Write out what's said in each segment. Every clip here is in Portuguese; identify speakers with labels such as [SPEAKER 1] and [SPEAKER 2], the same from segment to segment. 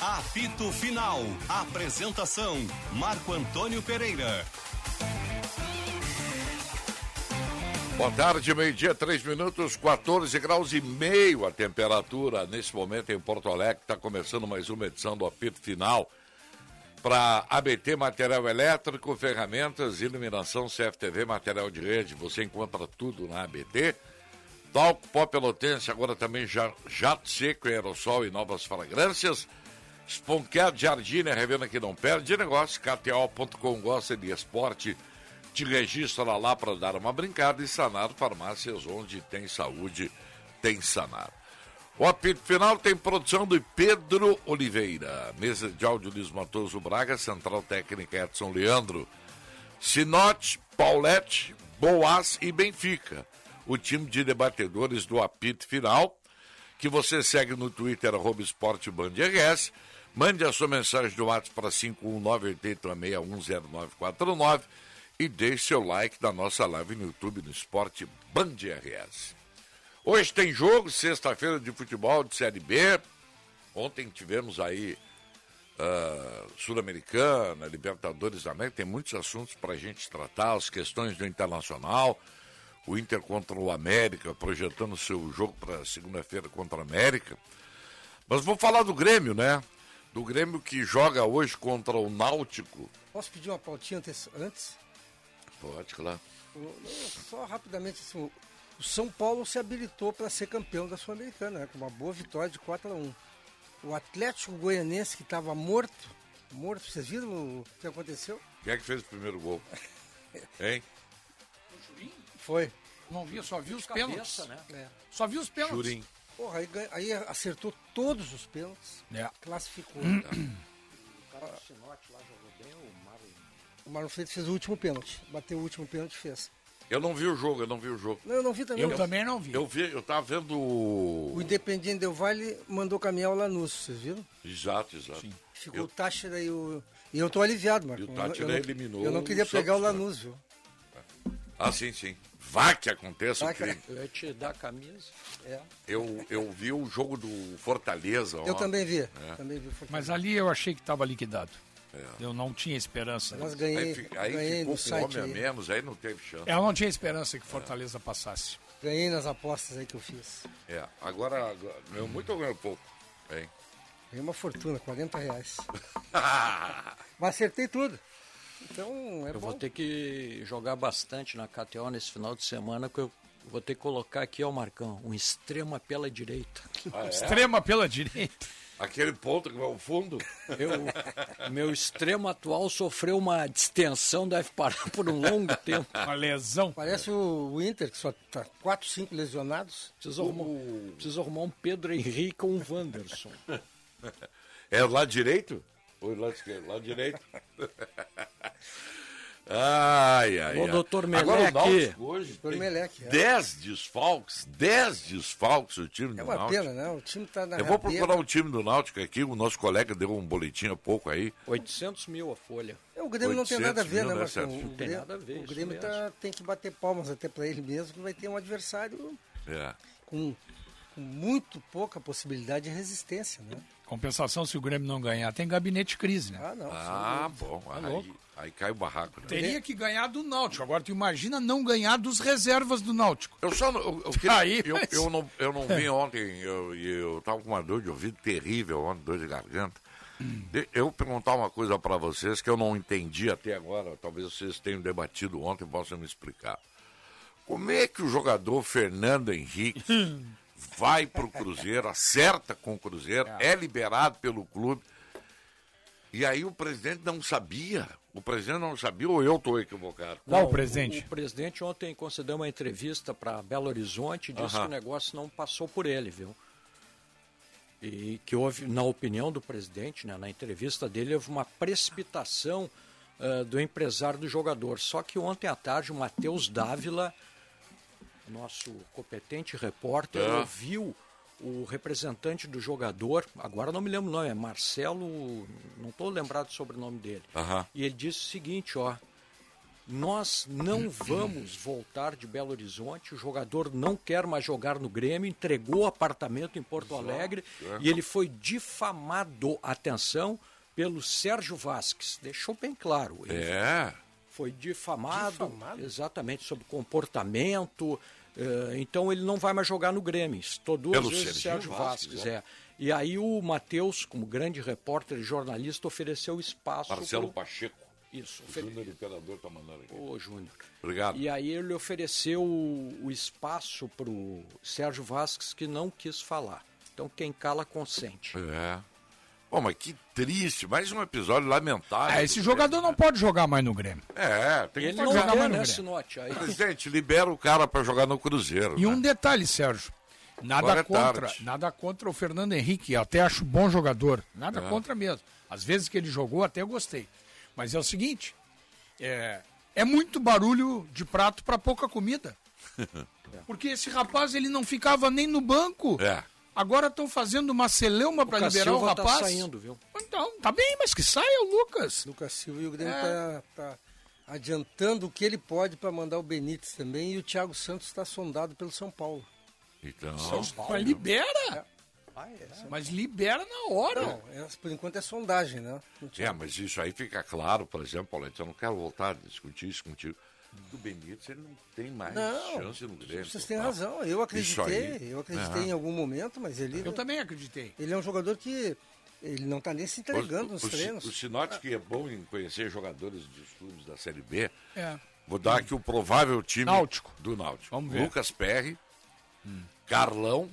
[SPEAKER 1] Apito Final. Apresentação: Marco Antônio Pereira.
[SPEAKER 2] Boa tarde, meio-dia, três minutos, 14 graus e meio a temperatura nesse momento em Porto Alegre. Está começando mais uma edição do apito final para ABT Material Elétrico, Ferramentas, Iluminação, CFTV, Material de Rede. Você encontra tudo na ABT. Talco, pó pelotense, agora também ja- jato seco, aerossol e novas fragrâncias. Sponquer Jardine, a revenda que né? não perde negócio. KTO.com gosta de esporte. Te registra lá para dar uma brincada e sanar farmácias onde tem saúde, tem sanar. O apito final tem produção de Pedro Oliveira. Mesa de áudio Luiz Matoso Braga, Central Técnica Edson Leandro. Sinote, Paulette, Boas e Benfica. O time de debatedores do apito final, que você segue no Twitter, arroba Esporte Band RS. Mande a sua mensagem do WhatsApp para 519-836-10949 e deixe seu like na nossa live no YouTube no Esporte Band RS. Hoje tem jogo, sexta-feira de futebol de Série B. Ontem tivemos aí ah, Sul-Americana, Libertadores da América. Tem muitos assuntos para a gente tratar, as questões do Internacional. O Inter contra o América, projetando seu jogo para segunda-feira contra o América. Mas vou falar do Grêmio, né? Do Grêmio que joga hoje contra o Náutico.
[SPEAKER 3] Posso pedir uma pautinha antes? antes?
[SPEAKER 2] Pode, claro.
[SPEAKER 3] O- não, Só rapidamente, assim, o- o São Paulo se habilitou para ser campeão da Sul-Americana, né, com uma boa vitória de 4 a 1 O Atlético Goianense, que estava morto, morto, vocês viram o que aconteceu?
[SPEAKER 2] Quem é que fez o primeiro gol? Hein?
[SPEAKER 3] Foi.
[SPEAKER 4] Não vi, só vi os
[SPEAKER 5] Cabeça,
[SPEAKER 4] pênaltis.
[SPEAKER 5] né?
[SPEAKER 3] É.
[SPEAKER 4] Só vi os pênaltis.
[SPEAKER 2] Jurim.
[SPEAKER 3] Porra, aí, ganha- aí acertou todos os pênaltis,
[SPEAKER 4] É.
[SPEAKER 3] classificou. O Marlon Freitas fez o último pênalti, bateu o último pênalti e fez.
[SPEAKER 2] Eu não vi o jogo, eu não vi o jogo.
[SPEAKER 3] Não, eu não vi também.
[SPEAKER 4] Eu também não vi.
[SPEAKER 2] Eu vi, eu tava vendo. o-
[SPEAKER 3] O Independiente Del Valle mandou caminhar o Lanús, vocês viram?
[SPEAKER 2] Exato, exato.
[SPEAKER 3] Ficou o Táchira e o. E eu tô aliviado, Marcão.
[SPEAKER 2] E o Táchira
[SPEAKER 3] Eu não-
[SPEAKER 2] eliminou
[SPEAKER 3] Eu não queria
[SPEAKER 2] o
[SPEAKER 3] pegar o
[SPEAKER 2] Santos, né?
[SPEAKER 3] Lanús, viu?
[SPEAKER 2] Ah, sim, sim. Vá que aconteça
[SPEAKER 3] Vá
[SPEAKER 2] o
[SPEAKER 3] que-
[SPEAKER 2] crime.
[SPEAKER 5] Eu ia te dar a camisa.
[SPEAKER 3] É.
[SPEAKER 2] Eu, eu vi o jogo do Fortaleza. É,
[SPEAKER 3] Eu
[SPEAKER 2] ó.
[SPEAKER 3] também vi. Também vi o Fortaleza.
[SPEAKER 4] Mas ali eu achei que estava liquidado. Eu não tinha esperança.
[SPEAKER 3] Mas
[SPEAKER 2] É. Aí,
[SPEAKER 3] ganhei.
[SPEAKER 2] fi- aí
[SPEAKER 3] ganhei
[SPEAKER 2] ficou
[SPEAKER 3] no
[SPEAKER 2] com
[SPEAKER 3] site.
[SPEAKER 2] homem a
[SPEAKER 3] aí.
[SPEAKER 2] menos, aí não teve chance.
[SPEAKER 5] É,
[SPEAKER 4] Eu não tinha esperança que Fortaleza passasse.
[SPEAKER 3] Ganhei nas apostas aí que eu fiz.
[SPEAKER 2] É, agora agora, ganhou muito ou ganhou pouco? Hein?
[SPEAKER 3] Ganhei uma fortuna, 40 reais. Mas acertei tudo. Então é
[SPEAKER 5] Eu
[SPEAKER 3] bom.
[SPEAKER 5] vou ter que jogar bastante na KTO nesse final de semana, que eu vou ter que colocar aqui, ó, Marcão, um extrema pela direita.
[SPEAKER 4] Extrema pela direita.
[SPEAKER 2] Ah, é? Aquele ponto que vai ao fundo.
[SPEAKER 5] Eu, meu extremo atual sofreu uma distensão, deve parar por um longo tempo.
[SPEAKER 4] Uma lesão.
[SPEAKER 3] Parece o o Inter, que só tá 4, 5 lesionados.
[SPEAKER 5] Preciso arrumar, preciso arrumar um Pedro Henrique ou um Wanderson.
[SPEAKER 2] É o lado direito? Ou o lado esquerdo? Lado direito? ai, ai,
[SPEAKER 5] Ô,
[SPEAKER 2] ai.
[SPEAKER 5] doutor Meleque.
[SPEAKER 2] Agora o Náutico hoje
[SPEAKER 3] Doutor
[SPEAKER 2] tem
[SPEAKER 3] Meleque, é.
[SPEAKER 2] 10 desfalques, 10 desfalques o time
[SPEAKER 3] É
[SPEAKER 2] do
[SPEAKER 3] uma
[SPEAKER 2] Náutico.
[SPEAKER 3] pena, né? O time tá na
[SPEAKER 2] Eu vou
[SPEAKER 3] rabeira.
[SPEAKER 2] procurar o time do Náutico aqui, o nosso colega deu um boletim há pouco aí.
[SPEAKER 5] 800 mil a folha.
[SPEAKER 3] É, O Grêmio não tem
[SPEAKER 2] 800
[SPEAKER 3] nada a ver,
[SPEAKER 2] mil,
[SPEAKER 3] né,
[SPEAKER 2] né,
[SPEAKER 3] Marcão?
[SPEAKER 2] Sérgio?
[SPEAKER 3] O
[SPEAKER 5] Não tem
[SPEAKER 3] Grêmio,
[SPEAKER 5] nada a ver,
[SPEAKER 3] o
[SPEAKER 5] isso é
[SPEAKER 3] Grêmio tá- tem que bater palmas até para ele mesmo, que vai ter um adversário
[SPEAKER 2] É.
[SPEAKER 3] com, com muito pouca possibilidade de resistência, né?
[SPEAKER 4] Compensação se o Grêmio não ganhar. Tem gabinete de crise, né?
[SPEAKER 3] Ah, não.
[SPEAKER 2] Ah, bom,
[SPEAKER 5] Tá
[SPEAKER 2] aí, aí cai o barraco, né?
[SPEAKER 4] Teria que ganhar do Náutico. Agora tu imagina não ganhar dos reservas do Náutico.
[SPEAKER 2] Eu só não- eu, eu queria-
[SPEAKER 4] aí,
[SPEAKER 2] eu,
[SPEAKER 4] mas- É.
[SPEAKER 2] eu não, eu não vim ontem, eu, e eu tava com uma dor de ouvido terrível ontem, dor de garganta. De- Eu perguntar uma coisa para vocês que eu não entendi até agora, talvez vocês tenham debatido ontem e possam me explicar. Como é que o jogador Fernando Henrique vai pro Cruzeiro, acerta com o Cruzeiro, é liberado pelo clube, e aí o presidente não sabia? O presidente não sabia ou eu estou equivocado?
[SPEAKER 4] Qual
[SPEAKER 5] Não, O,
[SPEAKER 4] presidente?
[SPEAKER 5] o presidente ontem concedeu uma entrevista para Belo Horizonte e disse que o negócio não passou por ele, viu? E que houve, na opinião do presidente, né, na entrevista dele, houve uma precipitação ah, do empresário do jogador. Só que ontem à tarde o Matheus Dávila, nosso competente repórter,
[SPEAKER 2] É.
[SPEAKER 5] ouviu o representante do jogador, agora não me lembro o nome, é Marcelo, não estou lembrado sobre o sobrenome dele.
[SPEAKER 2] Aham.
[SPEAKER 5] E ele disse o seguinte, ó, Nós não vamos voltar de Belo Horizonte. O jogador não quer mais jogar no Grêmio, entregou o apartamento em Porto Alegre
[SPEAKER 2] é.
[SPEAKER 5] e ele foi difamado, atenção, pelo Sérgio Vasques. Deixou bem claro. Ele
[SPEAKER 2] É.
[SPEAKER 5] foi difamado, exatamente sobre comportamento. eh, então ele não vai mais jogar no Grêmio. Estou duas
[SPEAKER 2] Pelo
[SPEAKER 5] vezes
[SPEAKER 2] Serginho
[SPEAKER 5] Sérgio
[SPEAKER 2] Vasquez,
[SPEAKER 5] Vasquez. é. E aí o Matheus, como grande repórter e jornalista, ofereceu espaço.
[SPEAKER 2] Marcelo
[SPEAKER 5] pro-
[SPEAKER 2] Pacheco.
[SPEAKER 5] Isso,
[SPEAKER 2] O
[SPEAKER 5] ofere-
[SPEAKER 2] Júnior Imperador tá mandando aqui.
[SPEAKER 5] Ô, Júnior.
[SPEAKER 2] Obrigado.
[SPEAKER 5] E aí ele ofereceu o o espaço para o Sérgio Vasques que não quis falar. Então quem cala consente.
[SPEAKER 2] É. Pô, mas que triste. Mais um episódio lamentável.
[SPEAKER 4] Ah, esse jogador não pode jogar mais no Grêmio.
[SPEAKER 2] É, tem
[SPEAKER 5] Ele
[SPEAKER 2] que
[SPEAKER 5] não
[SPEAKER 2] pagar.
[SPEAKER 4] jogar
[SPEAKER 5] quer,
[SPEAKER 4] mais no
[SPEAKER 5] né,
[SPEAKER 4] Grêmio.
[SPEAKER 5] Sinote? Aí,
[SPEAKER 2] Presidente, libera o cara pra jogar no Cruzeiro.
[SPEAKER 4] E um
[SPEAKER 2] né?
[SPEAKER 4] detalhe, Sérgio. Nada
[SPEAKER 2] Agora é
[SPEAKER 4] contra,
[SPEAKER 2] tarde.
[SPEAKER 4] nada contra o Fernando Henrique, eu até acho bom jogador. Nada
[SPEAKER 2] Ah.
[SPEAKER 4] contra mesmo. Às vezes que ele jogou, até eu gostei. Mas é o seguinte, é, é muito barulho de prato para pouca comida. Porque esse rapaz, ele não ficava nem no banco.
[SPEAKER 2] É.
[SPEAKER 4] Agora estão fazendo uma celeuma para
[SPEAKER 5] Lucas
[SPEAKER 4] liberar o
[SPEAKER 5] Silva tá
[SPEAKER 4] rapaz.
[SPEAKER 5] saindo, viu?
[SPEAKER 4] Então, tá bem, mas que saia o Lucas. É.
[SPEAKER 3] Lucas Silva e o Grêmio está adiantando o que ele pode para mandar o Benítez também. E o Thiago Santos está sondado pelo São Paulo. É.
[SPEAKER 2] Então,
[SPEAKER 4] Mas libera.
[SPEAKER 2] Ah, é,
[SPEAKER 4] Mas libera na hora.
[SPEAKER 3] Não, é- por enquanto é sondagem, né? Não tinha-
[SPEAKER 2] é, mas isso aí fica claro, por exemplo, Paulete, eu não quero voltar a discutir isso contigo. Do Benítez, ele não É, tem mais
[SPEAKER 3] Não,
[SPEAKER 2] chance no Grêmio.
[SPEAKER 3] Vocês têm
[SPEAKER 2] tá?
[SPEAKER 3] razão. Eu
[SPEAKER 2] Isso
[SPEAKER 3] acreditei,
[SPEAKER 2] aí.
[SPEAKER 3] eu acreditei em algum momento, mas ele,
[SPEAKER 4] Eu também acreditei.
[SPEAKER 3] ele é um jogador que ele não está nem se entregando Tá nos
[SPEAKER 2] o, Si-
[SPEAKER 3] treinos. Ah.
[SPEAKER 2] O Sinote, que é bom em conhecer jogadores dos clubes da Série B,
[SPEAKER 4] É.
[SPEAKER 2] vou dar aqui o provável time
[SPEAKER 4] Náutico.
[SPEAKER 2] do Náutico.
[SPEAKER 4] Vamos ver. Hum.
[SPEAKER 2] Lucas Perry, Carlão,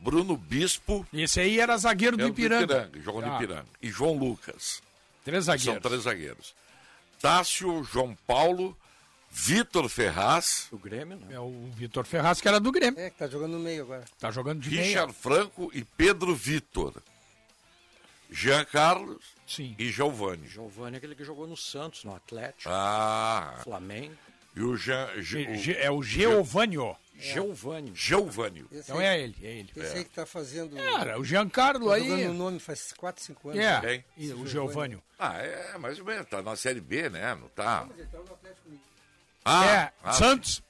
[SPEAKER 2] Bruno Bispo,
[SPEAKER 4] E Esse aí era zagueiro do
[SPEAKER 2] Leandro
[SPEAKER 4] Ipiranga.
[SPEAKER 2] jogou no
[SPEAKER 4] Tá.
[SPEAKER 2] é Ipiranga, e João Lucas.
[SPEAKER 4] Três
[SPEAKER 2] São
[SPEAKER 4] zagueiros.
[SPEAKER 2] três zagueiros. Tássio, João Paulo, Vitor Ferraz,
[SPEAKER 5] Do Grêmio, né?
[SPEAKER 4] É o Vitor Ferraz, que era do Grêmio.
[SPEAKER 3] É, que tá jogando no meio agora.
[SPEAKER 4] Tá jogando de meia.
[SPEAKER 2] Richard Franco e Pedro Vitor. Jean Carlos
[SPEAKER 4] Sim.
[SPEAKER 2] e Giovanni.
[SPEAKER 5] Giovanni é aquele que jogou no Santos, no Atlético,
[SPEAKER 2] Ah,
[SPEAKER 5] Flamengo.
[SPEAKER 2] e o Jean... Ge-
[SPEAKER 4] Ge-
[SPEAKER 2] o-
[SPEAKER 4] Ge- É o Geovânio.
[SPEAKER 5] Giovanni.
[SPEAKER 2] Giovânio.
[SPEAKER 3] Esse
[SPEAKER 4] Então
[SPEAKER 3] aí,
[SPEAKER 4] é ele, é ele.
[SPEAKER 3] esse aí que tá fazendo.
[SPEAKER 4] Cara, o Giancarlo
[SPEAKER 3] tá
[SPEAKER 4] aí.
[SPEAKER 3] jogando o nome faz 4, 5 anos. né?
[SPEAKER 4] É,
[SPEAKER 2] Quem?
[SPEAKER 4] e o Geovânio.
[SPEAKER 2] Ah, é mais ou menos, tá na Série B, né? Não tá?
[SPEAKER 3] Ele tá no Atlético Mineiro.
[SPEAKER 2] Ah,
[SPEAKER 4] é,
[SPEAKER 2] ah,
[SPEAKER 4] Santos.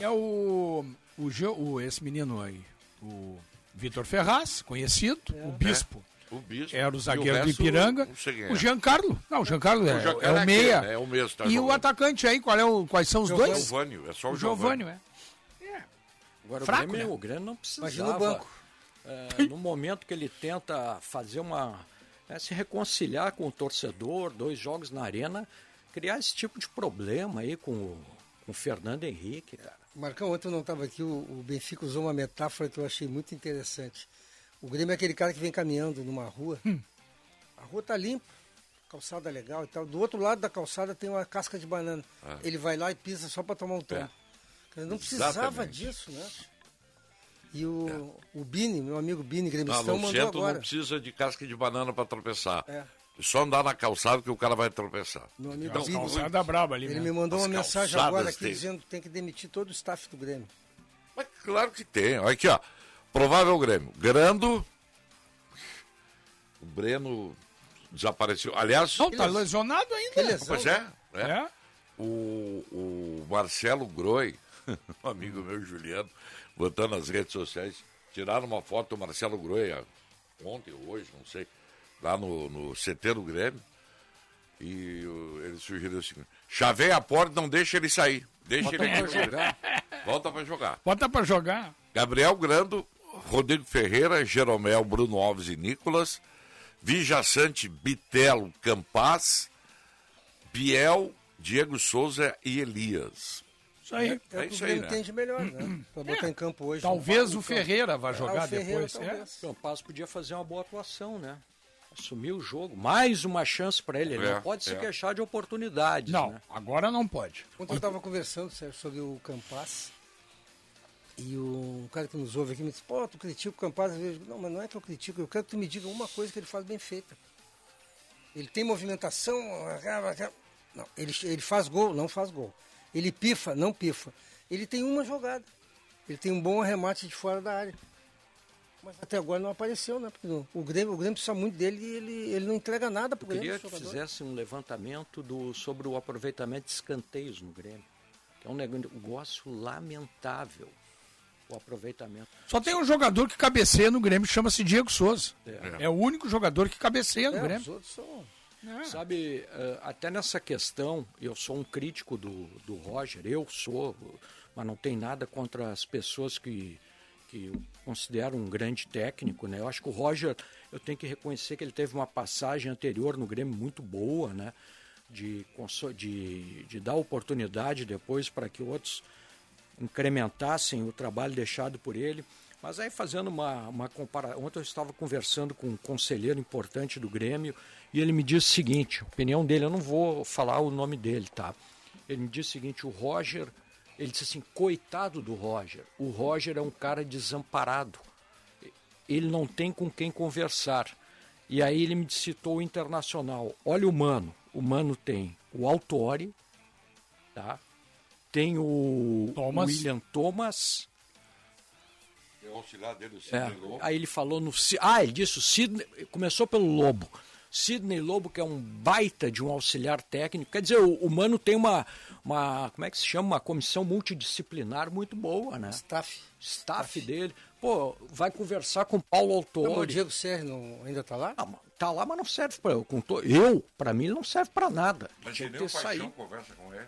[SPEAKER 4] É o, o, Ge- o- esse menino aí, o Vitor Ferraz, conhecido,
[SPEAKER 3] É.
[SPEAKER 4] o Bispo.
[SPEAKER 2] É, o Bispo.
[SPEAKER 4] Era o
[SPEAKER 2] E
[SPEAKER 4] zagueiro do
[SPEAKER 2] resto,
[SPEAKER 4] Ipiranga.
[SPEAKER 2] Não sei quem é.
[SPEAKER 4] O Giancarlo. Não, o Giancarlo é,
[SPEAKER 2] Giancarlo
[SPEAKER 4] é
[SPEAKER 2] é
[SPEAKER 4] o
[SPEAKER 2] aquele,
[SPEAKER 4] meia.
[SPEAKER 2] né? É o mesmo que tá
[SPEAKER 4] e o
[SPEAKER 2] jogando.
[SPEAKER 4] atacante aí, qual é o, quais são os
[SPEAKER 2] É o
[SPEAKER 4] dois?
[SPEAKER 2] Giovânio, é só
[SPEAKER 4] O
[SPEAKER 2] o
[SPEAKER 4] Giovânio,
[SPEAKER 2] Giovânio.
[SPEAKER 4] é.
[SPEAKER 5] Agora
[SPEAKER 4] Fraco,
[SPEAKER 5] o, Grêmio,
[SPEAKER 4] né?
[SPEAKER 5] o Grêmio não precisava.
[SPEAKER 3] Imagina o banco.
[SPEAKER 5] É, no momento que ele tenta fazer uma. né, se reconciliar com o torcedor, dois jogos na arena, criar esse tipo de problema aí com o, com o Fernando Henrique, cara.
[SPEAKER 3] Marcão, ontem eu não estava aqui, o, o Benfica usou uma metáfora que eu achei muito interessante. O Grêmio é aquele cara que vem caminhando numa rua,
[SPEAKER 4] Hum.
[SPEAKER 3] a rua tá limpa, calçada legal e tal. Do outro lado da calçada tem uma casca de banana.
[SPEAKER 2] Ah.
[SPEAKER 3] Ele vai lá e pisa só para tomar um tombo. Cara, não precisava
[SPEAKER 2] É. Exatamente.
[SPEAKER 3] disso, né? E o, o Bini, meu amigo Bini
[SPEAKER 2] Não,
[SPEAKER 3] Grêmistão,
[SPEAKER 2] no
[SPEAKER 3] mandou
[SPEAKER 2] centro
[SPEAKER 3] agora.
[SPEAKER 2] Ah, não precisa de casca de banana pra tropeçar.
[SPEAKER 3] É.
[SPEAKER 2] Só andar na calçada que o cara vai tropeçar.
[SPEAKER 3] Meu amigo
[SPEAKER 4] Não,
[SPEAKER 3] Bini.
[SPEAKER 4] Então, calçada braba ali
[SPEAKER 3] Então, Ele
[SPEAKER 4] mesmo.
[SPEAKER 3] me mandou
[SPEAKER 2] né? As
[SPEAKER 3] uma mensagem
[SPEAKER 2] calçadas
[SPEAKER 3] agora aqui
[SPEAKER 2] dele.
[SPEAKER 3] dizendo que tem que demitir todo o staff do Grêmio.
[SPEAKER 2] Mas claro que tem. Olha aqui, ó. Provável Grêmio. Grando. O Breno desapareceu. Aliás, é,
[SPEAKER 4] Não, tá lesionado ainda.
[SPEAKER 3] Que lesão. né?
[SPEAKER 2] pois é. é.
[SPEAKER 4] É.
[SPEAKER 2] o, o Marcelo Groi, um amigo meu, Juliano, botando nas redes sociais, tiraram uma foto do Marcelo Groi ah, ontem ou hoje, não sei, lá no, no CT do Grêmio, e o- ele sugeriu o seguinte, chavei a porta, não deixa ele sair, deixa
[SPEAKER 5] Bota
[SPEAKER 2] ele
[SPEAKER 5] pra
[SPEAKER 2] aqui
[SPEAKER 4] né?
[SPEAKER 2] jogar.
[SPEAKER 3] É.
[SPEAKER 2] volta pra jogar.
[SPEAKER 4] Bota pra jogar.
[SPEAKER 2] Gabriel Grando, Rodrigo Ferreira, Jeromel, Bruno Alves e Nicolas, Vijaçante, Bitelo, Campaz, Biel, Diego Souza e Elias.
[SPEAKER 4] Isso aí.
[SPEAKER 3] É,
[SPEAKER 2] É
[SPEAKER 3] o que o
[SPEAKER 2] isso aí,
[SPEAKER 3] Grêmio
[SPEAKER 2] né?
[SPEAKER 3] entende melhor,
[SPEAKER 4] Hum.
[SPEAKER 3] né? Pra botar em campo hoje.
[SPEAKER 4] Talvez
[SPEAKER 3] Não
[SPEAKER 5] um
[SPEAKER 4] o
[SPEAKER 3] vai, então.
[SPEAKER 4] Ferreira
[SPEAKER 5] É,
[SPEAKER 4] vá
[SPEAKER 3] Ah, o
[SPEAKER 4] jogar
[SPEAKER 3] Ferreira,
[SPEAKER 4] depois. É.
[SPEAKER 3] talvez.
[SPEAKER 5] Então, O Campaz podia fazer uma boa atuação, né? Assumir o jogo. Mais uma chance para ele. Ele
[SPEAKER 2] É,
[SPEAKER 5] não pode se
[SPEAKER 2] é.
[SPEAKER 5] queixar de oportunidades,
[SPEAKER 4] Não,
[SPEAKER 5] né?
[SPEAKER 4] agora não pode.
[SPEAKER 3] Ontem eu estava conversando, Sérgio, sobre o Campaz. E o cara que nos ouve aqui me disse, pô, tu critica o Campaz. Eu digo, não, mas não é que eu critico, eu quero que tu me diga uma coisa que ele faz bem feita. Ele tem movimentação. Não, ele, ele faz gol, não faz gol. Ele pifa, não pifa. Ele tem uma jogada. Ele tem um bom arremate de fora da área. Mas até agora não apareceu, né? Porque o Grêmio, o Grêmio precisa muito dele e ele, ele não entrega nada pro
[SPEAKER 5] Eu
[SPEAKER 3] Grêmio.
[SPEAKER 5] queria
[SPEAKER 3] esse
[SPEAKER 5] que
[SPEAKER 3] jogador.
[SPEAKER 5] fizesse um levantamento do, sobre o aproveitamento de escanteios no Grêmio. Que é um negócio lamentável o aproveitamento.
[SPEAKER 4] Só tem um jogador que cabeceia no Grêmio, chama-se Diego Souza.
[SPEAKER 5] É.
[SPEAKER 4] É. o único jogador que cabeceia no
[SPEAKER 3] É, os
[SPEAKER 4] Grêmio.
[SPEAKER 3] outros são.
[SPEAKER 5] Sabe, eh, até nessa questão, eu sou um crítico do, do Roger, eu sou, mas não tem nada contra as pessoas que, que eu considero um grande técnico, né? Eu acho que o Roger, eu tenho que reconhecer que ele teve uma passagem anterior no Grêmio muito boa, né? De, conso- de, de dar oportunidade depois para que outros incrementassem o trabalho deixado por ele. Mas aí fazendo uma, uma comparação, ontem eu estava conversando com um conselheiro importante do Grêmio e ele me disse o seguinte, a opinião dele, eu não vou falar o nome dele, tá? Ele me disse o seguinte, o Roger, ele disse assim, coitado do Roger, o Roger é um cara desamparado, ele não tem com quem conversar. E aí ele me citou o Internacional, olha o Mano, o Mano tem o Autori, tá? Tem o
[SPEAKER 4] Thomas.
[SPEAKER 5] William Thomas.
[SPEAKER 2] É o auxiliar dele, o
[SPEAKER 5] É,
[SPEAKER 2] Sidney Lobo.
[SPEAKER 5] Aí ele falou no. Ci- Ah, ele disse o Sidney. Começou pelo Lobo. Sidney Lobo, que é um baita de um auxiliar técnico. Quer dizer, o, o Mano tem uma, uma. Como é que se chama? Uma comissão multidisciplinar muito boa, né?
[SPEAKER 3] Staff.
[SPEAKER 5] Staff dele. Pô, vai conversar com o Paulo
[SPEAKER 3] Não, o
[SPEAKER 5] Autori.
[SPEAKER 3] Diego Serra não- ainda tá lá?
[SPEAKER 5] Ah, mas tá lá, mas não serve pra eu. com to- Eu, pra mim, ele não serve pra nada.
[SPEAKER 2] Mas
[SPEAKER 5] Tinha
[SPEAKER 2] ele
[SPEAKER 5] que
[SPEAKER 2] nem o
[SPEAKER 5] ter
[SPEAKER 2] Paixão
[SPEAKER 5] saído.
[SPEAKER 2] conversa com ele.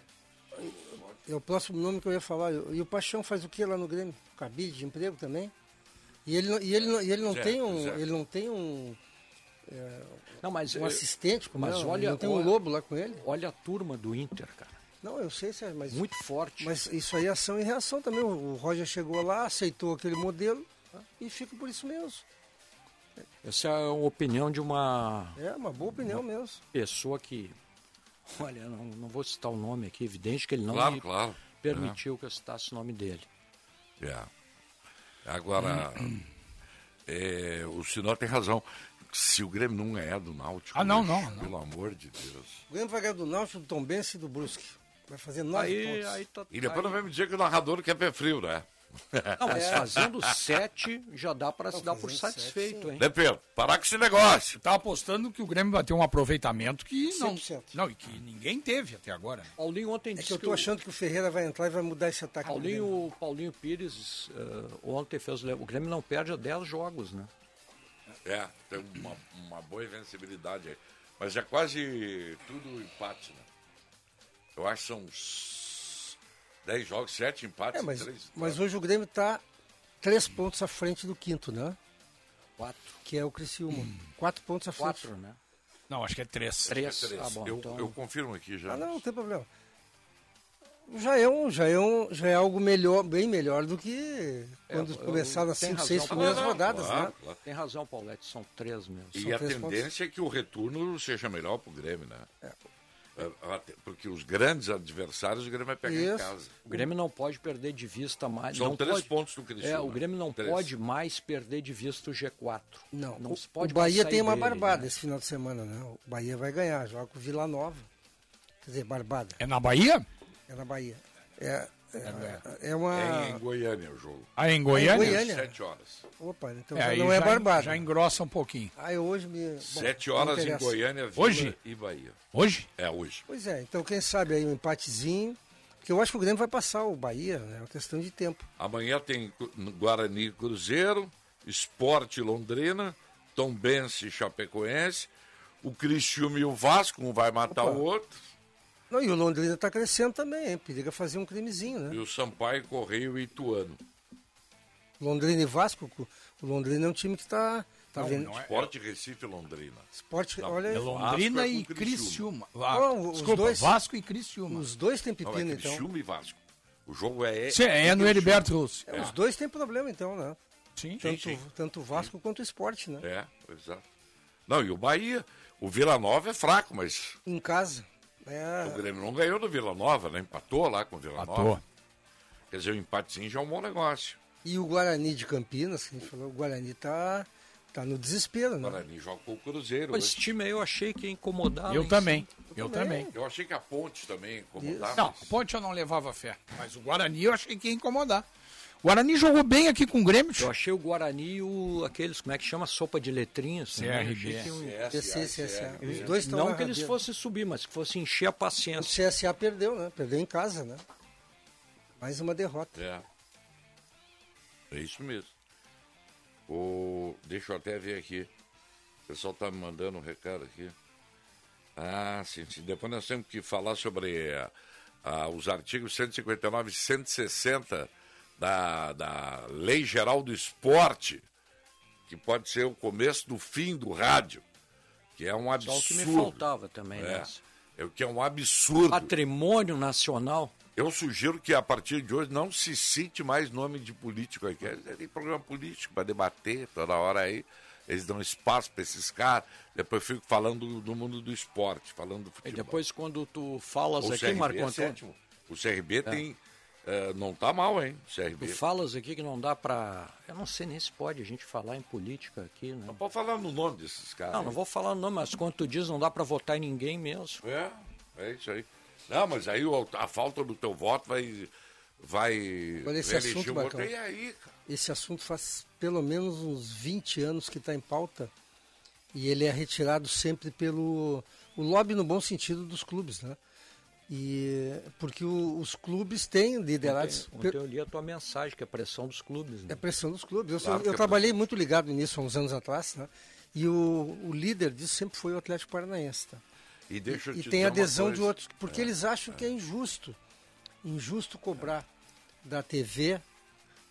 [SPEAKER 3] É o próximo nome que eu ia falar. E o Paixão faz o que lá no Grêmio? Cabide de emprego também? E ele não, e ele não, e ele não
[SPEAKER 2] Zé,
[SPEAKER 3] tem um.
[SPEAKER 2] Zé.
[SPEAKER 3] Ele não tem um,
[SPEAKER 5] Não, mas,
[SPEAKER 3] um
[SPEAKER 5] eh,
[SPEAKER 3] assistente, como
[SPEAKER 5] mas
[SPEAKER 3] é?
[SPEAKER 5] olha-
[SPEAKER 3] não tem um
[SPEAKER 5] olha-
[SPEAKER 3] lobo lá com ele?
[SPEAKER 5] olha a turma do Inter, cara.
[SPEAKER 3] Não, eu sei, Sérgio, mas.
[SPEAKER 5] Muito forte.
[SPEAKER 3] Mas isso aí é ação e reação também. O o Roger chegou lá, aceitou aquele modelo tá? e fica por isso mesmo.
[SPEAKER 5] Essa é a opinião de uma
[SPEAKER 3] É uma boa opinião mesmo.
[SPEAKER 5] pessoa que. Olha, não, não vou citar o nome aqui, evidente que ele não
[SPEAKER 2] Claro,
[SPEAKER 5] me
[SPEAKER 2] claro.
[SPEAKER 5] permitiu que eu citasse o nome dele.
[SPEAKER 2] É. Agora, é, o Sinó tem razão. Se o Grêmio não ganhar do Náutico,
[SPEAKER 4] Ah, não,
[SPEAKER 2] bicho,
[SPEAKER 4] não, não.
[SPEAKER 2] pelo amor de Deus.
[SPEAKER 3] O Grêmio vai ganhar do Náutico, do Tombense e do Brusque. Vai fazer nove
[SPEAKER 5] Aí,
[SPEAKER 3] pontos.
[SPEAKER 5] aí tá.
[SPEAKER 2] E depois não
[SPEAKER 5] aí-
[SPEAKER 2] vem me dizer que o narrador quer pé frio, né? É.
[SPEAKER 5] Não, mas fazendo sete já dá para se dar por
[SPEAKER 3] é. fazendo
[SPEAKER 5] satisfeito, hein?
[SPEAKER 2] Né, Pedro? Parar com esse negócio.
[SPEAKER 4] Tá apostando que o Grêmio vai ter um aproveitamento que não,
[SPEAKER 3] 100%.
[SPEAKER 4] não e que ninguém teve até agora. né?
[SPEAKER 5] Paulinho ontem
[SPEAKER 3] É
[SPEAKER 5] disse
[SPEAKER 3] que eu tô achando que o Ferreira vai entrar e vai mudar esse
[SPEAKER 5] o
[SPEAKER 3] ataque. do Grêmio.
[SPEAKER 5] Paulinho, Paulinho Pires eh, ontem fez o le- o Grêmio não perde há 10 jogos, né?
[SPEAKER 2] É, tem uma, uma boa invencibilidade aí. Mas é quase tudo empate, né? Eu acho que são uns 10 jogos, 7 empates
[SPEAKER 3] É, mas,
[SPEAKER 2] e 3.
[SPEAKER 3] mas hoje o Grêmio está três pontos à frente do quinto, né?
[SPEAKER 5] Quatro.
[SPEAKER 3] Que é o Criciúma. Quatro pontos à frente.
[SPEAKER 5] Quatro, né?
[SPEAKER 4] Não, acho que é três.
[SPEAKER 5] Três. Ah, bom,
[SPEAKER 2] eu,
[SPEAKER 5] então-
[SPEAKER 2] eu confirmo aqui já.
[SPEAKER 3] Ah, não, não tem problema. Já é, um, já, é um, já é algo melhor, bem melhor do que quando
[SPEAKER 5] É, eu-
[SPEAKER 3] começaram as
[SPEAKER 5] tem
[SPEAKER 3] cinco,
[SPEAKER 5] razão.
[SPEAKER 3] seis
[SPEAKER 5] Ah,
[SPEAKER 3] primeiras
[SPEAKER 5] não,
[SPEAKER 3] rodadas,
[SPEAKER 2] claro,
[SPEAKER 3] né?
[SPEAKER 2] claro.
[SPEAKER 5] Tem razão, Paulette, são três mesmo.
[SPEAKER 2] E
[SPEAKER 3] São
[SPEAKER 2] a
[SPEAKER 3] três
[SPEAKER 2] tendência é que o retorno seja melhor pro Grêmio, né? É, até- Porque os grandes adversários o Grêmio vai pegar em
[SPEAKER 3] Isso.
[SPEAKER 2] casa.
[SPEAKER 5] O Grêmio não pode perder de vista mais.
[SPEAKER 2] São
[SPEAKER 5] não
[SPEAKER 2] três
[SPEAKER 5] pode-
[SPEAKER 2] pontos do Criciúma.
[SPEAKER 5] É, o Grêmio não
[SPEAKER 2] Três.
[SPEAKER 5] pode mais perder de vista o G4.
[SPEAKER 3] Não,
[SPEAKER 5] não
[SPEAKER 3] o,
[SPEAKER 5] se pode
[SPEAKER 3] o Bahia
[SPEAKER 5] mais
[SPEAKER 3] tem
[SPEAKER 5] sair
[SPEAKER 3] uma
[SPEAKER 5] dele,
[SPEAKER 3] barbada
[SPEAKER 5] né?
[SPEAKER 3] esse final de semana, né? O Bahia vai ganhar, joga com o Vila Nova. Quer dizer, barbada,
[SPEAKER 4] É na Bahia?
[SPEAKER 3] é na Bahia. É, é, é uma...
[SPEAKER 2] É em Goiânia o jogo.
[SPEAKER 4] Ah, em
[SPEAKER 3] Goiânia?
[SPEAKER 4] Goiânia?
[SPEAKER 3] Goiânia.
[SPEAKER 2] Sete horas.
[SPEAKER 3] Opa, então
[SPEAKER 4] É,
[SPEAKER 3] já
[SPEAKER 4] aí
[SPEAKER 3] não é
[SPEAKER 4] já-
[SPEAKER 3] barbada.
[SPEAKER 4] Já engrossa um pouquinho.
[SPEAKER 3] Aí hoje me... bom,
[SPEAKER 2] Sete
[SPEAKER 3] não
[SPEAKER 2] horas em
[SPEAKER 3] interessa.
[SPEAKER 2] Goiânia, Vila
[SPEAKER 4] Hoje?
[SPEAKER 2] e Bahia.
[SPEAKER 4] Hoje?
[SPEAKER 2] É hoje.
[SPEAKER 3] Pois é, então quem sabe aí um empatezinho. Porque eu acho que o Grêmio vai passar o Bahia, né? é uma questão de tempo.
[SPEAKER 2] Amanhã tem Cu- Guarani e Cruzeiro, Esporte Londrina, Tombense e Chapecoense, o Criciúma e o Vasco, um vai matar
[SPEAKER 3] Opa.
[SPEAKER 2] o outro,
[SPEAKER 3] Não, e o Londrina está crescendo também, hein? Periga fazer um crimezinho,
[SPEAKER 2] e
[SPEAKER 3] né?
[SPEAKER 2] o Sampaio, Correio e Ituano.
[SPEAKER 3] Londrina e Vasco, o Londrina é um time que está tá
[SPEAKER 4] Não,
[SPEAKER 3] vendo.
[SPEAKER 4] não é.
[SPEAKER 2] Esporte Recife e Londrina.
[SPEAKER 3] Esporte,
[SPEAKER 2] Não,
[SPEAKER 3] olha,
[SPEAKER 4] É Londrina
[SPEAKER 2] Vasco é com
[SPEAKER 4] e
[SPEAKER 2] Criciúma.
[SPEAKER 4] Criciúma. Ah,
[SPEAKER 3] Não, os
[SPEAKER 4] desculpa,
[SPEAKER 3] dois-
[SPEAKER 4] Vasco e Criciúma.
[SPEAKER 3] os dois têm
[SPEAKER 2] Não, é
[SPEAKER 3] pepino, então.
[SPEAKER 2] Criciúma e Vasco. O jogo é...
[SPEAKER 4] Sim, é no Heriberto Russo.
[SPEAKER 3] É, Os dois têm problema, então, né?
[SPEAKER 4] Sim.
[SPEAKER 2] Sim,
[SPEAKER 3] Tanto,
[SPEAKER 2] sim.
[SPEAKER 3] tanto o Vasco quanto o esporte, né?
[SPEAKER 2] É, exato. Não, e o Bahia, o Vila Nova é fraco, mas
[SPEAKER 3] Em casa.
[SPEAKER 2] o
[SPEAKER 3] É,
[SPEAKER 2] Grêmio não ganhou do Vila Nova, né? Empatou lá com o Vila
[SPEAKER 4] Matou.
[SPEAKER 2] Nova. Quer dizer, o empatezinho já é um bom negócio.
[SPEAKER 3] e o Guarani de Campinas, que a gente falou, o Guarani tá, tá no desespero, né?
[SPEAKER 2] O Guarani joga com o Cruzeiro.
[SPEAKER 5] Mas
[SPEAKER 2] hoje.
[SPEAKER 5] Esse time aí eu achei que ia incomodar. lá
[SPEAKER 4] Eu
[SPEAKER 5] em
[SPEAKER 4] também. Eu
[SPEAKER 3] também.
[SPEAKER 4] também.
[SPEAKER 2] Eu achei que a Ponte também
[SPEAKER 3] Isso.
[SPEAKER 2] incomodava.
[SPEAKER 4] Não, a Ponte eu não levava fé. Mas o Guarani eu achei que ia incomodar. O Guarani jogou bem aqui com o Grêmio. tio.
[SPEAKER 5] Eu achei o Guarani e o, aqueles, como é que chama? Sopa de letrinhas. né?
[SPEAKER 4] CRB.
[SPEAKER 5] Achei que um-
[SPEAKER 4] é.
[SPEAKER 2] é,
[SPEAKER 3] CSA, CSA. é. Os dois estão
[SPEAKER 5] Não
[SPEAKER 3] na
[SPEAKER 5] que eles
[SPEAKER 3] rabeira.
[SPEAKER 5] fossem subir, mas que fossem encher a
[SPEAKER 3] O
[SPEAKER 5] paciência.
[SPEAKER 3] CSA perdeu, né? Perdeu em casa, né? Mais uma derrota.
[SPEAKER 2] É. É isso mesmo. O... Deixa eu até ver aqui. O pessoal tá me mandando um recado aqui. Ah, sim, sim. Depois nós temos que falar sobre eh, ah, os artigos 159 e 160 da, da Lei Geral do Esporte, que pode ser o começo do fim do rádio, que é um
[SPEAKER 5] Só
[SPEAKER 2] absurdo.
[SPEAKER 5] o que me faltava também.
[SPEAKER 2] É,
[SPEAKER 5] nessa.
[SPEAKER 2] é o que é um absurdo.
[SPEAKER 5] Patrimônio nacional.
[SPEAKER 2] Eu sugiro que a partir de hoje não se cite mais nome de político aqui. É, Tem programa político para debater toda hora aí. Eles dão espaço para esses caras. Depois eu fico falando do, do mundo do esporte, falando do
[SPEAKER 5] E
[SPEAKER 2] futebol.
[SPEAKER 5] depois, quando tu falas
[SPEAKER 2] o
[SPEAKER 5] aqui,
[SPEAKER 2] CRB
[SPEAKER 5] Marco
[SPEAKER 2] é
[SPEAKER 5] Antônio,
[SPEAKER 2] sétimo. O
[SPEAKER 3] É.
[SPEAKER 2] CRB tem. eh, não tá mal, hein? O
[SPEAKER 5] tu
[SPEAKER 2] CRB.
[SPEAKER 5] falas aqui que não dá pra. Eu não sei nem se pode a gente falar em política aqui, né?
[SPEAKER 2] Não pode falar no nome desses caras.
[SPEAKER 5] Não, não vou falar não, mas quando tu diz não dá pra votar em ninguém mesmo.
[SPEAKER 2] É, é isso aí. Não, mas aí o- a falta do teu voto vai. Vai.
[SPEAKER 3] Olha esse
[SPEAKER 2] reeleger
[SPEAKER 3] assunto,
[SPEAKER 2] um outro.
[SPEAKER 3] Marcão.
[SPEAKER 2] E aí, cara?
[SPEAKER 3] Esse assunto faz pelo menos uns 20 anos que está em pauta e ele é retirado sempre pelo o lobby no bom sentido dos clubes, né? E porque o- os clubes têm liderados
[SPEAKER 5] Ontem, ontem
[SPEAKER 3] pe-
[SPEAKER 5] eu li a tua mensagem, que é a pressão dos clubes,
[SPEAKER 3] É
[SPEAKER 5] né?
[SPEAKER 3] pressão dos clubes. Eu, sou-
[SPEAKER 2] Claro que
[SPEAKER 3] eu
[SPEAKER 2] é
[SPEAKER 3] trabalhei muito ligado nisso há uns anos atrás, né? E o, o líder disso sempre foi o Atlético Paranaense, tá?
[SPEAKER 2] E deixa eu
[SPEAKER 3] E
[SPEAKER 2] te
[SPEAKER 3] tem
[SPEAKER 2] dizer uma
[SPEAKER 3] adesão de
[SPEAKER 2] coisa.
[SPEAKER 3] outros, porque eles acham que é injusto. Injusto cobrar da TV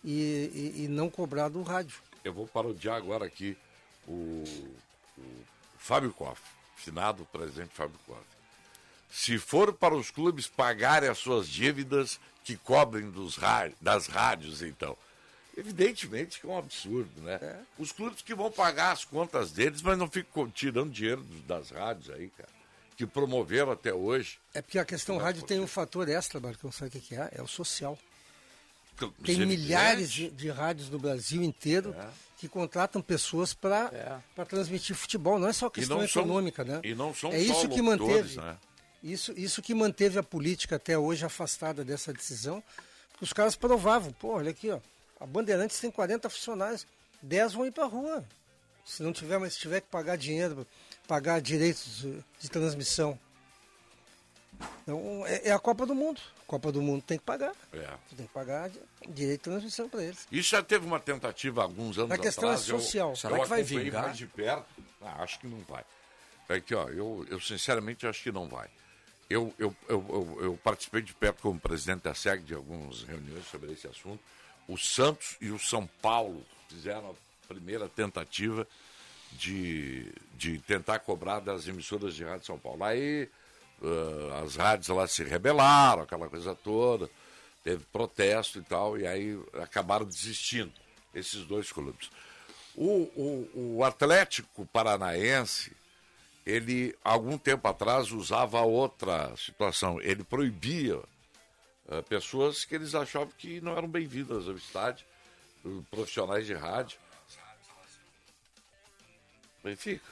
[SPEAKER 3] e, e- e não cobrar do rádio.
[SPEAKER 2] Eu vou parodiar agora aqui o, o Fábio Koff, finado presidente Fábio Koff. Se for para os clubes pagarem as suas dívidas, que cobrem dos ra- das rádios, então. Evidentemente que é um absurdo, né? Os clubes que vão pagar as contas deles, mas não ficam co- tirando dinheiro dos- das rádios aí, cara, que promoveram até hoje.
[SPEAKER 3] É porque a questão rádio tem um fator extra, Marcão, sabe o que que é? É o social. Tem
[SPEAKER 2] Evidente.
[SPEAKER 3] milhares de, de rádios no Brasil inteiro que contratam pessoas para transmitir futebol. Não é só questão
[SPEAKER 2] não são-
[SPEAKER 3] econômica, né?
[SPEAKER 2] e não são
[SPEAKER 3] é
[SPEAKER 2] só
[SPEAKER 3] isso que
[SPEAKER 2] locutores,
[SPEAKER 3] manteve,
[SPEAKER 2] né?
[SPEAKER 3] isso, isso que manteve a política até hoje afastada dessa decisão. Porque os caras provavam, pô, olha aqui, ó, a Bandeirantes tem 40 funcionários, 10 vão ir para rua. Se não tiver, mas se tiver que pagar dinheiro, pagar direitos eh, de transmissão. Então, é, é a Copa do Mundo. A Copa do Mundo tem que pagar.
[SPEAKER 2] É.
[SPEAKER 3] Tu Tem que pagar di- direito de transmissão para eles.
[SPEAKER 2] Isso já teve uma tentativa há alguns anos
[SPEAKER 3] A questão é
[SPEAKER 2] atrás. eu-
[SPEAKER 3] social.
[SPEAKER 2] eu
[SPEAKER 5] Será que vai
[SPEAKER 2] acompanhei
[SPEAKER 5] vingar?
[SPEAKER 2] mais de perto. Ah, acho que não vai. É que, ó, eu, eu sinceramente acho que não vai. Eu, eu, eu, eu, eu participei de perto como presidente da SEG de algumas reuniões sobre esse assunto. O Santos e o São Paulo fizeram a primeira tentativa de, de tentar cobrar das emissoras de rádio de São Paulo. Aí ah, as rádios lá se rebelaram, aquela coisa toda, teve protesto e tal, e aí acabaram desistindo, esses dois clubes. O, o, o Atlético Paranaense, ele, algum tempo atrás, usava outra situação. Ele proibia eh, pessoas que eles achavam que não eram bem-vindas ao estádio, eh, profissionais de rádio. Benfica.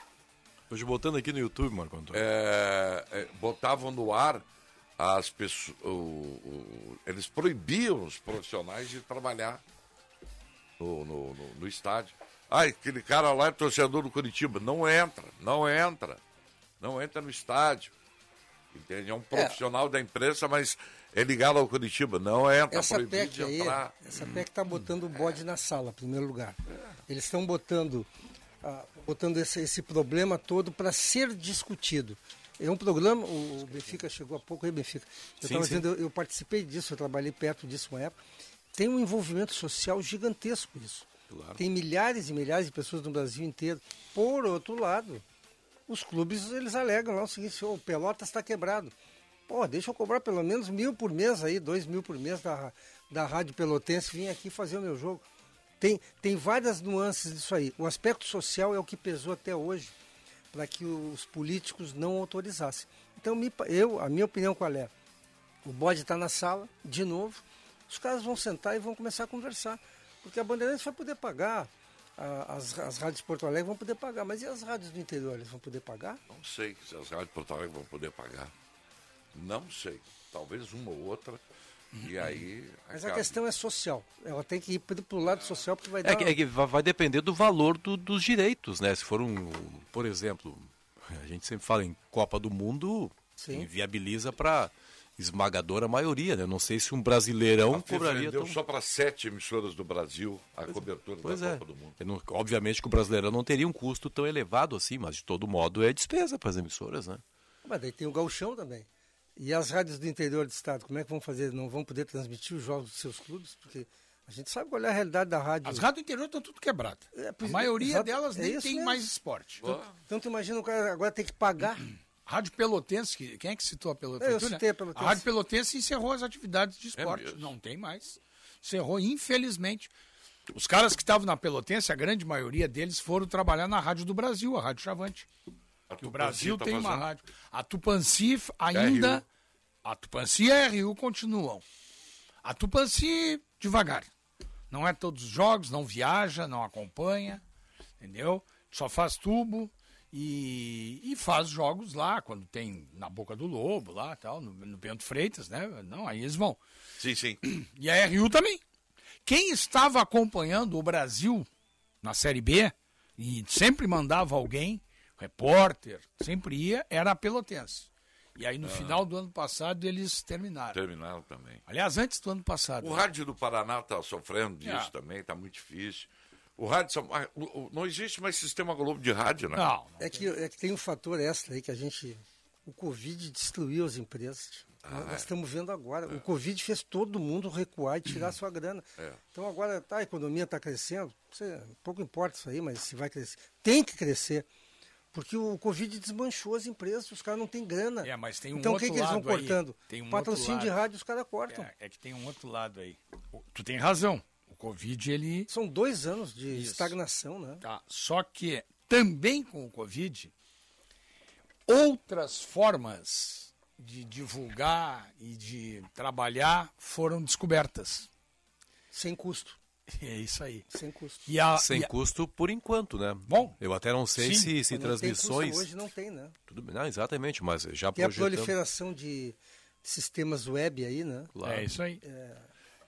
[SPEAKER 6] Tô te botando aqui no YouTube, Marco Antônio.
[SPEAKER 2] É, é, botavam no ar as pessoas. eles proibiam os profissionais de trabalhar no, no, no- no estádio. Ah, aquele cara lá é torcedor do Curitiba. Não entra, não entra. Não entra no estádio. Entende? É um profissional da imprensa, mas é ligado ao Curitiba. Não entra,
[SPEAKER 3] essa
[SPEAKER 2] Tá proibido
[SPEAKER 3] PEC
[SPEAKER 2] de
[SPEAKER 3] aí, é-
[SPEAKER 2] entrar. Hum, é.
[SPEAKER 3] essa PEC está botando o bode na sala, em primeiro lugar. Eles estão botando, ah, botando esse, esse problema todo para ser discutido. É um programa, o, o Benfica chegou há pouco aí, Benfica. Eu estava dizendo, eu, eu participei disso, eu trabalhei perto disso uma época. Tem um envolvimento social gigantesco isso. Tem milhares e milhares de pessoas no Brasil inteiro. Por outro lado, os clubes eles alegam lá o seguinte, o Pelotas está quebrado. Pô, deixa eu cobrar pelo menos mil por mês aí, dois mil por mês da, da Rádio Pelotense, vim aqui fazer o meu jogo. Tem, tem várias nuances disso aí. O aspecto social é o que pesou até hoje para que os políticos não autorizassem. Então, me pa- eu, a minha opinião qual é? O bode está na sala, de novo. Os caras vão sentar e vão começar a conversar. Porque a Bandeirantes vai poder pagar, a- as, as rádios de Porto Alegre vão poder pagar, mas e as rádios do interior? Eles vão poder pagar?
[SPEAKER 2] Não sei se as rádios de Porto Alegre vão poder pagar. Não sei. Talvez uma ou outra. E aí.
[SPEAKER 3] Mas a
[SPEAKER 2] acaba.
[SPEAKER 3] questão é social. Ela tem que ir pro pro lado social porque vai dar.
[SPEAKER 6] É que, é que va- vai depender do valor do- dos direitos, né? Se for um, por exemplo, a gente sempre fala em Copa do Mundo,
[SPEAKER 3] Sim.
[SPEAKER 6] inviabiliza para esmagadora maioria, né? Não sei se um brasileirão cobraria
[SPEAKER 2] Vendeu
[SPEAKER 6] tão...
[SPEAKER 2] só para sete emissoras do Brasil a cobertura
[SPEAKER 6] Pois
[SPEAKER 2] da
[SPEAKER 6] é.
[SPEAKER 2] Copa do Mundo.
[SPEAKER 6] Eu não- obviamente que o brasileirão não teria um custo tão elevado assim, mas de todo modo é despesa para as emissoras, né?
[SPEAKER 3] Mas daí tem o gauchão também. E as rádios do interior do estado, como é que vão fazer? Não vão poder transmitir os jogos dos seus clubes? Porque a gente sabe qual é a realidade da rádio.
[SPEAKER 4] As rádios do interior estão tudo quebradas.
[SPEAKER 3] É,
[SPEAKER 4] a
[SPEAKER 3] pois-
[SPEAKER 4] maioria
[SPEAKER 3] exato,
[SPEAKER 4] delas
[SPEAKER 3] é
[SPEAKER 4] nem
[SPEAKER 3] isso
[SPEAKER 4] tem
[SPEAKER 3] mesmo.
[SPEAKER 4] mais esporte.
[SPEAKER 3] Então tu imagina o cara agora tem que pagar.
[SPEAKER 4] Rádio Pelotense, que- quem é que citou a Pelotense?
[SPEAKER 3] Eu
[SPEAKER 4] Tu, né?
[SPEAKER 3] citei a Pelotense.
[SPEAKER 4] A Rádio Pelotense encerrou as atividades de esporte.
[SPEAKER 2] É mesmo?
[SPEAKER 4] não tem mais. Encerrou, infelizmente. Os caras que estavam na Pelotense, a grande maioria deles foram trabalhar na Rádio do Brasil, a Rádio Chavante.
[SPEAKER 2] A
[SPEAKER 4] Que o
[SPEAKER 2] Tupanci
[SPEAKER 4] Brasil
[SPEAKER 2] tá
[SPEAKER 4] tem uma
[SPEAKER 2] fazendo-
[SPEAKER 4] rádio. A Tupanci f-
[SPEAKER 2] um.
[SPEAKER 4] ainda.
[SPEAKER 2] RU.
[SPEAKER 4] A Tupanci e a RU continuam. A Tupanci, devagar. Não é todos os jogos, não viaja, não acompanha, entendeu? Só faz tubo e, e faz jogos lá, quando tem na Boca do Lobo, lá tal, no, no Bento Freitas, né? Não, aí eles vão.
[SPEAKER 2] Sim, sim.
[SPEAKER 4] E a RU também. Quem estava acompanhando o Brasil na Série B e sempre mandava alguém, repórter, sempre ia, era a Pelotense. E
[SPEAKER 2] Ah.
[SPEAKER 4] aí no final do ano passado eles terminaram.
[SPEAKER 2] Terminaram também.
[SPEAKER 4] Aliás, antes do ano
[SPEAKER 6] Ah,
[SPEAKER 4] passado.
[SPEAKER 2] O
[SPEAKER 6] tá.
[SPEAKER 2] rádio do Paraná está sofrendo disso
[SPEAKER 4] É.
[SPEAKER 2] também, está muito difícil. O rádio. São- ah, o- o- Não existe mais sistema Globo de rádio, né?
[SPEAKER 4] Não, não.
[SPEAKER 3] É que, é que tem um fator extra aí que a gente. O Covid destruiu as empresas. Nós- Nós estamos vendo agora. O Covid fez todo mundo recuar e tirar sua grana. Então agora tá, a economia está crescendo. Você- pouco importa isso aí, mas se vai crescer. Tem que crescer. Porque o Covid desmanchou as empresas, os caras não têm grana.
[SPEAKER 4] É, mas tem um
[SPEAKER 3] então o
[SPEAKER 4] outro
[SPEAKER 3] que, que eles vão
[SPEAKER 4] lado aí.
[SPEAKER 3] cortando?
[SPEAKER 4] Tem um
[SPEAKER 3] Patrocínio
[SPEAKER 4] outro
[SPEAKER 3] de
[SPEAKER 4] lado.
[SPEAKER 3] rádio, os caras cortam.
[SPEAKER 4] É, é que tem um outro lado aí. O- Tu tem razão. O Covid, ele.
[SPEAKER 3] São dois anos de estagnação, né?
[SPEAKER 4] Tá. Só que também com o Covid, outras formas de divulgar e de trabalhar foram descobertas.
[SPEAKER 3] Sem custo.
[SPEAKER 4] É isso aí.
[SPEAKER 3] Sem custo.
[SPEAKER 4] E a,
[SPEAKER 6] Sem
[SPEAKER 4] e a-
[SPEAKER 6] custo por enquanto, né?
[SPEAKER 4] Bom,
[SPEAKER 6] eu até não sei
[SPEAKER 4] sim.
[SPEAKER 6] se, se
[SPEAKER 3] Quando não tem custo,
[SPEAKER 6] transmissões.
[SPEAKER 3] Hoje não tem, né?
[SPEAKER 6] Tudo bem, não, exatamente, mas já
[SPEAKER 3] Tem é a
[SPEAKER 6] Tá projetando.
[SPEAKER 3] proliferação de sistemas web aí, né?
[SPEAKER 6] Claro.
[SPEAKER 4] É isso aí.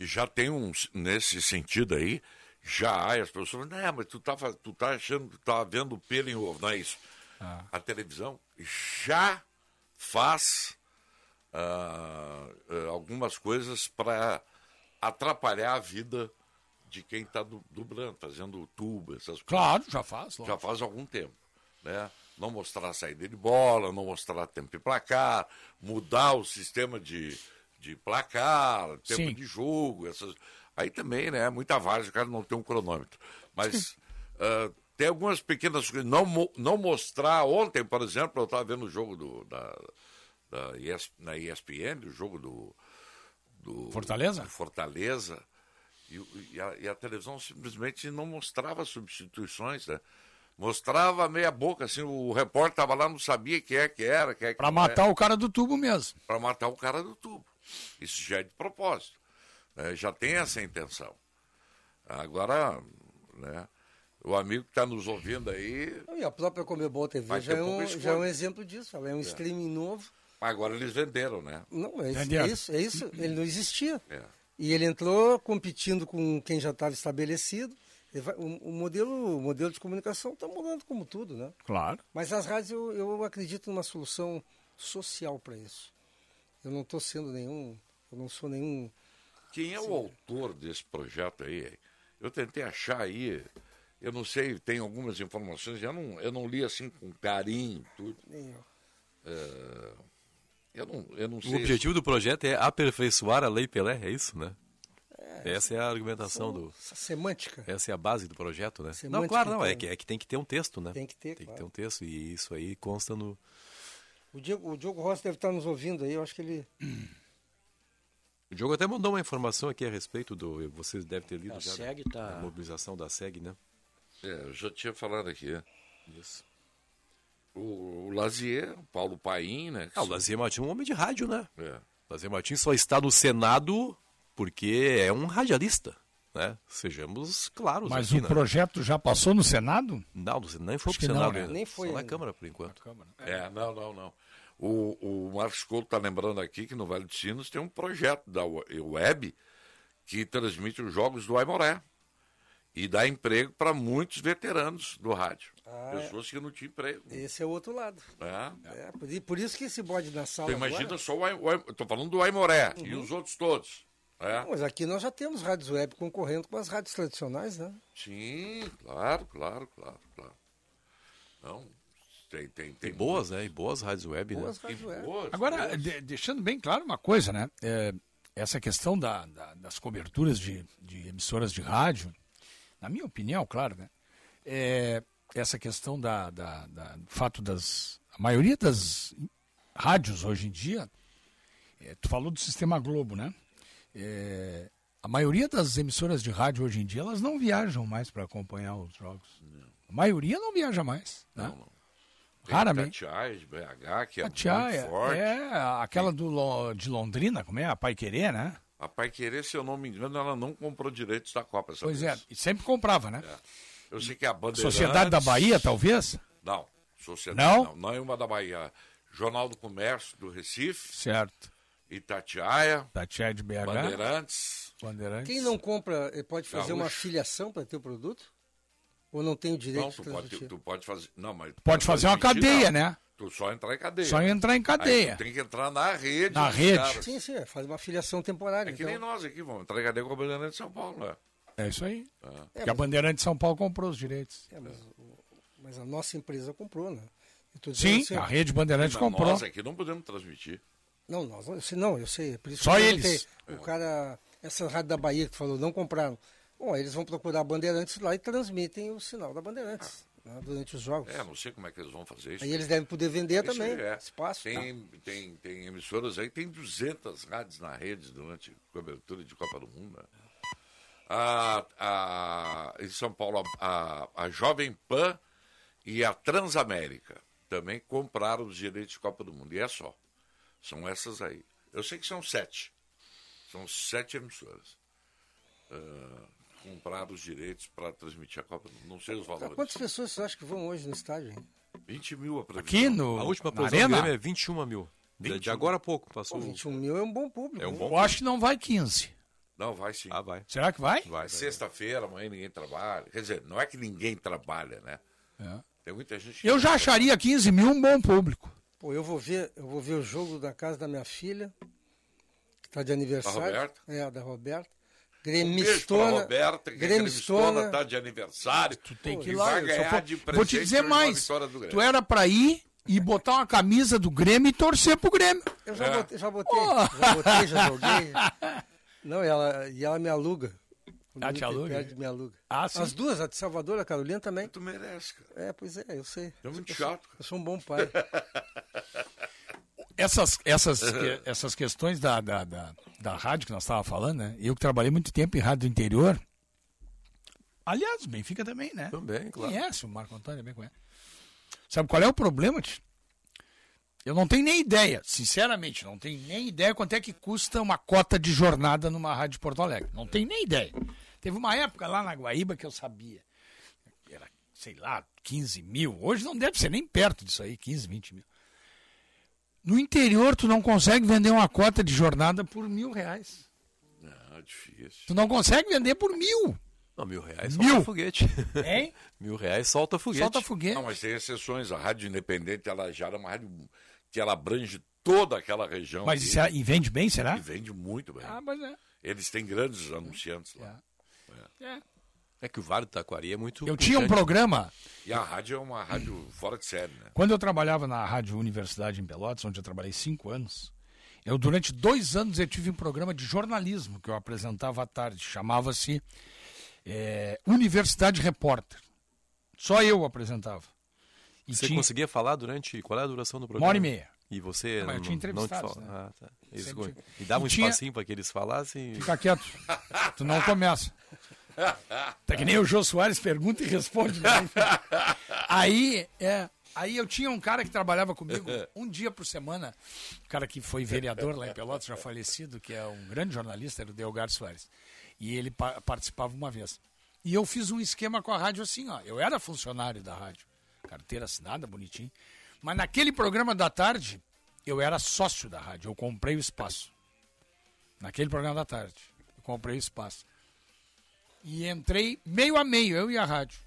[SPEAKER 2] E já tem uns. Nesse sentido aí, já há as pessoas. Não, mas tu tá, fa- tu tá achando que tá vendo pelo em ovo. Não é isso. A televisão já faz ah, ah, algumas coisas para atrapalhar a vida de quem está dublando, fazendo tubo, essas coisas.
[SPEAKER 4] Claro, já faz.
[SPEAKER 2] já
[SPEAKER 4] lógico.
[SPEAKER 2] faz algum tempo. Né? Não mostrar a saída de bola, não mostrar tempo de placar, mudar o sistema de, de placar, tempo
[SPEAKER 4] Sim.
[SPEAKER 2] de jogo. Essas... Aí também, né? Muita várzea, o cara não tem um cronômetro. Mas ah, tem algumas pequenas coisas. Não, mo- não mostrar. Ontem, por exemplo, eu estava vendo o jogo do, da, da ES na ESPN, o jogo do, do-
[SPEAKER 4] Fortaleza?
[SPEAKER 2] do Fortaleza. E, o- e a, e a televisão simplesmente não mostrava substituições, né? Mostrava meia boca, assim, o repórter estava lá, não sabia quem é que era, quem é que
[SPEAKER 4] Pra
[SPEAKER 2] não é,
[SPEAKER 4] matar o cara do tubo mesmo.
[SPEAKER 2] pra matar o cara do tubo. Isso já é de propósito. né? Já tem essa intenção. Agora, né, o amigo que está nos ouvindo aí,
[SPEAKER 3] E a própria Comebol TV
[SPEAKER 2] Vai
[SPEAKER 3] já
[SPEAKER 2] ter
[SPEAKER 3] é, um,
[SPEAKER 2] pouca
[SPEAKER 3] já é um
[SPEAKER 2] escolha.
[SPEAKER 3] exemplo disso. Ela é um streaming novo.
[SPEAKER 2] agora eles venderam, né?
[SPEAKER 3] Não, é isso,
[SPEAKER 4] Entendeu?
[SPEAKER 3] é isso, é isso. Ele não existia.
[SPEAKER 2] É.
[SPEAKER 3] E ele entrou competindo com quem já estava estabelecido. Ele vai- O, o modelo, o modelo de comunicação está mudando como tudo, né?
[SPEAKER 4] Claro.
[SPEAKER 3] Mas as rádios, eu, eu acredito numa solução social para isso. Eu não estou sendo nenhum... Eu não sou nenhum...
[SPEAKER 2] Quem é o autor desse projeto aí? Eu tentei achar aí, eu não sei, tem algumas informações, eu não, eu não li assim com carinho, tudo. É,
[SPEAKER 3] nem eu.
[SPEAKER 2] Eu não, eu não sei.
[SPEAKER 6] O objetivo do projeto é aperfeiçoar a Lei Pelé, é isso, né? Essa é a argumentação do.
[SPEAKER 3] Essa semântica.
[SPEAKER 6] Essa é a base do projeto, né?
[SPEAKER 3] Semântica,
[SPEAKER 6] Não, claro, não. É
[SPEAKER 3] então.
[SPEAKER 6] que, é que tem que ter um texto, né?
[SPEAKER 3] Tem que ter,
[SPEAKER 6] Tem que
[SPEAKER 3] claro.
[SPEAKER 6] ter um texto. E isso aí consta no.
[SPEAKER 3] O Diogo, o Diogo Rossi deve estar nos ouvindo aí, eu acho que ele.
[SPEAKER 6] O Diogo até mandou uma informação aqui a respeito do. Vocês devem ter lido
[SPEAKER 5] A
[SPEAKER 6] já. né?
[SPEAKER 5] SEG tá-
[SPEAKER 6] A mobilização da SEG, né?
[SPEAKER 2] É, eu já tinha falado aqui. né?
[SPEAKER 6] Isso.
[SPEAKER 2] O, o Lazier, o Paulo Paim, né? que
[SPEAKER 6] Ah, o Lazier Martins é um homem de rádio, né?
[SPEAKER 2] É.
[SPEAKER 6] Lazier Martins só está no Senado porque é um radialista, né? Sejamos claros
[SPEAKER 4] Mas
[SPEAKER 6] aqui,
[SPEAKER 4] o
[SPEAKER 6] né?
[SPEAKER 4] projeto já passou no Senado?
[SPEAKER 6] Não, não sei, nem foi
[SPEAKER 4] Acho
[SPEAKER 6] pro
[SPEAKER 4] que não,
[SPEAKER 6] Senado
[SPEAKER 4] né?
[SPEAKER 6] ainda.
[SPEAKER 3] é. Nem foi
[SPEAKER 6] Só na
[SPEAKER 3] ainda.
[SPEAKER 6] Câmara, por enquanto.
[SPEAKER 2] É, não, não, não. O, o Marcos Couto está lembrando aqui que no Vale dos Sinos tem um projeto da we- web que transmite os jogos do Aimoré e dá emprego para muitos veteranos do rádio.
[SPEAKER 3] Ah, é.
[SPEAKER 2] Pessoas que não tinham emprego.
[SPEAKER 3] Esse é o outro lado.
[SPEAKER 2] né?
[SPEAKER 3] É, por, i- por isso que esse bode da sala.
[SPEAKER 2] Tu imagina
[SPEAKER 3] agora- Uhum.
[SPEAKER 2] só o Ai- o Ai- eu Tô falando do Aimoré e os outros todos. né?
[SPEAKER 3] Não, Ah, mas aqui nós já temos rádios web concorrendo com as rádios tradicionais, né?
[SPEAKER 2] Sim, claro, claro, claro, claro. Não, tem, tem, tem.
[SPEAKER 6] E boas, né? E boas rádios web, né?
[SPEAKER 3] Boas
[SPEAKER 2] E
[SPEAKER 3] rádios web.
[SPEAKER 2] boas,
[SPEAKER 4] Agora,
[SPEAKER 2] boas.
[SPEAKER 4] de- deixando bem claro uma coisa, né? É, essa questão da- da- das coberturas de, de emissoras de rádio, na minha opinião, claro, né? É, essa questão da, da- da- do fato das. A maioria das rádios hoje em dia, é, tu falou do sistema Globo, né? É, a maioria das emissoras de rádio hoje em dia, elas não viajam mais para acompanhar os jogos. A maioria não viaja mais. né?
[SPEAKER 2] Tem
[SPEAKER 4] Raramente.
[SPEAKER 2] Tatiais, BH, que é
[SPEAKER 4] Tatiaia,
[SPEAKER 2] muito forte.
[SPEAKER 4] é aquela do, Lo- de Londrina, como é? A Pai Querer, né?
[SPEAKER 2] A Pai Querer, se eu não me engano, ela não comprou direitos da Copa. Essa
[SPEAKER 4] Pois é,
[SPEAKER 2] vez.
[SPEAKER 4] e sempre comprava, né?
[SPEAKER 2] Eu sei que é a Bandeirantes...
[SPEAKER 4] Sociedade da Bahia, talvez?
[SPEAKER 2] Não. Sociedade
[SPEAKER 4] Não?
[SPEAKER 2] não. Não é uma da Bahia. Jornal do Comércio do Recife,
[SPEAKER 4] Certo.
[SPEAKER 2] Itatiaia,
[SPEAKER 4] Tatiaia de BH.
[SPEAKER 2] Bandeirantes.
[SPEAKER 4] Bandeirantes.
[SPEAKER 3] Quem não compra eh,
[SPEAKER 4] Ah,
[SPEAKER 3] pode fazer uma
[SPEAKER 2] Gaúcho.
[SPEAKER 3] filiação para ter o produto? Ou não tem o direito
[SPEAKER 2] Não,
[SPEAKER 3] de
[SPEAKER 2] tu pode,
[SPEAKER 3] transmitir?
[SPEAKER 2] tu pode fazer... Não, mas...
[SPEAKER 4] Pode fazer uma
[SPEAKER 2] transmitir,
[SPEAKER 4] cadeia,
[SPEAKER 2] não.
[SPEAKER 4] né?
[SPEAKER 2] Tu só entrar em cadeia.
[SPEAKER 4] Só entrar em
[SPEAKER 2] Aí
[SPEAKER 4] cadeia.
[SPEAKER 2] tu tem que entrar na rede.
[SPEAKER 4] Na
[SPEAKER 2] dos
[SPEAKER 4] rede.
[SPEAKER 2] caras.
[SPEAKER 3] Sim, sim, é, faz uma filiação temporária.
[SPEAKER 2] É que
[SPEAKER 3] então.
[SPEAKER 2] nem nós aqui, vamos entrar em cadeia com a Bandeirante de São Paulo, né?
[SPEAKER 4] É isso aí.
[SPEAKER 3] É,
[SPEAKER 4] Porque a
[SPEAKER 3] mas-
[SPEAKER 4] Bandeirante de São Paulo comprou os direitos.
[SPEAKER 3] É, mas, o- mas a nossa empresa comprou, né? Eu tô dizendo
[SPEAKER 4] Sim,
[SPEAKER 3] assim,
[SPEAKER 4] a rede Bandeirante
[SPEAKER 2] Mas
[SPEAKER 4] comprou.
[SPEAKER 2] Nós é aqui não podemos transmitir.
[SPEAKER 3] Não, nós, eu sei, não, eu sei. é Por isso
[SPEAKER 4] Só
[SPEAKER 3] que eu
[SPEAKER 4] eles.
[SPEAKER 3] perguntei. O cara, essa rádio da Bahia que tu falou, não compraram. Bom, eles vão procurar a Bandeirantes lá e transmitem o sinal da Bandeirantes né, durante os jogos.
[SPEAKER 2] É, não sei como é que eles vão fazer isso.
[SPEAKER 3] Aí eles devem poder vender
[SPEAKER 2] Isso
[SPEAKER 3] também
[SPEAKER 2] é.
[SPEAKER 3] espaço. tá?
[SPEAKER 2] Tem, tem, tem emissoras aí, tem 200 rádios na rede durante a cobertura de Copa do Mundo. né? A, a, em São Paulo, a, a Jovem Pan e a Transamérica também compraram os direitos de Copa do Mundo. E é só. São essas aí. Eu sei que são sete. São sete emissoras. Ah, compraram os direitos para transmitir a Copa do Mundo. Não sei os
[SPEAKER 3] Pra
[SPEAKER 2] valores.
[SPEAKER 3] quantas pessoas você acha que vão hoje no estádio? hein?
[SPEAKER 2] 20 mil a previsão.
[SPEAKER 4] Aqui no
[SPEAKER 6] A última
[SPEAKER 4] na
[SPEAKER 6] previsão do
[SPEAKER 4] Arena,
[SPEAKER 6] Grêmio é 21 mil.
[SPEAKER 4] um.
[SPEAKER 6] De, de agora a pouco
[SPEAKER 3] Pô,
[SPEAKER 6] passou.
[SPEAKER 3] 21 mil é um bom público.
[SPEAKER 2] É um
[SPEAKER 3] né?
[SPEAKER 2] bom.
[SPEAKER 4] eu acho que não vai 15.
[SPEAKER 2] Não, vai sim.
[SPEAKER 6] Ah, vai.
[SPEAKER 4] Será que vai?
[SPEAKER 6] Vai.
[SPEAKER 2] É sexta-feira, amanhã ninguém trabalha. Quer dizer, não é que ninguém trabalha, né?
[SPEAKER 4] É.
[SPEAKER 2] Tem muita gente que
[SPEAKER 4] Eu já acharia 15 mil um bom público.
[SPEAKER 3] Pô, eu vou ver, eu vou ver o jogo da casa da minha filha, que está de aniversário.
[SPEAKER 2] Roberta? Um
[SPEAKER 3] É, da Roberta.
[SPEAKER 2] Beijo pra
[SPEAKER 3] Gremistona.
[SPEAKER 2] Roberta, que é Gremistona
[SPEAKER 3] Gremistona.
[SPEAKER 2] tá de aniversário.
[SPEAKER 4] Tu tem que
[SPEAKER 2] e
[SPEAKER 4] ir lá.
[SPEAKER 2] Vai
[SPEAKER 4] eu só
[SPEAKER 2] ganhar
[SPEAKER 4] vou-
[SPEAKER 2] de presente
[SPEAKER 4] vou te dizer
[SPEAKER 2] uma
[SPEAKER 4] mais.
[SPEAKER 2] vitória do Grêmio.
[SPEAKER 4] Tu era pra ir e botar uma camisa do Grêmio e torcer pro Grêmio.
[SPEAKER 3] Eu já
[SPEAKER 2] É.
[SPEAKER 3] botei, já botei, já botei, já joguei. Não, e ela, e ela me aluga. Quando
[SPEAKER 4] Ah,
[SPEAKER 3] eu
[SPEAKER 4] te
[SPEAKER 3] tenho
[SPEAKER 4] aluga?
[SPEAKER 3] Perde, me aluga.
[SPEAKER 4] Ah, sim.
[SPEAKER 3] As duas, a de Salvador, a Carolina também.
[SPEAKER 2] Tu merece, cara.
[SPEAKER 3] É, pois é, eu sei.
[SPEAKER 2] É muito chato.
[SPEAKER 3] Eu sou um bom pai.
[SPEAKER 4] essas, essas, que- essas questões da, da, da, da rádio que nós estávamos falando, né? Eu que trabalhei muito tempo em rádio do interior. Aliás, o Benfica também, né?
[SPEAKER 6] Também, claro.
[SPEAKER 4] Conhece o Marco Antônio bem conhece. Sabe qual é o problema, tio? Eu não tenho nem ideia, sinceramente, não tenho nem ideia quanto é que custa uma cota de jornada numa rádio de Porto Alegre. Não tenho nem ideia. Teve uma época lá na Guaíba que eu sabia. Era, sei lá, 15 mil. Hoje não deve ser nem perto disso aí, 15, 20 mil. No interior, tu não consegue vender uma cota de jornada por mil reais.
[SPEAKER 2] Não, é difícil.
[SPEAKER 4] Tu não consegue vender por mil,
[SPEAKER 6] Não, mil reais
[SPEAKER 4] Mil?
[SPEAKER 6] solta foguete.
[SPEAKER 4] hein?
[SPEAKER 6] mil reais solta foguete.
[SPEAKER 4] Solta foguete.
[SPEAKER 2] Não, mas tem exceções. A Rádio Independente, ela já é uma rádio que ela abrange toda aquela região.
[SPEAKER 4] Mas
[SPEAKER 2] ali
[SPEAKER 4] isso é- e vende bem, será?
[SPEAKER 2] E vende muito bem.
[SPEAKER 4] Ah, mas é.
[SPEAKER 2] Eles têm grandes anunciantes lá.
[SPEAKER 6] É que o Vale do Taquari é muito.
[SPEAKER 4] Eu tinha um
[SPEAKER 6] pujante.
[SPEAKER 4] programa,
[SPEAKER 2] E a rádio é uma rádio fora de série, né?
[SPEAKER 4] quando eu trabalhava na Rádio Universidade em Pelotas, onde eu trabalhei cinco anos, eu durante dois anos eu tive um programa de jornalismo que eu apresentava à tarde, chamava-se eh, Universidade Repórter. Só eu apresentava. E
[SPEAKER 6] Você
[SPEAKER 4] tinha
[SPEAKER 6] conseguia falar durante. Qual é a duração do programa?
[SPEAKER 4] uma hora e meia.
[SPEAKER 6] E você.
[SPEAKER 4] Não, mas eu
[SPEAKER 6] não-
[SPEAKER 4] tinha
[SPEAKER 6] não te
[SPEAKER 4] entrevistados,
[SPEAKER 6] fala-
[SPEAKER 4] né?
[SPEAKER 6] Ah, tá. Isso,
[SPEAKER 4] Sempre
[SPEAKER 6] co-
[SPEAKER 4] tinha.
[SPEAKER 6] e dava
[SPEAKER 4] E
[SPEAKER 6] um
[SPEAKER 4] tinha-
[SPEAKER 6] espacinho para que eles falassem. e-
[SPEAKER 4] Fica quieto. Tu não começa. Tá que nem o Jô Soares pergunta e responde. né? Aí, é, aí eu tinha um cara que trabalhava comigo um dia por semana, um cara que foi vereador lá em Pelotas, já falecido, que é um grande jornalista, era o Delgar Soares. E ele pa- participava uma vez. E eu fiz um esquema com a rádio assim, ó. Eu era funcionário da rádio, carteira assinada, bonitinho. Mas naquele programa da tarde, eu era sócio da rádio, eu comprei o espaço. Naquele programa da tarde, eu comprei o espaço. E entrei meio a meio, eu e a rádio.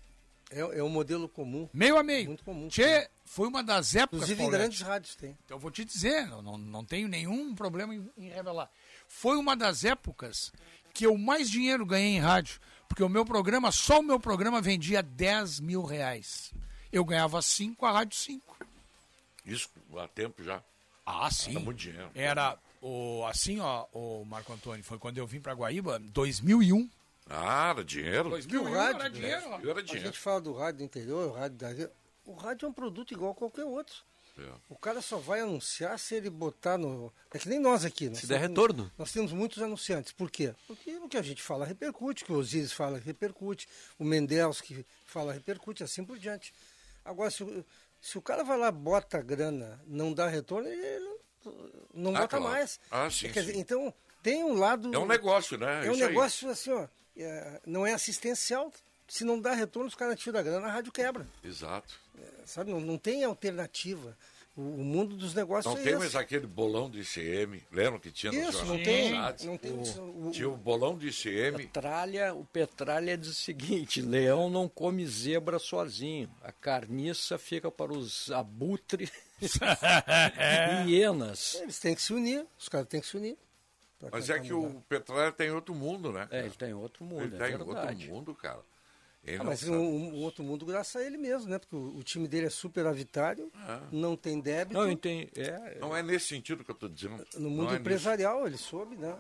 [SPEAKER 3] É, é um modelo comum.
[SPEAKER 4] Meio a meio.
[SPEAKER 3] Muito comum.
[SPEAKER 4] Tchê, foi uma das épocas.
[SPEAKER 3] Inclusive em
[SPEAKER 4] Paulette.
[SPEAKER 3] grandes rádios tem.
[SPEAKER 4] Então eu vou te dizer, eu não, não tenho nenhum problema em, em revelar. Foi uma das épocas que eu mais dinheiro ganhei em rádio, porque o meu programa, só o meu programa vendia 10 mil reais. Eu ganhava 5, a rádio 5.
[SPEAKER 2] Isso há tempo já.
[SPEAKER 4] Ah, sim.
[SPEAKER 2] Era muito dinheiro.
[SPEAKER 4] Era o, assim, ó, o Marco Antônio, foi quando eu vim pra Guaíba, 2001.
[SPEAKER 2] Ah, era dinheiro.
[SPEAKER 4] 2001
[SPEAKER 3] rádio,
[SPEAKER 4] era dinheiro, ó.
[SPEAKER 2] né? Eu era
[SPEAKER 3] A
[SPEAKER 2] dinheiro.
[SPEAKER 3] gente fala do rádio do interior, o rádio da. O rádio é um produto igual a qualquer outro.
[SPEAKER 2] É.
[SPEAKER 3] O cara só vai anunciar se ele botar no. É que nem nós aqui. Nós
[SPEAKER 6] Se der
[SPEAKER 3] temos-
[SPEAKER 6] retorno.
[SPEAKER 3] Nós temos muitos anunciantes. Por quê? Porque o que a gente fala repercute, o que o Osiris fala repercute, o Mendels que fala repercute, assim por diante. Agora, se, o- se o cara vai lá, bota a grana, não dá retorno, ele não, não
[SPEAKER 2] Ah,
[SPEAKER 3] bota
[SPEAKER 2] claro.
[SPEAKER 3] mais.
[SPEAKER 2] Ah, sim,
[SPEAKER 3] Quer dizer,
[SPEAKER 2] sim.
[SPEAKER 3] então, tem um lado.
[SPEAKER 2] É um negócio, né?
[SPEAKER 3] É um
[SPEAKER 2] Isso aí.
[SPEAKER 3] negócio assim, ó. é, não é assistencial. Se não dá retorno, os caras tiram a grana, a rádio quebra.
[SPEAKER 2] Exato.
[SPEAKER 3] É, Sabe? Não, não tem alternativa. O, o mundo dos negócios
[SPEAKER 2] Não
[SPEAKER 3] é
[SPEAKER 2] tem
[SPEAKER 3] esse.
[SPEAKER 2] mais aquele bolão de ICM. Lembram que tinha nos
[SPEAKER 3] Isso, não
[SPEAKER 2] jornais?
[SPEAKER 3] tem.
[SPEAKER 2] rádios?
[SPEAKER 3] Não tem o- o-
[SPEAKER 2] Tinha o bolão de ICM.
[SPEAKER 5] Petralha, o Petralha diz o seguinte: leão não come zebra sozinho. A carniça fica para os abutres e hienas.
[SPEAKER 3] Eles têm que se unir, os caras têm que se unir. pra
[SPEAKER 2] Mas
[SPEAKER 3] tentar
[SPEAKER 2] é que
[SPEAKER 3] mudar.
[SPEAKER 2] o Petróleo tem outro mundo, né?
[SPEAKER 5] É, ele tem outro mundo,
[SPEAKER 2] Ele
[SPEAKER 5] é
[SPEAKER 2] tá em
[SPEAKER 5] verdade.
[SPEAKER 2] outro mundo, cara. Ele
[SPEAKER 3] Ah,
[SPEAKER 2] não
[SPEAKER 3] mas o,
[SPEAKER 2] sabe.
[SPEAKER 3] o outro mundo, graças a ele mesmo, né? Porque o, o time dele é superavitário,
[SPEAKER 2] Ah.
[SPEAKER 3] não tem débito.
[SPEAKER 5] Não, entendi. É,
[SPEAKER 2] Não é nesse sentido que eu estou dizendo.
[SPEAKER 3] no
[SPEAKER 2] Não
[SPEAKER 3] mundo
[SPEAKER 2] é
[SPEAKER 3] empresarial, ele soube, né?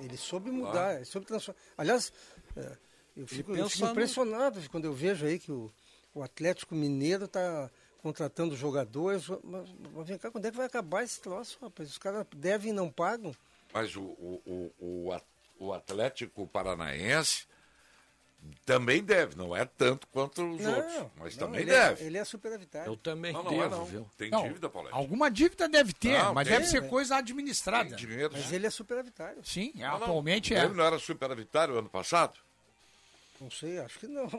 [SPEAKER 3] Ele soube mudar, ele soube transformar. Aliás, é, eu fico, eu
[SPEAKER 5] pensa
[SPEAKER 3] fico
[SPEAKER 5] no-
[SPEAKER 3] impressionado quando eu vejo aí que o, o Atlético Mineiro está contratando jogadores. Mas, mas vem cá, quando é que vai acabar esse troço, rapaz? Os caras devem e não pagam.
[SPEAKER 2] nisso. Mas o, o, o, o at- o Atlético Paranaense também deve. Não é tanto quanto os outros, mas
[SPEAKER 3] não,
[SPEAKER 2] também
[SPEAKER 3] ele
[SPEAKER 2] deve.
[SPEAKER 3] É, ele é superavitário.
[SPEAKER 5] eu também
[SPEAKER 2] Não, não
[SPEAKER 5] devo,
[SPEAKER 2] é, não.
[SPEAKER 5] viu?
[SPEAKER 2] Tem
[SPEAKER 4] Não,
[SPEAKER 2] dívida, Paulette.
[SPEAKER 4] alguma é- dívida deve ter,
[SPEAKER 2] Não,
[SPEAKER 4] mas
[SPEAKER 2] tem,
[SPEAKER 4] deve ser
[SPEAKER 3] né?
[SPEAKER 4] coisa administrada.
[SPEAKER 2] Tem dinheiro.
[SPEAKER 3] Mas ele é superavitário.
[SPEAKER 4] Sim, é,
[SPEAKER 2] Não, não.
[SPEAKER 4] atualmente é.
[SPEAKER 2] Ele não era superavitário ano passado?
[SPEAKER 3] Não
[SPEAKER 4] é.
[SPEAKER 3] sei, acho que não.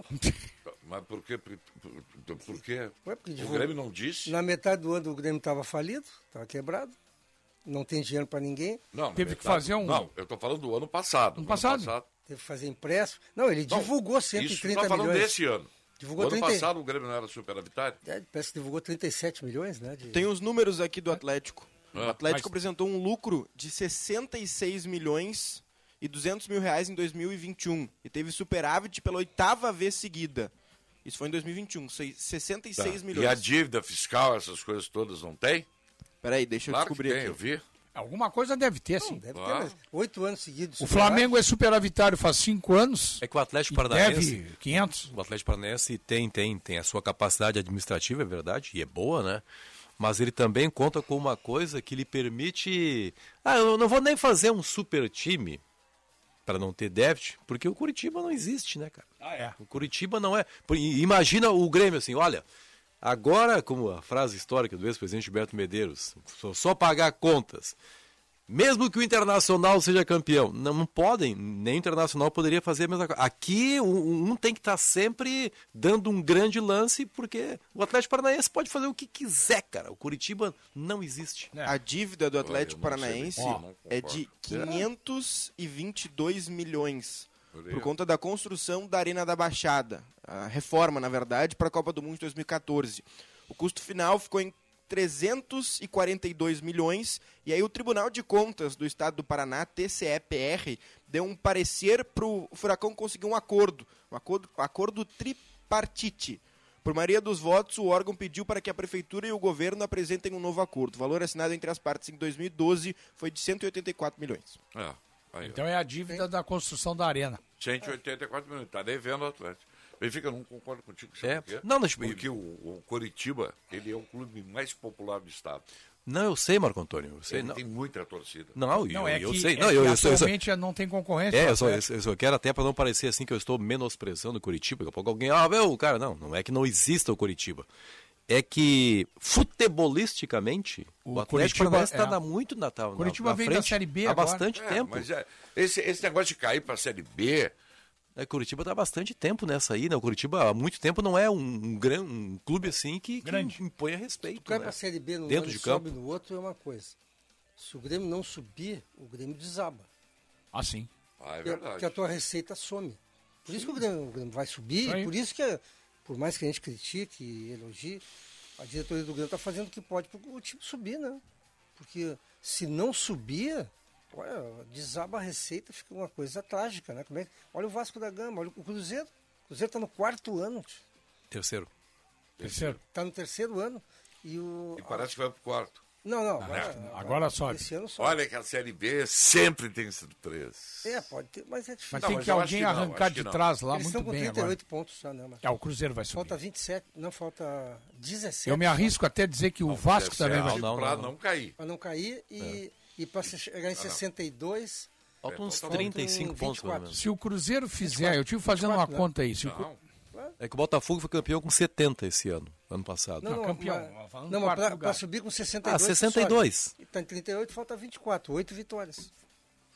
[SPEAKER 2] Mas por quê? Por, por- por quê?
[SPEAKER 3] Ué, porque
[SPEAKER 2] o
[SPEAKER 3] divulga-
[SPEAKER 2] Grêmio não disse?
[SPEAKER 3] Na metade do ano o Grêmio estava falido, estava quebrado, não tem dinheiro para ninguém,
[SPEAKER 2] Não, na
[SPEAKER 4] Teve que fazer um-
[SPEAKER 2] Não, eu estou falando do ano passado.
[SPEAKER 4] Ano passado?
[SPEAKER 3] teve que fazer empréstimo. Não, ele
[SPEAKER 2] Não,
[SPEAKER 3] divulgou
[SPEAKER 2] Isso,
[SPEAKER 3] 130
[SPEAKER 2] estou falando
[SPEAKER 3] milhões.
[SPEAKER 2] desse ano.
[SPEAKER 3] Divulgou
[SPEAKER 2] o ano
[SPEAKER 3] 30.
[SPEAKER 2] passado o Grêmio não era superavitário?
[SPEAKER 3] É, parece que divulgou 37 milhões, né? de-
[SPEAKER 7] Tem os números aqui do Atlético.
[SPEAKER 2] Ah,
[SPEAKER 7] o Atlético
[SPEAKER 4] mas-
[SPEAKER 7] apresentou um lucro de 66 milhões e 200 mil reais em 2021 e teve superávit pela oitava vez seguida. Isso foi em 2021, sei- 66
[SPEAKER 2] Tá. E a
[SPEAKER 7] milhões.
[SPEAKER 2] dívida fiscal, essas coisas todas, não tem?
[SPEAKER 7] Peraí, deixa eu
[SPEAKER 2] Claro que
[SPEAKER 7] descobrir
[SPEAKER 2] tem,
[SPEAKER 7] aqui.
[SPEAKER 2] eu vi.
[SPEAKER 4] Alguma coisa deve ter, sim.
[SPEAKER 3] Deve
[SPEAKER 2] Ah.
[SPEAKER 3] ter mais. Oito anos seguidos.
[SPEAKER 4] O Flamengo é superavitário faz cinco anos
[SPEAKER 6] É que o Atlético
[SPEAKER 4] e
[SPEAKER 6] Paranaense.
[SPEAKER 4] deve 500.
[SPEAKER 6] O Atlético Paranaense tem, tem, tem a sua capacidade administrativa, é verdade, e é boa, né? Mas ele também conta com uma coisa que lhe permite. Ah, eu não vou nem fazer um super time para não ter déficit, porque o Curitiba não existe, né, cara?
[SPEAKER 4] Ah, é.
[SPEAKER 6] O Curitiba não é. Por- i- Imagina o Grêmio assim, olha. Agora, como a frase histórica do ex-presidente Gilberto Medeiros, só- só pagar contas. Mesmo que o Internacional seja campeão, não podem, nem o Internacional poderia fazer a mesma coisa. Aqui um, um tem que estar sempre dando um grande lance, porque o Atlético Paranaense pode fazer o que quiser, cara. O Curitiba não existe.
[SPEAKER 4] É.
[SPEAKER 7] A dívida do Atlético
[SPEAKER 2] eu não sei
[SPEAKER 7] Paranaense
[SPEAKER 2] disso, não
[SPEAKER 7] é
[SPEAKER 2] concordo.
[SPEAKER 7] de 522 milhões
[SPEAKER 2] Olha aí.
[SPEAKER 7] por conta da construção da Arena da Baixada, a reforma, na verdade, para a Copa do Mundo de 2014. O custo final ficou em 342 milhões e aí o Tribunal de Contas do Estado do Paraná, TCE-PR, deu um parecer para o Furacão conseguir um acordo, um acordo, acordo tripartite. Por maioria dos votos, o órgão pediu para que a prefeitura e o governo apresentem um novo acordo. O valor assinado entre as partes em 2012 foi de 184 milhões.
[SPEAKER 2] É, aí, ó.
[SPEAKER 4] Então é a dívida da construção da arena.
[SPEAKER 2] 184 minutos, tá devendo o Atlético. Benfica, eu não concordo contigo. sabe
[SPEAKER 6] É.
[SPEAKER 2] por quê?
[SPEAKER 6] Não, deixa eu-
[SPEAKER 2] Porque o, o Curitiba, ele é o clube mais popular do estado.
[SPEAKER 6] Não, eu sei, Marco Antônio. Eu sei.
[SPEAKER 2] ele
[SPEAKER 6] Não,
[SPEAKER 2] tem muita torcida.
[SPEAKER 6] não, eu,
[SPEAKER 4] Não, é
[SPEAKER 6] eu
[SPEAKER 4] que,
[SPEAKER 6] sei.
[SPEAKER 4] é
[SPEAKER 6] Não,
[SPEAKER 4] que
[SPEAKER 6] eu, eu, sou- eu, sou-
[SPEAKER 4] atualmente não tem concorrência.
[SPEAKER 6] É, eu só,
[SPEAKER 4] né?
[SPEAKER 6] eu só- eu só quero até para não parecer assim que eu estou menosprezando o Curitiba. Daqui a pouco alguém, ah, meu, cara, não, não é que não exista o Curitiba. É que futebolisticamente o,
[SPEAKER 4] O
[SPEAKER 6] Atlético
[SPEAKER 4] Curitiba-
[SPEAKER 6] Paranaense está
[SPEAKER 4] é.
[SPEAKER 6] na- muito na, tá, na-
[SPEAKER 4] Curitiba
[SPEAKER 6] na
[SPEAKER 4] vem da
[SPEAKER 6] frente
[SPEAKER 4] Série B
[SPEAKER 6] há
[SPEAKER 4] agora.
[SPEAKER 6] bastante
[SPEAKER 2] É,
[SPEAKER 6] tempo.
[SPEAKER 2] Mas é, esse, esse negócio de cair para a Série B
[SPEAKER 6] É, Curitiba dá bastante tempo nessa aí, né? O Curitiba há muito tempo não é um, um, gran- um clube assim que, que
[SPEAKER 4] Grande.
[SPEAKER 6] impõe a respeito.
[SPEAKER 3] Tu cai
[SPEAKER 6] né?
[SPEAKER 3] pra Série B num
[SPEAKER 6] Dentro
[SPEAKER 3] ano e
[SPEAKER 6] de
[SPEAKER 3] sobe
[SPEAKER 6] campo.
[SPEAKER 3] no outro é uma coisa. Se o Grêmio não subir, o Grêmio desaba.
[SPEAKER 4] Assim.
[SPEAKER 2] Ah, é
[SPEAKER 3] Que a- Que a
[SPEAKER 2] verdade.
[SPEAKER 3] tua receita some. Por isso que o Grêmio, o Grêmio vai subir,
[SPEAKER 4] Isso aí.
[SPEAKER 3] e por isso que, por mais que a gente critique e elogie, a diretoria do Grêmio está fazendo o que pode para o time subir, né? Porque se não subir, olha, desaba a receita, fica uma coisa trágica, né? Como é que- olha o Vasco da Gama, olha o Cruzeiro. O Cruzeiro está no quarto ano,
[SPEAKER 6] Terceiro.
[SPEAKER 4] Terceiro.
[SPEAKER 3] está no terceiro ano. E o.
[SPEAKER 2] E parece que vai pro quarto.
[SPEAKER 3] Não, não, agora,
[SPEAKER 4] Agora sobe.
[SPEAKER 3] esse ano só.
[SPEAKER 2] Olha que a Série B sempre tem surpresa.
[SPEAKER 3] É, pode ter, mas é difícil.
[SPEAKER 4] Mas tem
[SPEAKER 2] mas
[SPEAKER 4] que
[SPEAKER 2] eu acho
[SPEAKER 4] alguém
[SPEAKER 2] que não,
[SPEAKER 4] arrancar
[SPEAKER 2] acho que
[SPEAKER 4] de
[SPEAKER 2] não.
[SPEAKER 4] trás lá
[SPEAKER 3] Eles estão
[SPEAKER 4] muito
[SPEAKER 3] com
[SPEAKER 4] bem
[SPEAKER 3] 38
[SPEAKER 4] agora.
[SPEAKER 3] pontos já, né? Mas
[SPEAKER 4] É, o Cruzeiro vai subir.
[SPEAKER 3] falta 27, não, falta 17.
[SPEAKER 4] Eu me arrisco até dizer que o Vasco também
[SPEAKER 2] Não,
[SPEAKER 4] vai subir.
[SPEAKER 6] não,
[SPEAKER 2] pra
[SPEAKER 6] é não.
[SPEAKER 2] não cair. É. Ah,
[SPEAKER 3] Pra não cair e, e pra se chegar em 62,
[SPEAKER 6] Faltam uns
[SPEAKER 2] faltam
[SPEAKER 6] 35 pontos, né?
[SPEAKER 3] 24.
[SPEAKER 6] pelo menos.
[SPEAKER 4] Se o Cruzeiro fizer, eu tive fazendo uma
[SPEAKER 3] 24, É né?
[SPEAKER 4] conta aí. Se o Cru-
[SPEAKER 2] Não.
[SPEAKER 6] É que o Botafogo foi campeão com 70 esse ano, ano passado.
[SPEAKER 3] não, não,
[SPEAKER 4] campeão,
[SPEAKER 3] mas-
[SPEAKER 4] falando
[SPEAKER 3] não, mas
[SPEAKER 4] quarto
[SPEAKER 3] pra,
[SPEAKER 4] lugar.
[SPEAKER 3] pra subir com 62.
[SPEAKER 6] Ah, 62.
[SPEAKER 3] sobe. E tá em 38, falta 24, 8 vitórias.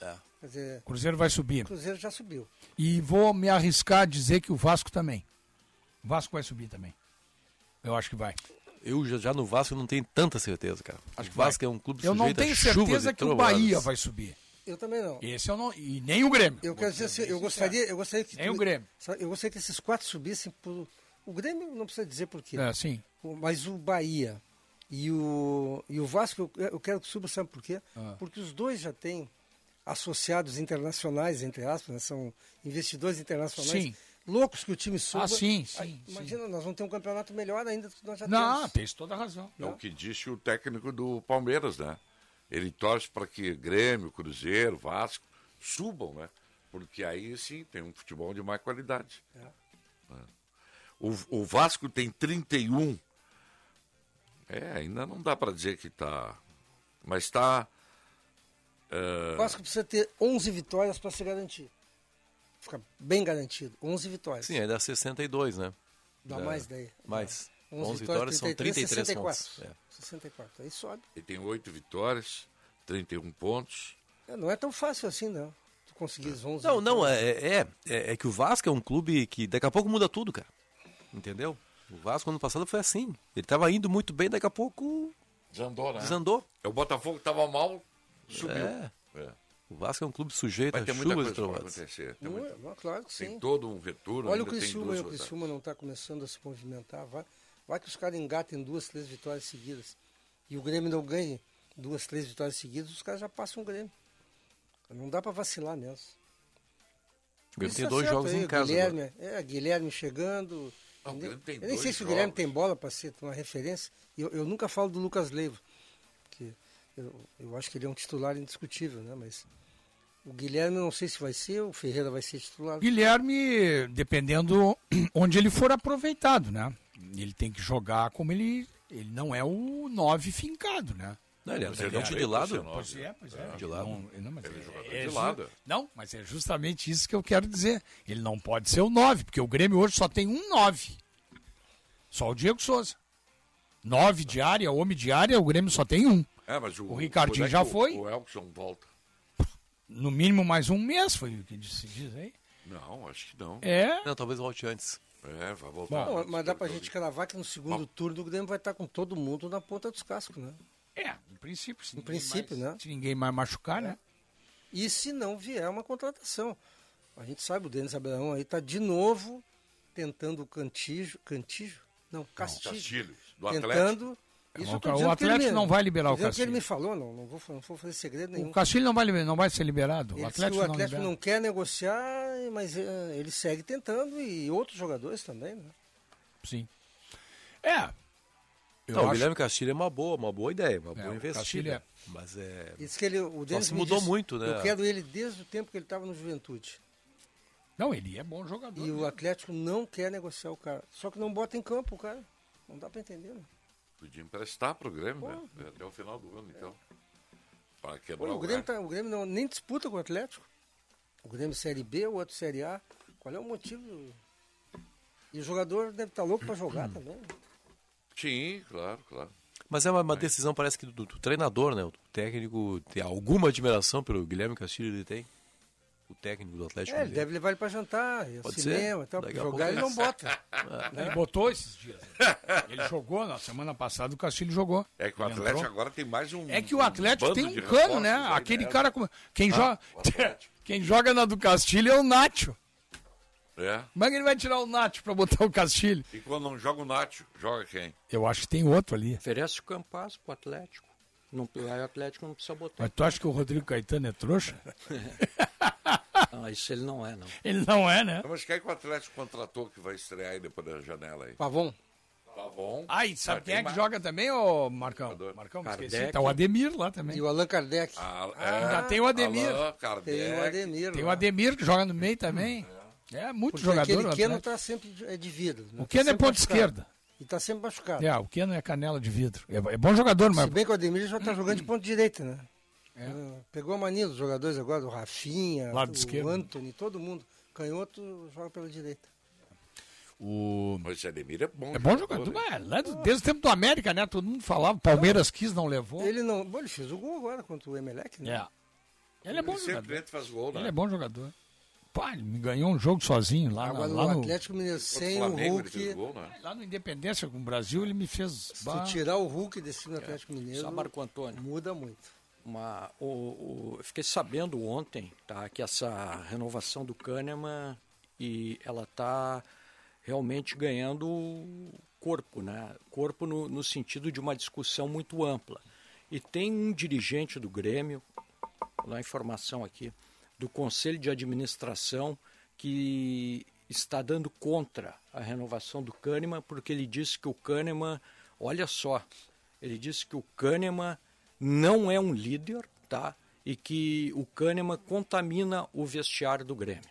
[SPEAKER 6] É.
[SPEAKER 3] Quer dizer,
[SPEAKER 4] o Cruzeiro vai subir.
[SPEAKER 3] o Cruzeiro já subiu.
[SPEAKER 4] E vou me arriscar a dizer que o Vasco também. O Vasco vai subir também. Eu acho que vai.
[SPEAKER 6] Eu já, já no Vasco não tenho tanta certeza, cara. Acho que o Vasco é um clube
[SPEAKER 4] Eu
[SPEAKER 6] sujeito
[SPEAKER 4] não tenho
[SPEAKER 6] a chuvas
[SPEAKER 4] certeza
[SPEAKER 6] e
[SPEAKER 4] que o
[SPEAKER 6] trovoadas.
[SPEAKER 4] Bahia vai subir.
[SPEAKER 3] Eu também não.
[SPEAKER 4] Esse eu não. E nem o Grêmio.
[SPEAKER 3] Eu quero dizer assim, eu gostaria, eu gostaria que.
[SPEAKER 4] Nem
[SPEAKER 3] tu-
[SPEAKER 4] o Grêmio.
[SPEAKER 3] sabe, Eu gostaria que esses quatro subissem por. O Grêmio não precisa dizer por quê.
[SPEAKER 4] É, sim.
[SPEAKER 3] O- Mas o Bahia e o, e o Vasco, eu, eu quero que suba, sabe por quê?
[SPEAKER 4] Ah.
[SPEAKER 3] Porque os dois já têm associados internacionais, entre aspas, né? são investidores internacionais.
[SPEAKER 4] Sim.
[SPEAKER 3] Loucos que o time suba.
[SPEAKER 4] Ah, sim, sim,
[SPEAKER 3] Aí,
[SPEAKER 4] sim.
[SPEAKER 3] Imagina, nós vamos ter um campeonato melhor ainda do que nós já
[SPEAKER 4] Não,
[SPEAKER 3] temos.
[SPEAKER 4] tens toda a razão.
[SPEAKER 3] Né?
[SPEAKER 2] É o que disse o técnico do Palmeiras, né? Ele torce para que Grêmio, Cruzeiro, Vasco subam, né? Porque aí sim tem um futebol de má qualidade.
[SPEAKER 3] É.
[SPEAKER 2] Né? O, o Vasco tem 31. É, ainda não dá para dizer que tá. Mas tá. eh, Ah.
[SPEAKER 3] O Vasco precisa ter 11 vitórias para se garantir. Fica bem garantido. 11 vitórias.
[SPEAKER 6] Sim, é aí dá 62, né?
[SPEAKER 3] Dá
[SPEAKER 6] dá
[SPEAKER 3] mais daí.
[SPEAKER 6] Mais. 11, vitórias são 33 pontos. É.
[SPEAKER 3] 64. Aí sobe.
[SPEAKER 2] Ele tem oito vitórias, 31 pontos.
[SPEAKER 3] É, Não é tão fácil assim, não. Tu conseguir os 11.
[SPEAKER 6] Não, não,
[SPEAKER 3] vitórias.
[SPEAKER 6] é, é, é, é que o Vasco é um clube que daqui a pouco muda tudo, cara. Entendeu? O Vasco ano passado foi assim. Ele tava indo muito bem, daqui a pouco
[SPEAKER 2] Desandou, né?
[SPEAKER 6] desandou.
[SPEAKER 2] É, O Botafogo estava mal, subiu.
[SPEAKER 6] É.
[SPEAKER 2] É.
[SPEAKER 6] O Vasco é um clube sujeito
[SPEAKER 2] Vai
[SPEAKER 6] a
[SPEAKER 2] ter muita
[SPEAKER 6] chuvas
[SPEAKER 2] coisa
[SPEAKER 6] e
[SPEAKER 2] para
[SPEAKER 6] trovadas.
[SPEAKER 2] acontecer. Tem,
[SPEAKER 3] Não é,
[SPEAKER 2] muita-
[SPEAKER 3] não, claro que
[SPEAKER 2] tem
[SPEAKER 3] sim.
[SPEAKER 2] todo um retorno.
[SPEAKER 3] Olha o
[SPEAKER 2] ainda tem
[SPEAKER 3] Criciúma,
[SPEAKER 2] duas
[SPEAKER 3] e o
[SPEAKER 2] rodadas.
[SPEAKER 3] Criciúma não está começando a se movimentar. Vai, vai que os caras engatem duas, três vitórias seguidas. E o Grêmio não ganhe duas, três vitórias seguidas, os caras já passam o Grêmio. Não dá para vacilar mesmo.
[SPEAKER 6] O Grêmio
[SPEAKER 3] Isso
[SPEAKER 4] é
[SPEAKER 6] tem
[SPEAKER 4] assim.
[SPEAKER 3] tá
[SPEAKER 6] dois
[SPEAKER 3] certo
[SPEAKER 6] jogos
[SPEAKER 3] aí,
[SPEAKER 6] em
[SPEAKER 3] o
[SPEAKER 6] casa. agora.
[SPEAKER 3] Guilherme, é, Guilherme chegando.
[SPEAKER 2] Ah, o
[SPEAKER 3] entendeu?
[SPEAKER 2] Grêmio tem
[SPEAKER 3] eu nem sei
[SPEAKER 2] dois
[SPEAKER 3] se o Guilherme
[SPEAKER 2] jogos.
[SPEAKER 3] tem bola para ser uma referência. Eu, eu nunca falo do Lucas Leiva, porque eu, eu acho que ele é um titular indiscutível, né? Mas o Guilherme eu não sei se vai ser, o Ferreira vai ser titular.
[SPEAKER 4] Guilherme, dependendo onde ele for aproveitado, né? Ele tem que jogar como ele. Ele não é o 9 fincado, né?
[SPEAKER 6] Não, ele é
[SPEAKER 2] Você não
[SPEAKER 6] atacante de
[SPEAKER 2] tem
[SPEAKER 6] lado.
[SPEAKER 2] profissional.
[SPEAKER 4] Pois é, pois é.
[SPEAKER 6] De lado.
[SPEAKER 4] Não, não, mas é-
[SPEAKER 2] jogador
[SPEAKER 4] é
[SPEAKER 2] de
[SPEAKER 4] ju-
[SPEAKER 2] lado.
[SPEAKER 4] Não, mas é justamente isso que eu quero dizer. Ele não pode ser o 9, porque o Grêmio hoje só tem um 9. Só o Diego Souza. 9 de área, homem de área, o Grêmio só tem um.
[SPEAKER 2] É, mas o,
[SPEAKER 4] O Ricardinho
[SPEAKER 2] quando é que
[SPEAKER 4] já
[SPEAKER 2] o-
[SPEAKER 4] foi?
[SPEAKER 2] O Elkson volta.
[SPEAKER 4] No mínimo mais um mês, foi o que se diz aí.
[SPEAKER 2] Não, acho que não. É,
[SPEAKER 4] É.
[SPEAKER 6] Não, talvez volte antes.
[SPEAKER 2] vai voltar.
[SPEAKER 4] Bom,
[SPEAKER 3] Não, mas dá pra gente cravar que no segundo turno o Grêmio vai estar com todo mundo na ponta dos cascos, né?
[SPEAKER 4] É, no princípio. se
[SPEAKER 3] No
[SPEAKER 4] ninguém
[SPEAKER 3] princípio,
[SPEAKER 4] mais-
[SPEAKER 3] né? É.
[SPEAKER 4] Se ninguém mais machucar, né?
[SPEAKER 3] E se não vier uma contratação? A gente sabe, o Denis Abraão aí tá de novo tentando o cantijo. Cantijo? Não, castilho.
[SPEAKER 2] Castilhos, do Atlético.
[SPEAKER 3] tentando.
[SPEAKER 4] o É, ca- o
[SPEAKER 3] eu tô dizendo que ele
[SPEAKER 4] Atlético não vai liberar o
[SPEAKER 3] tô dizendo que
[SPEAKER 4] Castilho.
[SPEAKER 3] Ele me falou, não, não vou, fa- não vou fazer segredo nenhum.
[SPEAKER 4] O Castilho não vai, liber- não vai ser liberado.
[SPEAKER 3] Ele
[SPEAKER 4] o
[SPEAKER 3] disse que
[SPEAKER 4] Atlético,
[SPEAKER 3] o Atlético
[SPEAKER 4] não,
[SPEAKER 3] não,
[SPEAKER 4] libera.
[SPEAKER 3] quer negociar, mas eh, ele segue tentando e outros jogadores também, né?
[SPEAKER 4] Sim. É. Eu
[SPEAKER 6] Não, o
[SPEAKER 4] acho-
[SPEAKER 6] Guilherme Castilho é uma boa, uma boa ideia, uma
[SPEAKER 4] É,
[SPEAKER 6] boa
[SPEAKER 4] o
[SPEAKER 6] investida.
[SPEAKER 4] Castilho é.
[SPEAKER 6] Mas é.
[SPEAKER 3] Ele disse que ele, o Denis
[SPEAKER 6] se
[SPEAKER 3] me
[SPEAKER 6] mudou
[SPEAKER 3] disse,
[SPEAKER 6] muito, né?
[SPEAKER 3] Eu quero ele desde o tempo que ele estava no Juventude.
[SPEAKER 4] Não, ele é bom jogador.
[SPEAKER 3] E
[SPEAKER 4] né?
[SPEAKER 3] o Atlético não quer negociar o cara. Só que não bota em campo o cara. Não dá pra entender, né?
[SPEAKER 2] Podia emprestar pro Grêmio, né? Até o final do ano, então. Para
[SPEAKER 3] Pô,
[SPEAKER 6] É
[SPEAKER 2] quebrar
[SPEAKER 3] o
[SPEAKER 2] o
[SPEAKER 3] Grêmio,
[SPEAKER 6] né?
[SPEAKER 2] Grêmio.
[SPEAKER 3] tá, o Grêmio não, nem disputa com o Atlético. O Grêmio é Série B, o outro Série A. Qual é o motivo? E o jogador deve estar louco pra
[SPEAKER 6] Hum.
[SPEAKER 3] jogar também.
[SPEAKER 6] Tá,
[SPEAKER 3] né?
[SPEAKER 2] Sim, claro, claro.
[SPEAKER 6] Mas é uma, uma decisão, parece que, do, do treinador, né? O técnico tem alguma admiração pelo Guilherme Castilho, ele tem. o técnico do Atlético
[SPEAKER 3] É, ele
[SPEAKER 6] Mineiro.
[SPEAKER 3] deve levar ele pra jantar,
[SPEAKER 6] Pode ser.
[SPEAKER 3] cinema e tal. Pra
[SPEAKER 6] Daqui a
[SPEAKER 3] então,
[SPEAKER 6] pouco
[SPEAKER 3] jogar
[SPEAKER 6] É.
[SPEAKER 3] ele não bota. né?
[SPEAKER 4] Ele botou esses dias. Ele jogou, na semana passada o Castilho jogou.
[SPEAKER 2] É que o
[SPEAKER 4] Ele
[SPEAKER 2] Atlético
[SPEAKER 4] entrou.
[SPEAKER 2] agora tem mais um.
[SPEAKER 4] É que o Atlético
[SPEAKER 2] bando
[SPEAKER 4] tem
[SPEAKER 2] de
[SPEAKER 4] um
[SPEAKER 2] reforços
[SPEAKER 4] cano, né?
[SPEAKER 2] aí,
[SPEAKER 4] Aquele
[SPEAKER 2] né?
[SPEAKER 4] cara. com- Quem,
[SPEAKER 2] o
[SPEAKER 4] joga...
[SPEAKER 2] Atlético.
[SPEAKER 4] Quem joga na do Castilho é o Nacho.
[SPEAKER 2] É.
[SPEAKER 4] Como é que ele vai tirar o Nacho pra botar o Castilho?
[SPEAKER 2] E quando não joga o Nacho, joga quem?
[SPEAKER 4] Eu acho que tem outro ali.
[SPEAKER 5] Oferece o Campaz pro Atlético. Não, aí o Atlético não precisa botar.
[SPEAKER 4] Mas tu acha que o Rodrigo Caetano é trouxa?
[SPEAKER 5] Ah, isso ele não é, não.
[SPEAKER 4] Ele não é, né?
[SPEAKER 2] Não, Mas quem é que o Atlético contratou que vai estrear aí depois da janela aí?
[SPEAKER 3] Pavon.
[SPEAKER 2] Pavon.
[SPEAKER 4] Ah, e sabe
[SPEAKER 2] Ah,
[SPEAKER 4] quem
[SPEAKER 2] tem
[SPEAKER 4] é que
[SPEAKER 2] mais.
[SPEAKER 4] joga também, ô Marcão? Marcão, me esqueci.
[SPEAKER 5] Kardec.
[SPEAKER 4] Tá o Ademir lá
[SPEAKER 3] E
[SPEAKER 4] também.
[SPEAKER 3] o Allan Kardec.
[SPEAKER 2] Ah,
[SPEAKER 4] Ainda tem o Ademir.
[SPEAKER 2] Allan
[SPEAKER 3] tem o
[SPEAKER 2] Kardec.
[SPEAKER 3] Ademir.
[SPEAKER 4] Tem o
[SPEAKER 3] lá.
[SPEAKER 4] Ademir que joga no meio também. É, muito
[SPEAKER 3] Porque
[SPEAKER 4] jogador.
[SPEAKER 3] aquele
[SPEAKER 4] o
[SPEAKER 3] Keno
[SPEAKER 4] Atlético.
[SPEAKER 3] tá sempre de- é de vidro. né?
[SPEAKER 4] O
[SPEAKER 3] Tá
[SPEAKER 4] Keno é
[SPEAKER 3] sempre
[SPEAKER 4] ponta
[SPEAKER 3] machucado.
[SPEAKER 4] esquerda.
[SPEAKER 3] E tá sempre machucado.
[SPEAKER 4] É, o Keno é canela de vidro. É, é bom jogador, mas É.
[SPEAKER 3] Se bem que o Ademir já tá jogando de ponta direita, né? Ah, Pegou a mania dos jogadores agora, do Rafinha,
[SPEAKER 4] Lado
[SPEAKER 3] o
[SPEAKER 4] esquerdo.
[SPEAKER 3] Anthony, todo mundo. Canhoto joga pela direita.
[SPEAKER 4] o...
[SPEAKER 2] Mas esse Ademir é bom.
[SPEAKER 4] É bom jogador.
[SPEAKER 2] hein?
[SPEAKER 4] mas lá do- desde o tempo do América, né? Todo mundo falava, Palmeiras quis, não levou.
[SPEAKER 3] Ele não. Bom, ele fez o gol agora contra o Emelec, né?
[SPEAKER 4] É. Ele é bom
[SPEAKER 2] Ele sempre
[SPEAKER 4] jogador.
[SPEAKER 2] entra e faz gol, né?
[SPEAKER 4] Ele é bom jogador. Pá, ele me ganhou um jogo sozinho lá, na-
[SPEAKER 3] Agora
[SPEAKER 4] lá,
[SPEAKER 3] no
[SPEAKER 4] no,
[SPEAKER 3] Atlético Mineiro
[SPEAKER 2] Contra
[SPEAKER 3] sem o
[SPEAKER 2] Flamengo ele
[SPEAKER 3] Hulk.
[SPEAKER 2] fez gol, né?
[SPEAKER 4] lá no Independência com o Brasil, ele me fez.
[SPEAKER 3] Se
[SPEAKER 4] Bah, É,
[SPEAKER 3] tu tirar o Hulk desse time do Atlético
[SPEAKER 5] Só
[SPEAKER 3] Mineiro,
[SPEAKER 5] Marco Antônio.
[SPEAKER 3] muda muito.
[SPEAKER 5] Uma, o, o- eu fiquei sabendo ontem tá, que essa renovação do Kahneman e ela está realmente ganhando corpo, né? Corpo no, no sentido de uma discussão muito ampla. E tem um dirigente do Grêmio, vou dar a informação aqui, do Conselho de Administração que está dando contra a renovação do Kahneman, porque ele disse que o Kahneman, olha só, ele disse que o Kahneman não é um líder, tá? E que o Kahneman contamina o vestiário do Grêmio.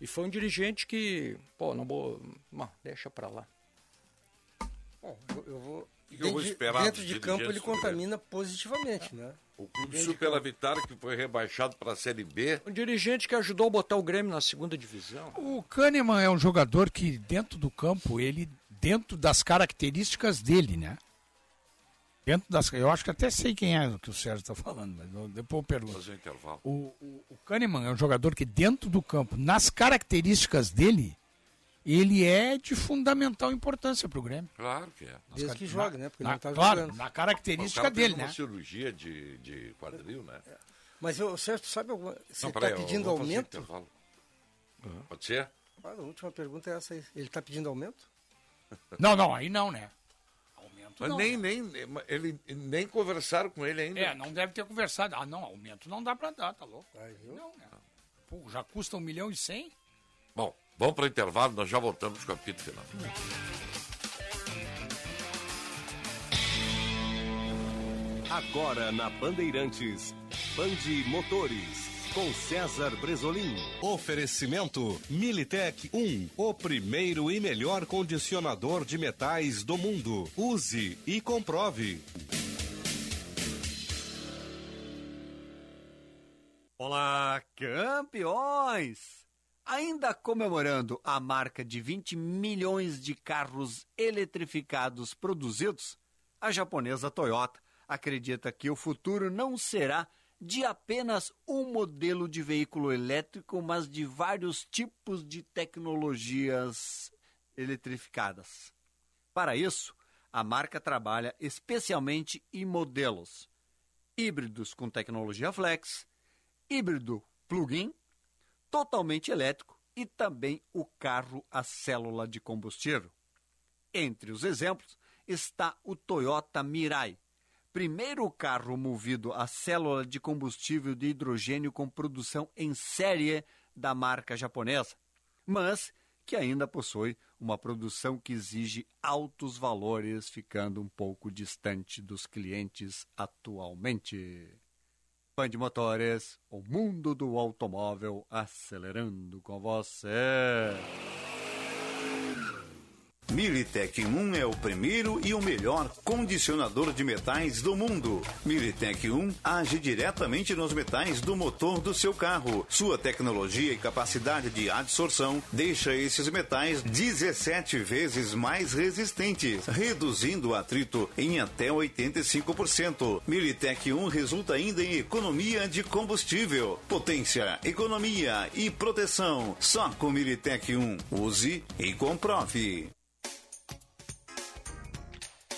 [SPEAKER 5] E foi um dirigente que, pô, não vou, não, deixa pra lá.
[SPEAKER 3] Bom, eu- eu vou.
[SPEAKER 2] que eu vou
[SPEAKER 3] dentro de-
[SPEAKER 2] esperar
[SPEAKER 3] dentro
[SPEAKER 2] dos
[SPEAKER 3] de campo ele
[SPEAKER 2] dirigentes do
[SPEAKER 3] contamina positivamente, né?
[SPEAKER 2] O clube Super Vitória que foi rebaixado para a Série B.
[SPEAKER 5] Um dirigente que ajudou a botar o Grêmio na segunda divisão.
[SPEAKER 4] O Kahneman é um jogador que, dentro do campo, ele, dentro das características dele, né? Dentro das, eu acho que até sei quem é o que o Sérgio está falando, mas eu- depois eu pergunto.
[SPEAKER 2] Fazer um intervalo.
[SPEAKER 4] O, o, o Kahneman é um jogador que, dentro do campo, nas características dele, ele é de fundamental importância para o Grêmio.
[SPEAKER 2] Claro que é.
[SPEAKER 3] Desde que joga, né? Porque ele
[SPEAKER 4] na,
[SPEAKER 3] não tá
[SPEAKER 4] claro,
[SPEAKER 3] jogando.
[SPEAKER 4] na
[SPEAKER 2] Mas o
[SPEAKER 4] característica
[SPEAKER 2] cara fez
[SPEAKER 4] dele,
[SPEAKER 2] uma
[SPEAKER 4] né?
[SPEAKER 2] cirurgia de, de quadril, né?
[SPEAKER 3] Mas o Sérgio, tu sabe alguma. Você
[SPEAKER 2] Não,
[SPEAKER 3] está
[SPEAKER 2] peraí, eu
[SPEAKER 3] pedindo
[SPEAKER 2] vou fazer um
[SPEAKER 3] aumento?
[SPEAKER 2] intervalo. Pode ser?
[SPEAKER 3] Claro, a última pergunta é essa aí. Ele está pedindo aumento?
[SPEAKER 4] Não, não, aí não, né? Aumento
[SPEAKER 2] Mas
[SPEAKER 4] não.
[SPEAKER 2] nem, nem, ele, nem conversaram com ele ainda.
[SPEAKER 4] É, não deve ter conversado. Ah, não, aumento não dá para dar, tá louco?
[SPEAKER 2] Ah,
[SPEAKER 3] Aí, viu?
[SPEAKER 4] Não, né? Pô, já custa um milhão e cem?
[SPEAKER 2] Bom, vamos para o intervalo, nós já voltamos com o apito final.
[SPEAKER 1] Agora na Bandeirantes, Bande Motores, com César Bresolim. Oferecimento Militech 1, o primeiro e melhor condicionador de metais do mundo. Use e comprove.
[SPEAKER 8] Olá, campeões! Ainda comemorando a marca de 20 milhões de carros eletrificados produzidos, a japonesa Toyota acredita que o futuro não será de apenas um modelo de veículo elétrico, mas de vários tipos de tecnologias eletrificadas. Para isso, a marca trabalha especialmente em modelos híbridos com tecnologia flex, híbrido plug-in, totalmente elétrico e também o carro a célula de combustível. Entre os exemplos está o Toyota Mirai, primeiro carro movido a célula de combustível de hidrogênio com produção em série da marca japonesa, mas que ainda possui uma produção que exige altos valores, ficando um pouco distante dos clientes atualmente. Band Motores, o mundo do automóvel acelerando com você.
[SPEAKER 9] Militec 1 é o primeiro e o melhor condicionador de metais do mundo. Militec 1 age diretamente nos metais do motor do seu carro. Sua tecnologia e capacidade de adsorção deixa esses metais 17 vezes mais resistentes, reduzindo o atrito em até 85%. Militec 1 resulta ainda em economia de combustível, potência, economia e proteção. Só com Militec 1. Use e comprove.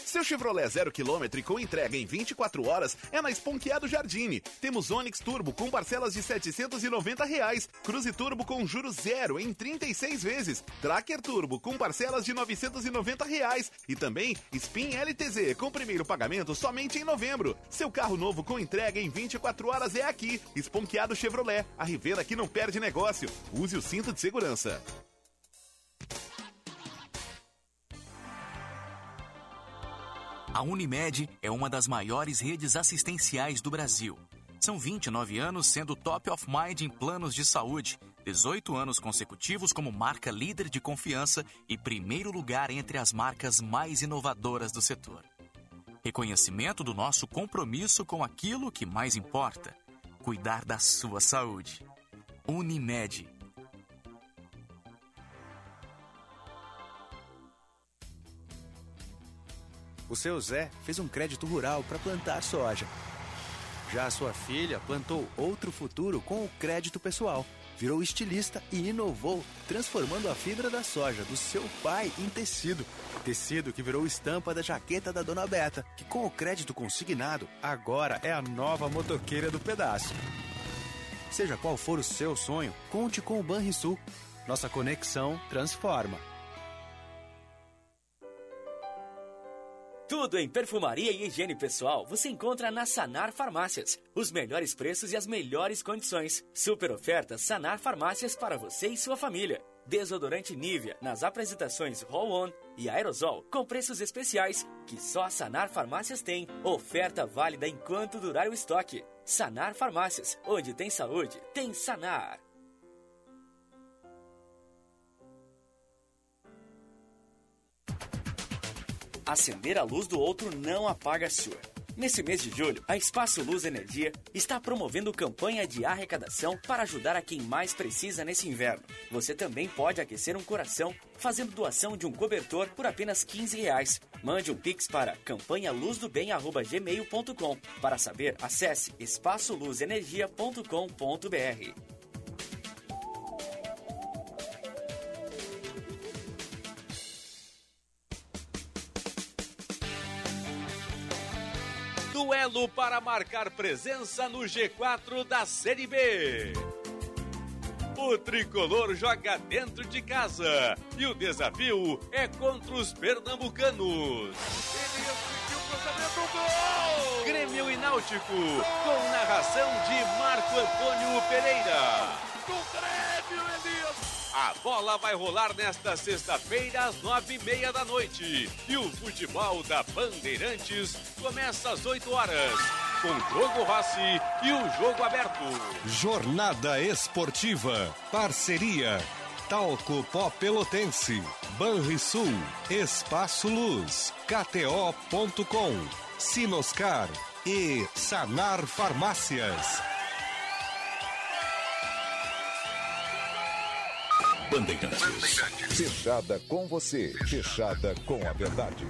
[SPEAKER 10] Seu Chevrolet zero quilômetro e com entrega em 24 horas é na Esponqueado Jardine. Temos Onix Turbo com parcelas de R$ 790 reais, Cruze Turbo com juros zero em 36 vezes, Tracker Turbo com parcelas de R$ 990 reais e também Spin LTZ com primeiro pagamento somente em novembro. Seu carro novo com entrega em 24 horas é aqui. Esponqueado Chevrolet, a Rivera que não perde negócio. Use o cinto de segurança.
[SPEAKER 11] A Unimed é uma das maiores redes assistenciais do Brasil. São 29 anos sendo top of mind em planos de saúde, 18 anos consecutivos como marca líder de confiança e primeiro lugar entre as marcas mais inovadoras do setor. Reconhecimento do nosso compromisso com aquilo que mais importa: cuidar da sua saúde. Unimed.
[SPEAKER 12] O seu Zé fez um crédito rural para plantar soja. Já a sua filha plantou outro futuro com o crédito pessoal. Virou estilista e inovou, transformando a fibra da soja do seu pai em tecido. Tecido que virou estampa da jaqueta da dona Beta, que com o crédito consignado, agora é a nova motoqueira do pedaço. Seja qual for o seu sonho, conte com o Banrisul. Nossa conexão transforma.
[SPEAKER 13] Tudo em perfumaria e higiene pessoal você encontra na Sanar Farmácias. Os melhores preços e as melhores condições. Super ofertas Sanar Farmácias para você e sua família. Desodorante Nivea nas apresentações Roll On e Aerosol com preços especiais que só a Sanar Farmácias tem. Oferta válida enquanto durar o estoque. Sanar Farmácias, onde tem saúde, tem Sanar. Acender a luz do outro não apaga a sua. Nesse mês de julho, a Espaço Luz Energia está promovendo campanha de arrecadação para ajudar a quem mais precisa nesse inverno. Você também pode aquecer um coração fazendo doação de um cobertor por apenas 15 reais. Mande um pix para campanhaluzdobem.gmail.com. Para saber, acesse espaçoluzenergia.com.br.
[SPEAKER 14] duelo para marcar presença no G4 da Série B. O tricolor joga dentro de casa e o desafio é contra os pernambucanos. Gol! Grêmio e Náutico, com narração de Marco Antônio Pereira. Do Grêmio, Elias! A bola vai rolar nesta sexta-feira às nove e meia da noite. E o futebol da Bandeirantes começa às oito horas. Com Diogo Rossi e o jogo aberto.
[SPEAKER 1] Jornada Esportiva. Parceria. Talco Pó Pelotense. Banrisul. Espaço Luz. KTO.com. Sinoscar. E Sanar Farmácias.
[SPEAKER 15] Bandeirantes. Fechada com você, fechada com a verdade.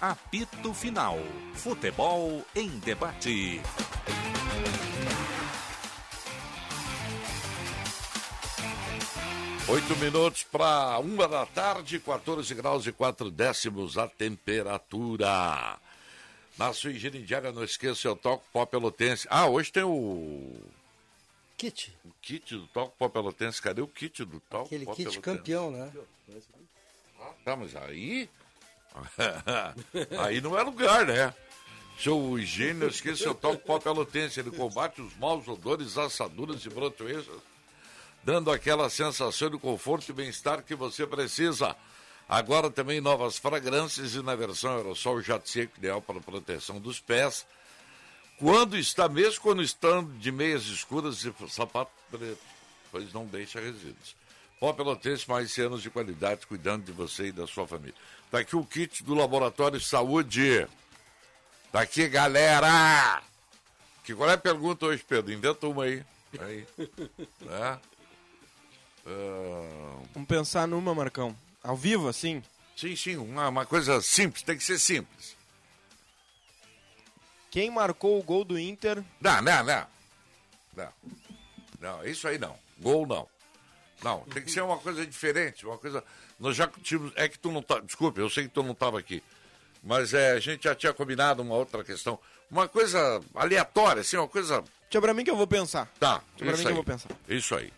[SPEAKER 1] Apito final. Futebol em debate.
[SPEAKER 2] Oito minutos para uma da tarde, 14 graus e quatro décimos a temperatura. Na sua higiene diária, não esqueça o Talco Pó Pelotense. Ah, hoje tem o.
[SPEAKER 3] Kit.
[SPEAKER 2] O kit do Talco Pó Pelotense. Cadê o kit do Talco
[SPEAKER 3] Aquele
[SPEAKER 2] Pó
[SPEAKER 3] kit
[SPEAKER 2] Pelotense?
[SPEAKER 3] campeão, né?
[SPEAKER 2] Ah, tá, mas aí. aí não é lugar, né? Seu higiene, não esqueça o Talco Pó Pelotense. Ele combate os maus odores, assaduras e brotoesas, dando aquela sensação de conforto e bem-estar que você precisa. Agora também novas fragrâncias e na versão aerossol jato seco ideal para proteção dos pés. Quando está, mesmo quando estão de meias escuras e sapato preto, pois não deixa resíduos. Pó Pelotense, mais anos de qualidade, cuidando de você e da sua família. Tá aqui o kit do Laboratório de Saúde. Tá aqui, galera! Que qual é a pergunta hoje, Pedro? Inventa uma aí. aí. né? Ah,
[SPEAKER 7] Vamos pensar numa, Marcão. Ao vivo, assim?
[SPEAKER 2] Sim, sim. Uma, uma coisa simples, tem que ser simples.
[SPEAKER 7] Quem marcou o gol do Inter?
[SPEAKER 2] Não, não, não. Não. Não, isso aí não. Gol não. Não, tem que ser uma coisa diferente, uma coisa. Nós já tínhamos. É que tu não tá. Desculpa, eu sei que tu não estava aqui. Mas é, a gente já tinha combinado uma outra questão. Uma coisa aleatória, assim, uma coisa.
[SPEAKER 7] Deixa pra mim que eu vou pensar.
[SPEAKER 2] Tá.
[SPEAKER 7] Deixa pra mim
[SPEAKER 2] isso
[SPEAKER 7] que eu
[SPEAKER 2] aí.
[SPEAKER 7] vou pensar.
[SPEAKER 2] Isso aí.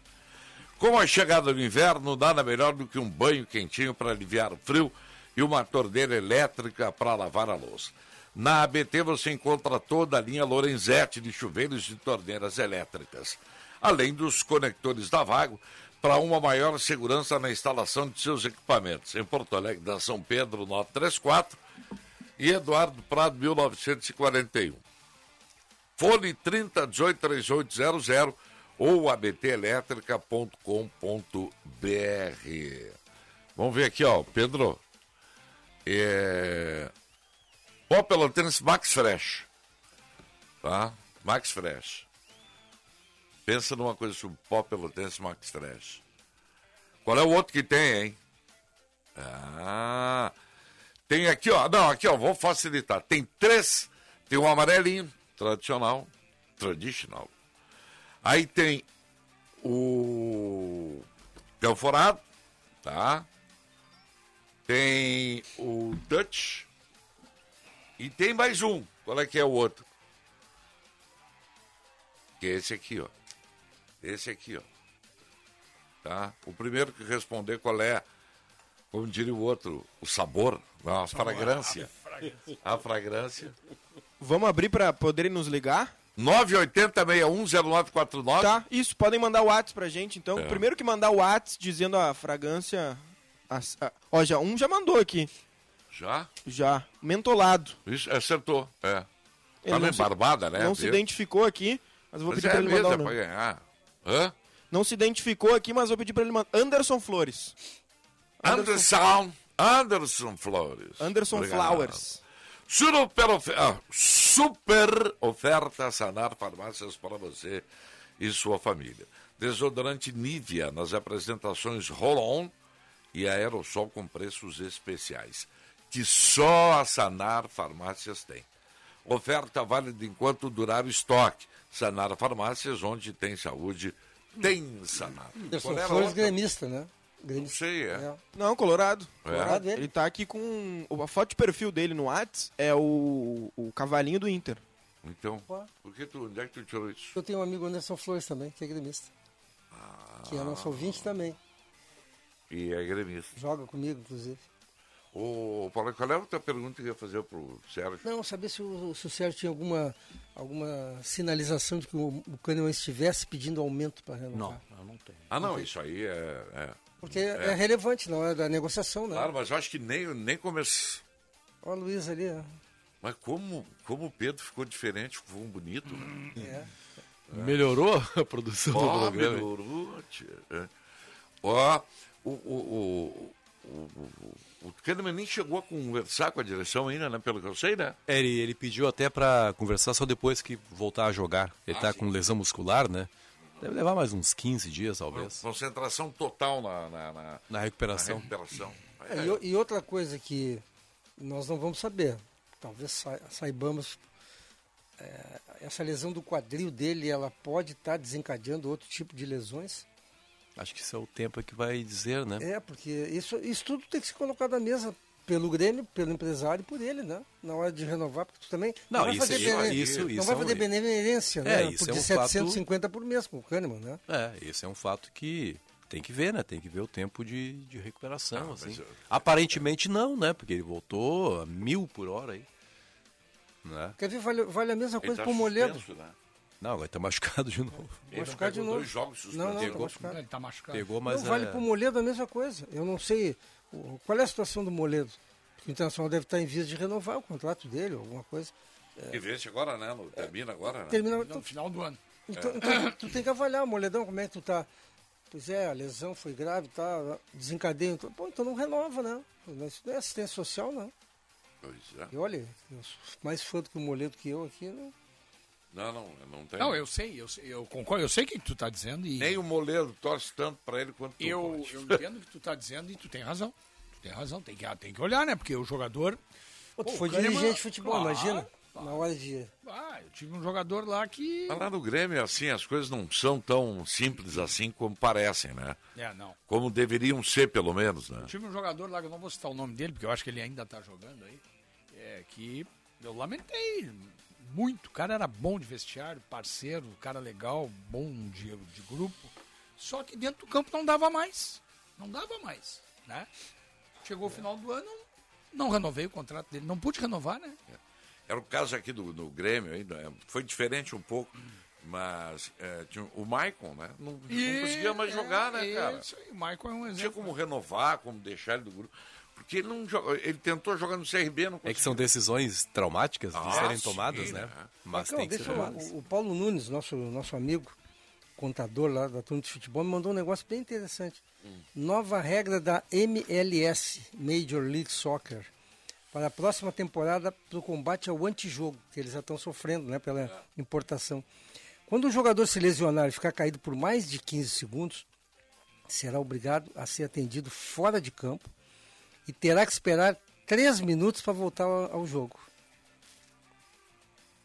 [SPEAKER 2] Com a chegada do inverno, nada melhor do que um banho quentinho para aliviar o frio e uma torneira elétrica para lavar a louça. Na ABT você encontra toda a linha Lorenzetti de chuveiros e torneiras elétricas, além dos conectores da Vago para uma maior segurança na instalação de seus equipamentos. Em Porto Alegre, da São Pedro, 934 e Eduardo Prado, 1941 fone 30 18 3800 ou abtelétrica.com.br. Vamos ver aqui, ó, Pedro. É... Pó Pelotense Max Fresh. Tá? Max Fresh. Pensa numa coisa assim, sobre Pó Pelotense Max Fresh. Qual é o outro que tem, hein? Ah, tem aqui, ó. Não, aqui, ó, vou facilitar. Tem três. Tem um amarelinho, tradicional. Tradicional. Aí tem o Canforado, tá? Tem o Dutch. E tem mais um. Qual é que é o outro? Que é esse aqui, ó. Esse aqui, ó. Tá? O primeiro que responder qual é, como diria o outro, o sabor, não, a fragrância. A fragrância.
[SPEAKER 7] Vamos abrir pra poderem nos ligar?
[SPEAKER 2] 980-610949.
[SPEAKER 7] Tá, isso. Podem mandar o WhatsApp pra gente, então.
[SPEAKER 2] É.
[SPEAKER 7] Primeiro que mandar o WhatsApp dizendo a fragrância... a- a- Ó, já um já mandou aqui.
[SPEAKER 2] Já?
[SPEAKER 7] Já. Mentolado.
[SPEAKER 2] Isso, acertou. É. Tá
[SPEAKER 7] Ele não
[SPEAKER 2] meio
[SPEAKER 7] se-
[SPEAKER 2] barbada, né?
[SPEAKER 7] Não se
[SPEAKER 2] Viu?
[SPEAKER 7] identificou aqui, mas eu vou
[SPEAKER 2] Mas
[SPEAKER 7] pedir
[SPEAKER 2] é
[SPEAKER 7] pra ele
[SPEAKER 2] mesmo, é
[SPEAKER 7] mandar o
[SPEAKER 2] pra
[SPEAKER 7] nome.
[SPEAKER 2] ganhar. Hã?
[SPEAKER 7] Não se identificou aqui, mas vou pedir pra ele mandar. Anderson Flores.
[SPEAKER 2] Anderson. Anderson Flores.
[SPEAKER 7] Anderson Flowers.
[SPEAKER 2] Super, ofe- ah, super oferta Sanar Farmácias para você e sua família. Desodorante Nivea nas apresentações Roll-On e Aerosol com preços especiais, que só a Sanar Farmácias tem. Oferta válida enquanto durar o estoque. Sanar Farmácias, onde tem saúde, tem Sanar.
[SPEAKER 3] Anderson
[SPEAKER 2] Qual era a
[SPEAKER 3] Flores
[SPEAKER 2] outra?
[SPEAKER 3] gremista, né? Gremista.
[SPEAKER 2] é sei, é.
[SPEAKER 7] Não, Colorado.
[SPEAKER 2] É?
[SPEAKER 7] Colorado, Ele tá aqui com. A foto de perfil dele no Whats é o, o cavalinho do Inter.
[SPEAKER 2] Então, por que tu, onde é que tu tirou isso?
[SPEAKER 3] Eu tenho um amigo Anderson Flores também, que é gremista. Que
[SPEAKER 2] Ah.
[SPEAKER 3] é nosso ouvinte também.
[SPEAKER 2] E é gremista.
[SPEAKER 3] Joga comigo, inclusive.
[SPEAKER 2] Ô, Paulo, qual é a outra pergunta que eu ia fazer pro Sérgio?
[SPEAKER 3] Não, saber se o, se o Sérgio tinha alguma, alguma sinalização de que o, o Kahneman estivesse pedindo aumento para renovar.
[SPEAKER 2] eu não tenho. Ah, não, isso aí é... é-
[SPEAKER 3] Porque é. relevante na hora da negociação, né?
[SPEAKER 2] Claro, mas eu acho que nem, nem começou...
[SPEAKER 3] Olha o Luiz ali, né? ó.
[SPEAKER 2] Mas como, como o Pedro ficou diferente, ficou um bonito.
[SPEAKER 3] É.
[SPEAKER 6] Melhorou a produção do
[SPEAKER 2] Ó,
[SPEAKER 6] programa, hein?
[SPEAKER 2] melhorou, tia. É. Ó, o, o, o, o, o, o Kahneman nem chegou a conversar com a direção ainda, né? Pelo que eu sei, né?
[SPEAKER 6] É, Ele, ele pediu até pra conversar só depois que voltar a jogar. Ele tá com lesão muscular, né? Deve levar mais uns 15 dias, talvez.
[SPEAKER 2] Concentração total na... Na, na-
[SPEAKER 6] Na recuperação.
[SPEAKER 2] na recuperação.
[SPEAKER 3] É, e o- E, outra coisa que nós não vamos saber, talvez sa- saibamos, é, essa lesão do quadril dele, ela pode estar desencadeando outro tipo de lesões?
[SPEAKER 6] Acho que isso é o tempo que vai dizer, né?
[SPEAKER 3] É, porque isso, isso tudo tem que ser colocado na mesa pelo Grêmio, pelo empresário e por ele, né? Na hora de renovar, porque tu também
[SPEAKER 6] Não,
[SPEAKER 3] vai
[SPEAKER 6] isso-
[SPEAKER 3] fazer,
[SPEAKER 6] isso-
[SPEAKER 3] bene-
[SPEAKER 6] isso-
[SPEAKER 3] não
[SPEAKER 6] isso
[SPEAKER 3] vai
[SPEAKER 6] é um-
[SPEAKER 3] fazer benemerência, né?
[SPEAKER 6] É, isso
[SPEAKER 3] por
[SPEAKER 6] é um
[SPEAKER 3] de
[SPEAKER 6] fato-
[SPEAKER 3] 750 por mês com o Kahneman, né?
[SPEAKER 6] É, esse é um fato que tem que ver, né? Tem que ver o tempo de, de recuperação,
[SPEAKER 2] Ah,
[SPEAKER 6] assim.
[SPEAKER 2] mas eu-
[SPEAKER 6] Aparentemente não, né? Porque ele voltou a mil por hora aí. Né?
[SPEAKER 3] Quer ver, vale, vale a mesma
[SPEAKER 6] Ele
[SPEAKER 3] é coisa
[SPEAKER 6] tá
[SPEAKER 3] pro Moledo.
[SPEAKER 2] suspenso, né?
[SPEAKER 6] Não, agora tá machucado de novo.
[SPEAKER 3] Ele machucado de novo. não, não, tá machucado.
[SPEAKER 4] Ele tá machucado.
[SPEAKER 6] Pegou, mas
[SPEAKER 3] não, vale
[SPEAKER 6] é-
[SPEAKER 3] pro Moledo a mesma coisa. Eu não sei o- qual é a situação do Moledo. Porque o Internacional deve estar em vias de renovar o contrato dele, alguma coisa.
[SPEAKER 2] Que vence agora, né? No- Termina agora, né?
[SPEAKER 3] Termina
[SPEAKER 4] É, no final do ano.
[SPEAKER 3] Então,
[SPEAKER 2] É.
[SPEAKER 3] então tu tem que avaliar, moledão, como é que tu tá. Pois é, a lesão foi grave, tá, desencadeio. Então, pô, então não renova, né? Isso não é assistência social, não.
[SPEAKER 2] Pois é.
[SPEAKER 3] E olha, eu sou mais fã do que o Moledo que eu aqui, né?
[SPEAKER 2] Não, não, eu não tem.
[SPEAKER 4] Não, eu sei, eu, sei, eu concordo, eu sei o que tu tá dizendo e...
[SPEAKER 2] Nem o Moledo torce tanto pra ele quanto tu,
[SPEAKER 4] eu,
[SPEAKER 2] Paty.
[SPEAKER 4] eu entendo o que tu tá dizendo e tu tem razão. Tu tem razão, tem que, tem que olhar, né? Porque o jogador...
[SPEAKER 3] Pô, tu
[SPEAKER 4] Pô,
[SPEAKER 3] foi
[SPEAKER 4] o Kahneman-
[SPEAKER 3] dirigente de futebol,
[SPEAKER 4] Claro.
[SPEAKER 3] imagina. Na hora de.
[SPEAKER 4] Ah, eu tive um jogador lá que...
[SPEAKER 2] Mas lá no Grêmio, assim, as coisas não são tão simples assim como parecem, né?
[SPEAKER 4] É, não.
[SPEAKER 2] Como deveriam ser, pelo menos, né?
[SPEAKER 4] Eu tive um jogador lá, que eu não vou citar o nome dele, porque eu acho que ele ainda tá jogando aí, é, que eu lamentei muito. O cara era bom de vestiário, parceiro, cara legal, bom de, de grupo. Só que dentro do campo não dava mais. Não dava mais, né? Chegou o final do ano, não renovei o contrato dele. Não pude renovar, né?
[SPEAKER 2] Era o caso aqui do, do Grêmio, ainda é, foi diferente um pouco, mas é, tinha o Maicon, né? Não, não conseguia mais jogar, né, cara?
[SPEAKER 4] é, Isso aí, o Maicon é um
[SPEAKER 2] Não tinha como renovar, como deixar ele do grupo. Porque ele não joga, ele tentou jogar no CRB, não
[SPEAKER 6] É que
[SPEAKER 2] conseguiu.
[SPEAKER 6] são decisões traumáticas de
[SPEAKER 2] Ah,
[SPEAKER 6] serem
[SPEAKER 2] sim,
[SPEAKER 6] tomadas, né?
[SPEAKER 2] né?
[SPEAKER 6] Mas
[SPEAKER 3] Não,
[SPEAKER 6] tem que ser
[SPEAKER 3] deixa eu-
[SPEAKER 6] tomadas.
[SPEAKER 3] o, o Paulo Nunes, nosso, nosso amigo, contador lá da turma de futebol, me mandou um negócio bem interessante. Nova regra da MLS, Major League Soccer, para a próxima temporada para o combate ao antijogo, que eles já estão sofrendo né, pela importação. Quando um jogador se lesionar e ficar caído por mais de 15 segundos, será obrigado a ser atendido fora de campo e terá que esperar 3 minutos para voltar ao ao jogo.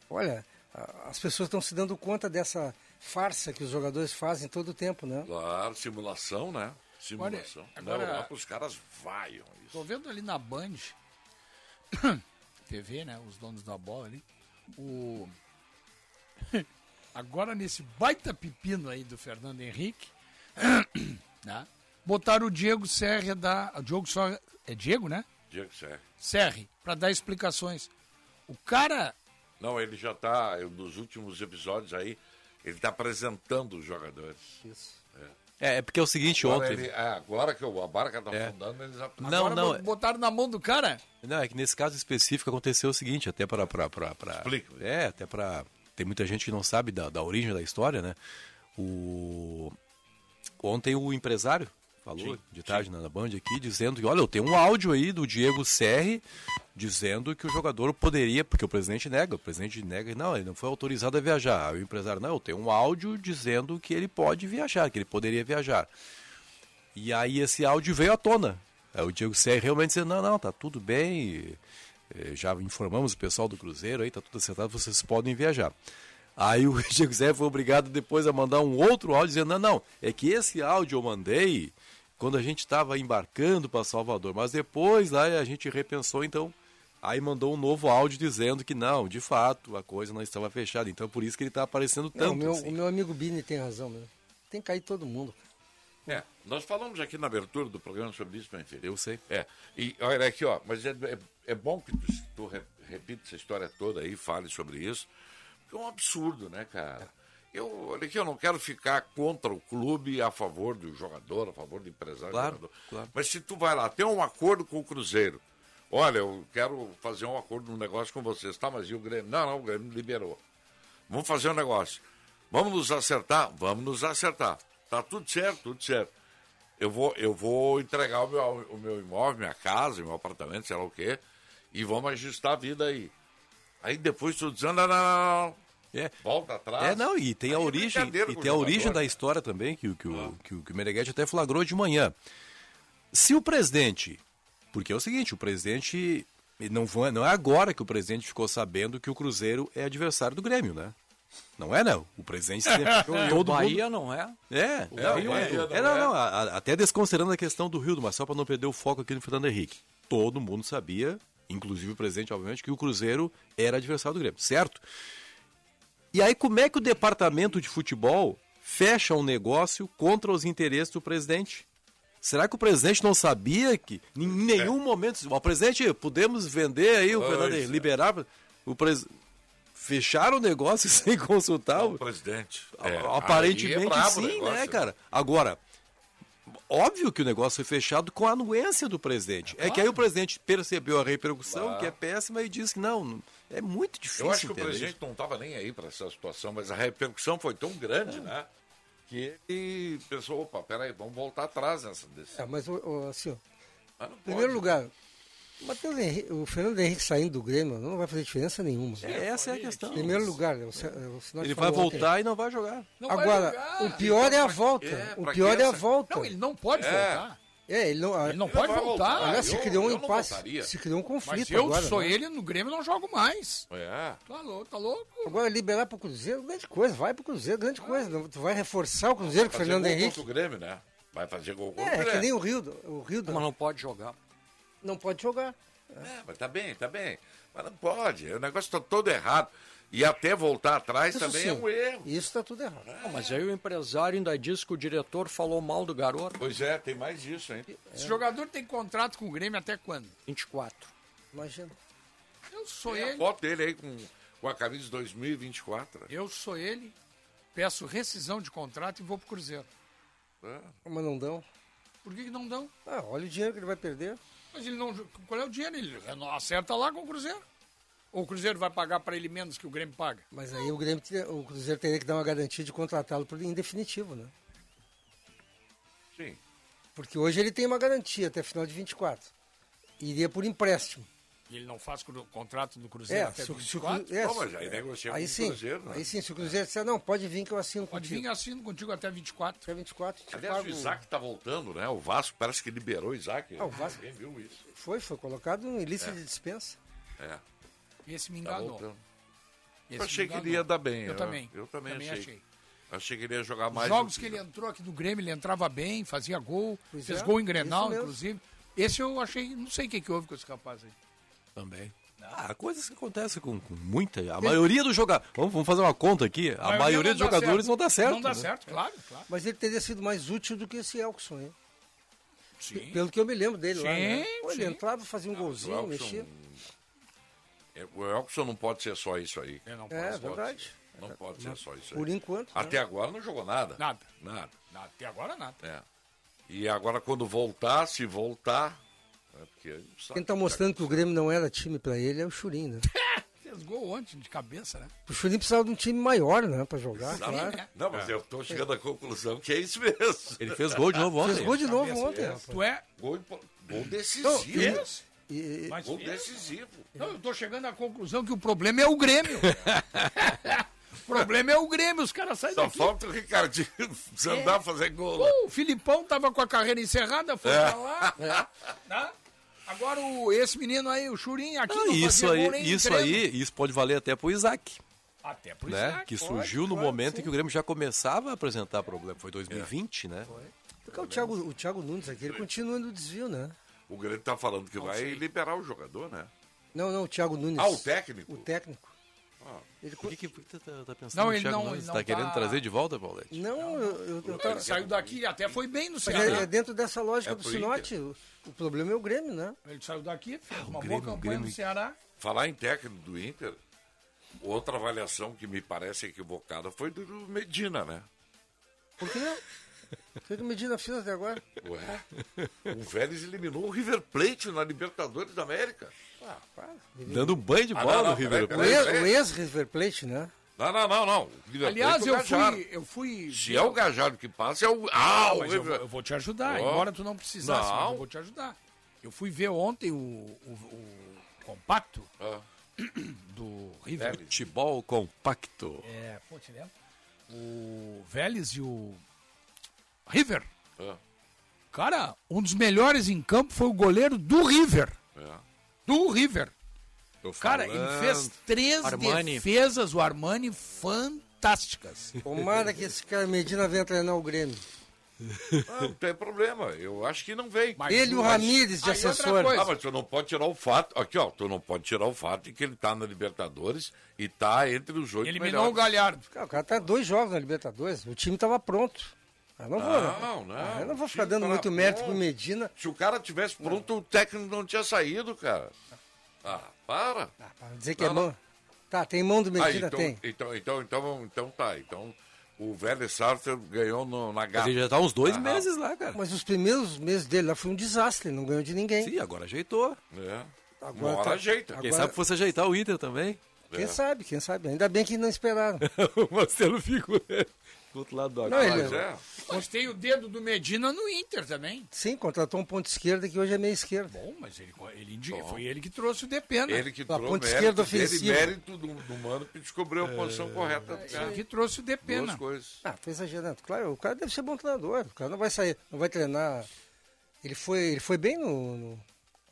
[SPEAKER 3] Olha, a- as pessoas estão se dando conta dessa farsa que os jogadores fazem todo o tempo, né?
[SPEAKER 2] Claro, simulação, né? Simulação.
[SPEAKER 4] Olha, agora-
[SPEAKER 2] Não, lá os caras vaiam.
[SPEAKER 4] Tô vendo ali na Band TV, né? Os donos da bola ali. O. Agora nesse baita pepino aí do Fernando Henrique, né? Botaram o Diego Serra da. O Diogo só. É Diego, né?
[SPEAKER 2] Diego Serra.
[SPEAKER 4] Serra, pra dar explicações. O cara.
[SPEAKER 2] Não, ele já está, nos últimos episódios aí, ele está apresentando os jogadores.
[SPEAKER 3] Isso.
[SPEAKER 6] É, é porque é o seguinte,
[SPEAKER 2] agora
[SPEAKER 6] ontem.
[SPEAKER 2] ele- é, agora que o- a barca está
[SPEAKER 6] É.
[SPEAKER 2] afundando, tá- eles ap-
[SPEAKER 6] Não,
[SPEAKER 4] agora
[SPEAKER 6] não,
[SPEAKER 4] bot- Botaram na mão do cara?
[SPEAKER 6] Não, é que nesse caso específico aconteceu o seguinte, até para... para, para, para
[SPEAKER 2] Explica.
[SPEAKER 6] É, até para... Tem muita gente que não sabe da, da origem da história, né? O... Ontem o empresário falou
[SPEAKER 2] Sim,
[SPEAKER 6] de tarde na na Band aqui, dizendo que, olha, eu tenho um áudio aí do Diego Serri dizendo que o jogador poderia, porque o presidente nega, o presidente nega, não, ele não foi autorizado a viajar. Aí o empresário, não, eu tenho um áudio dizendo que ele pode viajar, que ele poderia viajar. E aí esse áudio veio à tona. Aí o Diego Serri realmente dizendo, não, não, tá tudo bem, eh, já informamos o pessoal do Cruzeiro aí, tá tudo acertado, vocês podem viajar. Aí o Diego Serri foi obrigado depois a mandar um outro áudio dizendo, não, não, é que esse áudio eu mandei quando a gente estava embarcando para Salvador, mas depois lá a gente repensou, então aí mandou um novo áudio dizendo que não, de fato, a coisa não estava fechada, então por isso que ele está aparecendo
[SPEAKER 3] Não,
[SPEAKER 6] tanto.
[SPEAKER 3] o, meu,
[SPEAKER 6] assim.
[SPEAKER 3] o meu amigo Bini tem razão, meu. Tem que cair todo mundo.
[SPEAKER 2] É, nós falamos aqui na abertura do programa sobre isso, meu filho.
[SPEAKER 6] Eu sei.
[SPEAKER 2] É, e olha aqui, ó, mas é, é, é bom que tu, tu re- repita essa história toda aí, fale sobre isso, porque é um absurdo, né, cara? Eu, olha aqui, eu não quero ficar contra o clube, a favor do jogador, a favor do empresário.
[SPEAKER 6] Claro,
[SPEAKER 2] jogador.
[SPEAKER 6] claro.
[SPEAKER 2] Mas se tu vai lá, tem um acordo com o Cruzeiro. Olha, eu quero fazer um acordo, um negócio com vocês, tá? Mas e o Grêmio? Não, não, o Grêmio liberou. Vamos fazer um negócio. Vamos nos acertar? Vamos nos acertar. Tá tudo certo, tudo certo. Eu vou, eu vou entregar o meu, o meu imóvel, minha casa, meu apartamento, sei lá o quê, e vamos ajustar a vida aí. Aí depois tu dizendo, não, não, não, não.
[SPEAKER 6] É.
[SPEAKER 2] Volta atrás.
[SPEAKER 6] É, não, e tem a
[SPEAKER 2] Aí é
[SPEAKER 6] origem,
[SPEAKER 2] brincadeira
[SPEAKER 6] e
[SPEAKER 2] com Ah. o
[SPEAKER 6] tem a
[SPEAKER 2] jogador.
[SPEAKER 6] origem da história também, que, o- que, o, que, o- que o Meneghetti até flagrou de manhã. Se o presidente, porque é o seguinte, o presidente, ele não, vai- não é agora que o presidente ficou sabendo que o Cruzeiro é adversário do Grêmio, né? Não é, não. O presidente sempre...
[SPEAKER 5] E o Bahia não é.
[SPEAKER 6] É,
[SPEAKER 5] O
[SPEAKER 6] não,
[SPEAKER 5] Rio
[SPEAKER 6] é,
[SPEAKER 5] é.
[SPEAKER 6] é, não, não, a- a- até desconsiderando a questão do Rio, mas só para não perder o foco aqui no Fernando Henrique. Todo mundo sabia, inclusive o presidente, obviamente, que o Cruzeiro era adversário do Grêmio, certo? E aí, como é que o departamento de futebol fecha um negócio contra os interesses do presidente? Será que o presidente não sabia que em nenhum momento. Ó, presidente, podemos vender aí o
[SPEAKER 2] Pois
[SPEAKER 6] Fernando
[SPEAKER 2] é.
[SPEAKER 6] Henrique, liberar. O pres... Fecharam o negócio sem consultar o
[SPEAKER 4] É,
[SPEAKER 2] O né? presidente. É,
[SPEAKER 6] Aparentemente sim, né, cara? Agora, né, óbvio que o negócio foi fechado com a anuência do presidente. É, que aí o presidente percebeu a repercussão,
[SPEAKER 2] Claro.
[SPEAKER 6] que é péssima, e disse que não, não- é muito difícil
[SPEAKER 2] Eu acho que o
[SPEAKER 6] entender
[SPEAKER 2] presidente não estava nem aí para essa situação, mas a repercussão foi tão grande, né? Que ele pensou, opa, peraí, vamos voltar atrás nessa decisão.
[SPEAKER 3] É, mas, ô, ô, assim, ó,
[SPEAKER 6] Ah,
[SPEAKER 2] Mas não
[SPEAKER 3] em primeiro
[SPEAKER 2] pode.
[SPEAKER 3] lugar, o, Matheus Henrique- o Fernando Henrique saindo do Grêmio não vai fazer diferença nenhuma. né?
[SPEAKER 6] É, essa é a questão.
[SPEAKER 3] Em primeiro lugar, é o se- é o que nós
[SPEAKER 6] Ele vai
[SPEAKER 3] falamos ontem.
[SPEAKER 6] voltar e não vai jogar. Não vai
[SPEAKER 3] Agora,
[SPEAKER 6] jogar.
[SPEAKER 3] o pior
[SPEAKER 4] Então,
[SPEAKER 3] é a volta.
[SPEAKER 6] É,
[SPEAKER 3] o
[SPEAKER 6] pra
[SPEAKER 3] pior
[SPEAKER 6] que
[SPEAKER 3] é a
[SPEAKER 6] essa-
[SPEAKER 3] volta.
[SPEAKER 4] Não, ele não pode É. voltar.
[SPEAKER 3] É, ele não, ele
[SPEAKER 4] não pode
[SPEAKER 3] vai
[SPEAKER 4] voltar.
[SPEAKER 3] Olha, se
[SPEAKER 4] Eu-
[SPEAKER 3] criou um
[SPEAKER 4] eu não
[SPEAKER 3] impasse,
[SPEAKER 4] voltaria.
[SPEAKER 3] se criou um conflito
[SPEAKER 4] Mas eu
[SPEAKER 3] agora.
[SPEAKER 4] sou
[SPEAKER 3] né?
[SPEAKER 4] ele, no Grêmio não jogo mais.
[SPEAKER 2] É.
[SPEAKER 4] Tá louco, tá louco.
[SPEAKER 3] Agora liberar pro Cruzeiro, grande coisa, vai pro Cruzeiro, grande coisa. Não, Tu vai reforçar o Cruzeiro com o
[SPEAKER 2] Fazer
[SPEAKER 3] Fernando
[SPEAKER 2] gol
[SPEAKER 3] Henrique.
[SPEAKER 2] contra o Grêmio, né? Vai fazer gol contra o
[SPEAKER 3] É, é que
[SPEAKER 2] Grêmio.
[SPEAKER 3] nem o Rio, o Rio Mas
[SPEAKER 5] não pode jogar.
[SPEAKER 3] Não pode jogar.
[SPEAKER 2] É, mas tá bem, tá bem. Mas não pode, o negócio tá todo errado. E até voltar atrás também é um erro.
[SPEAKER 3] Isso está tudo errado.
[SPEAKER 5] tá Não, mas aí o empresário ainda disse que o diretor falou mal do garoto.
[SPEAKER 2] Pois é, tem mais disso, hein?
[SPEAKER 3] É.
[SPEAKER 4] Esse jogador tem contrato com o Grêmio até quando?
[SPEAKER 5] 24.
[SPEAKER 3] Imagina.
[SPEAKER 4] Eu sou
[SPEAKER 2] Tem a
[SPEAKER 4] ele,
[SPEAKER 2] foto dele aí com, com a camisa de 2024.
[SPEAKER 4] eu sou ele, peço rescisão de contrato e vou pro Cruzeiro.
[SPEAKER 2] É?
[SPEAKER 3] Ah, Mas não dão.
[SPEAKER 4] Por que, que não dão?
[SPEAKER 3] Ah, olha o dinheiro que ele vai perder.
[SPEAKER 4] Mas ele não. Qual é o dinheiro? Ele reno- acerta lá com o Cruzeiro. Ou o Cruzeiro vai pagar pra ele menos que o Grêmio paga?
[SPEAKER 3] Mas aí o, Grêmio, teria- o Cruzeiro teria que dar uma garantia de contratá-lo por indefinitivo, né?
[SPEAKER 2] Sim.
[SPEAKER 3] Porque hoje ele tem uma garantia até final de 24. Iria por empréstimo.
[SPEAKER 4] E ele não faz cru- contrato do Cruzeiro
[SPEAKER 3] É,
[SPEAKER 4] até
[SPEAKER 3] se, o- se o
[SPEAKER 4] 24?
[SPEAKER 3] Cruzeiro- é,
[SPEAKER 2] Não,
[SPEAKER 3] se-
[SPEAKER 2] mas aí negocia com
[SPEAKER 3] aí
[SPEAKER 2] o
[SPEAKER 3] sim,
[SPEAKER 2] Cruzeiro, né?
[SPEAKER 3] Aí sim, se o Cruzeiro disser, não, pode vir que eu assino
[SPEAKER 4] Pode
[SPEAKER 3] contigo.
[SPEAKER 4] vir assino contigo até 24.
[SPEAKER 3] Até 24, te
[SPEAKER 2] Aliás,
[SPEAKER 3] pago...
[SPEAKER 2] o Isaac tá voltando, né? O Vasco parece que liberou o Isaac. né?
[SPEAKER 3] Ah, o Vasco-
[SPEAKER 2] Ninguém viu isso.
[SPEAKER 3] Foi, foi colocado em lista
[SPEAKER 2] É.
[SPEAKER 3] de dispensa.
[SPEAKER 2] É.
[SPEAKER 4] Esse me
[SPEAKER 2] Tá
[SPEAKER 4] enganou.
[SPEAKER 2] voltando.
[SPEAKER 4] Esse
[SPEAKER 2] eu achei
[SPEAKER 4] me
[SPEAKER 2] que ele
[SPEAKER 4] enganou.
[SPEAKER 2] ia dar bem. é.
[SPEAKER 4] Eu, também.
[SPEAKER 2] Eu também, achei. achei.
[SPEAKER 4] achei.
[SPEAKER 2] que ele ia jogar
[SPEAKER 4] Os
[SPEAKER 2] Tá mais.
[SPEAKER 4] jogos
[SPEAKER 2] do
[SPEAKER 4] que ele entrou aqui no Grêmio, ele entrava bem, fazia gol,
[SPEAKER 3] Pois
[SPEAKER 4] fez
[SPEAKER 3] é,
[SPEAKER 4] gol em
[SPEAKER 3] isso
[SPEAKER 4] Grenal,
[SPEAKER 3] mesmo.
[SPEAKER 4] inclusive. Esse eu achei, não sei o que, que houve com esse rapaz aí.
[SPEAKER 6] Também. Ah, coisas que acontecem com, com muita. A maioria dos jogadores. Vamos, vamos fazer uma conta aqui. A maioria, dos
[SPEAKER 4] não dá
[SPEAKER 6] jogadores
[SPEAKER 4] certo.
[SPEAKER 6] não dá certo.
[SPEAKER 4] Não dá
[SPEAKER 6] né?
[SPEAKER 4] certo, claro, claro.
[SPEAKER 3] Mas ele teria sido mais útil do que esse Elkson, hein?
[SPEAKER 4] Sim.
[SPEAKER 3] Pelo que eu me lembro dele lá, né?
[SPEAKER 4] Sim,
[SPEAKER 3] Pô, Ele
[SPEAKER 4] sim.
[SPEAKER 3] entrava, fazia um golzinho,
[SPEAKER 2] Elkson-
[SPEAKER 3] mexia.
[SPEAKER 2] É, O Elkson não pode ser só isso aí.
[SPEAKER 4] não
[SPEAKER 3] É, pode. verdade.
[SPEAKER 2] ser. Não pode ser só isso aí.
[SPEAKER 3] Por enquanto, né?
[SPEAKER 2] Até agora não jogou nada.
[SPEAKER 4] Nada.
[SPEAKER 2] Nada.
[SPEAKER 4] Nada, Até agora nada.
[SPEAKER 2] É. E agora quando voltar, se voltar. É porque aí não sabe.
[SPEAKER 3] Quem tá
[SPEAKER 4] é
[SPEAKER 3] mostrando que o Grêmio não era time pra ele é o Churim, né?
[SPEAKER 4] Fez gol ontem de cabeça, né?
[SPEAKER 3] O Churim precisava de um time maior, né? Pra jogar,
[SPEAKER 2] Exato.
[SPEAKER 3] claro.
[SPEAKER 2] Não, mas
[SPEAKER 4] É.
[SPEAKER 2] eu tô chegando à conclusão que é isso mesmo.
[SPEAKER 6] Ele fez gol de novo ontem.
[SPEAKER 3] Fez gol de novo
[SPEAKER 2] Cabeça,
[SPEAKER 3] ontem,
[SPEAKER 2] é.
[SPEAKER 3] rapaz.
[SPEAKER 4] Tu é.
[SPEAKER 2] Gol, impo- gol
[SPEAKER 4] Não,
[SPEAKER 2] decisivo.
[SPEAKER 4] fez.
[SPEAKER 3] E-
[SPEAKER 4] Mas
[SPEAKER 2] Gol
[SPEAKER 4] fez.
[SPEAKER 2] decisivo.
[SPEAKER 4] Não, eu tô chegando à conclusão que o problema é o Grêmio. o problema é o Grêmio, os caras saem
[SPEAKER 2] Só
[SPEAKER 4] daqui. É.
[SPEAKER 2] falta o Ricardinho andar a fazer gol. né? É.
[SPEAKER 4] Pô, o Filipão tava com a carreira encerrada, foi pra lá. Tá? Agora o, esse menino aí, o Churinho, aqui
[SPEAKER 6] Não,
[SPEAKER 4] não
[SPEAKER 6] Ah, isso
[SPEAKER 4] fazia gol
[SPEAKER 6] aí,
[SPEAKER 4] nem em
[SPEAKER 6] isso
[SPEAKER 4] treino.
[SPEAKER 6] aí, isso pode valer até pro Isaac,
[SPEAKER 4] Até pro
[SPEAKER 6] né?
[SPEAKER 4] Isaac,
[SPEAKER 6] que
[SPEAKER 4] pode,
[SPEAKER 6] surgiu no
[SPEAKER 4] claro,
[SPEAKER 6] momento
[SPEAKER 4] sim. É.
[SPEAKER 6] em que o Grêmio já começava a apresentar problema. Foi 2020, né?
[SPEAKER 3] Porque é o Thiago, o Thiago Nunes aqui, ele continua no desvio, né?
[SPEAKER 2] O Grêmio tá falando que vai liberar o jogador, né?
[SPEAKER 3] Não, não, o Thiago Nunes.
[SPEAKER 2] Ah, o técnico?
[SPEAKER 3] O técnico. Ele
[SPEAKER 6] Por
[SPEAKER 3] co-
[SPEAKER 6] que, que, por que tu tá, tá pensando
[SPEAKER 4] Ah. Não,
[SPEAKER 6] no
[SPEAKER 4] ele
[SPEAKER 6] Thiago
[SPEAKER 4] não-
[SPEAKER 6] Nunes?
[SPEAKER 4] ele não
[SPEAKER 6] tá querendo
[SPEAKER 4] tá-
[SPEAKER 6] trazer de volta, Paulete?
[SPEAKER 3] Não, eu, eu, eu tava...
[SPEAKER 4] Ele saiu daqui, até foi bem no
[SPEAKER 3] Mas é, é
[SPEAKER 4] Ceará.
[SPEAKER 3] dentro dessa lógica
[SPEAKER 2] É
[SPEAKER 3] do
[SPEAKER 2] pro
[SPEAKER 3] Sinote. O, o problema é o Grêmio, né?
[SPEAKER 4] Ele saiu daqui, fez uma
[SPEAKER 6] Ah, Grêmio,
[SPEAKER 4] boa campanha
[SPEAKER 6] Grêmio.
[SPEAKER 4] no Ceará.
[SPEAKER 2] Falar em técnico do Inter, outra avaliação que me parece equivocada foi do Medina, né?
[SPEAKER 3] Por que não? O que que o Medina fez até agora?
[SPEAKER 2] Ué, o Vélez eliminou o River Plate na Libertadores da América.
[SPEAKER 6] Dando um banho de
[SPEAKER 2] Ah,
[SPEAKER 6] bola
[SPEAKER 2] não, não,
[SPEAKER 6] no River
[SPEAKER 2] peraí,
[SPEAKER 3] O
[SPEAKER 6] Plate.
[SPEAKER 2] peraí.
[SPEAKER 3] ex- o ex-River Plate, né?
[SPEAKER 2] Não, não, não, não. O River
[SPEAKER 4] Aliás,
[SPEAKER 2] Plate é o
[SPEAKER 4] eu
[SPEAKER 2] Gajardo.
[SPEAKER 4] fui, eu fui.
[SPEAKER 2] Se é o Gajardo que passa, é o. Ah,
[SPEAKER 4] Não,
[SPEAKER 2] o
[SPEAKER 4] mas eu,
[SPEAKER 2] River-
[SPEAKER 4] vou- eu vou te
[SPEAKER 2] Ó.
[SPEAKER 4] ajudar, embora tu não precisasse, mas
[SPEAKER 2] Não.
[SPEAKER 4] eu vou te ajudar. Eu fui ver ontem o, o- o compacto
[SPEAKER 2] Ah.
[SPEAKER 4] do
[SPEAKER 2] É,
[SPEAKER 4] River.
[SPEAKER 6] Futebol compacto.
[SPEAKER 4] É, pô, te lembra? O Vélez e o River.
[SPEAKER 2] Ah,
[SPEAKER 4] Cara, um dos melhores em campo foi o goleiro do River.
[SPEAKER 2] é.
[SPEAKER 4] Do River.
[SPEAKER 6] Tô
[SPEAKER 4] Cara,
[SPEAKER 6] falando.
[SPEAKER 4] ele fez três
[SPEAKER 5] Armani.
[SPEAKER 4] defesas, o Armani, fantásticas.
[SPEAKER 3] Tomara que esse cara Medina venha treinar né, o Grêmio.
[SPEAKER 2] Ah, não tem problema. Eu acho que não vem.
[SPEAKER 4] Mas-
[SPEAKER 3] Ele e o
[SPEAKER 4] mas-
[SPEAKER 3] Ramírez de
[SPEAKER 4] Aí outra
[SPEAKER 3] assessor.
[SPEAKER 4] coisa.
[SPEAKER 2] Ah, mas tu não pode tirar o fato. Aqui, ó, tu não pode tirar o fato de que ele tá na Libertadores e tá entre os oito
[SPEAKER 4] Eliminou
[SPEAKER 2] melhores.
[SPEAKER 4] o Galhardo.
[SPEAKER 3] Cara, o cara tá dois jogos na Libertadores. O time tava pronto. Ah, não vou, né?
[SPEAKER 2] Não, não.
[SPEAKER 3] Ah, eu não vou
[SPEAKER 2] O
[SPEAKER 3] ficar
[SPEAKER 2] time
[SPEAKER 3] dando
[SPEAKER 2] tá
[SPEAKER 3] muito
[SPEAKER 2] pronto.
[SPEAKER 3] mérito pro Medina.
[SPEAKER 2] Se o cara tivesse pronto, o técnico não tinha saído, cara. Ah, para.
[SPEAKER 3] Pra dizer que
[SPEAKER 2] Não,
[SPEAKER 3] é
[SPEAKER 2] não.
[SPEAKER 3] mão. Tá, tem mão do
[SPEAKER 2] Ah,
[SPEAKER 3] Medina,
[SPEAKER 2] então,
[SPEAKER 3] tem.
[SPEAKER 2] então, então, então, então tá. Então, O Velho Sartre ganhou no, na garra.
[SPEAKER 6] Ele já tá uns dois
[SPEAKER 2] Na garra.
[SPEAKER 6] meses lá, cara.
[SPEAKER 3] Mas os primeiros meses dele lá foi um desastre, ele não ganhou de ninguém.
[SPEAKER 6] Sim, agora ajeitou.
[SPEAKER 2] É.
[SPEAKER 3] Agora Uma tá- hora ajeita.
[SPEAKER 6] Quem
[SPEAKER 3] agora- É.
[SPEAKER 6] sabe fosse ajeitar o Inter também.
[SPEAKER 3] Quem sabe, quem sabe. Ainda bem que não esperaram.
[SPEAKER 6] o Marcelo ficou do outro lado do
[SPEAKER 3] Não, é. ele-
[SPEAKER 4] Mas tem o dedo do Medina no Inter também.
[SPEAKER 3] Sim, contratou um ponto esquerda que hoje é meia esquerda.
[SPEAKER 4] Bom, mas ele, ele indi- foi ele que trouxe o né? Depena.
[SPEAKER 2] Ele que
[SPEAKER 3] A
[SPEAKER 2] trouxe
[SPEAKER 3] ponta
[SPEAKER 2] mérito
[SPEAKER 3] esquerda
[SPEAKER 2] dele,
[SPEAKER 3] ofensiva.
[SPEAKER 2] mérito do, do Mano que descobriu a posição
[SPEAKER 3] É.
[SPEAKER 2] correta do
[SPEAKER 6] É,
[SPEAKER 2] cara.
[SPEAKER 4] Ele que trouxe o Depena.
[SPEAKER 6] né?
[SPEAKER 2] Duas coisas.
[SPEAKER 3] Ah, tô exagerando. Claro, o cara deve ser bom treinador. O cara não vai sair, não vai treinar. Ele foi, ele foi bem no, no-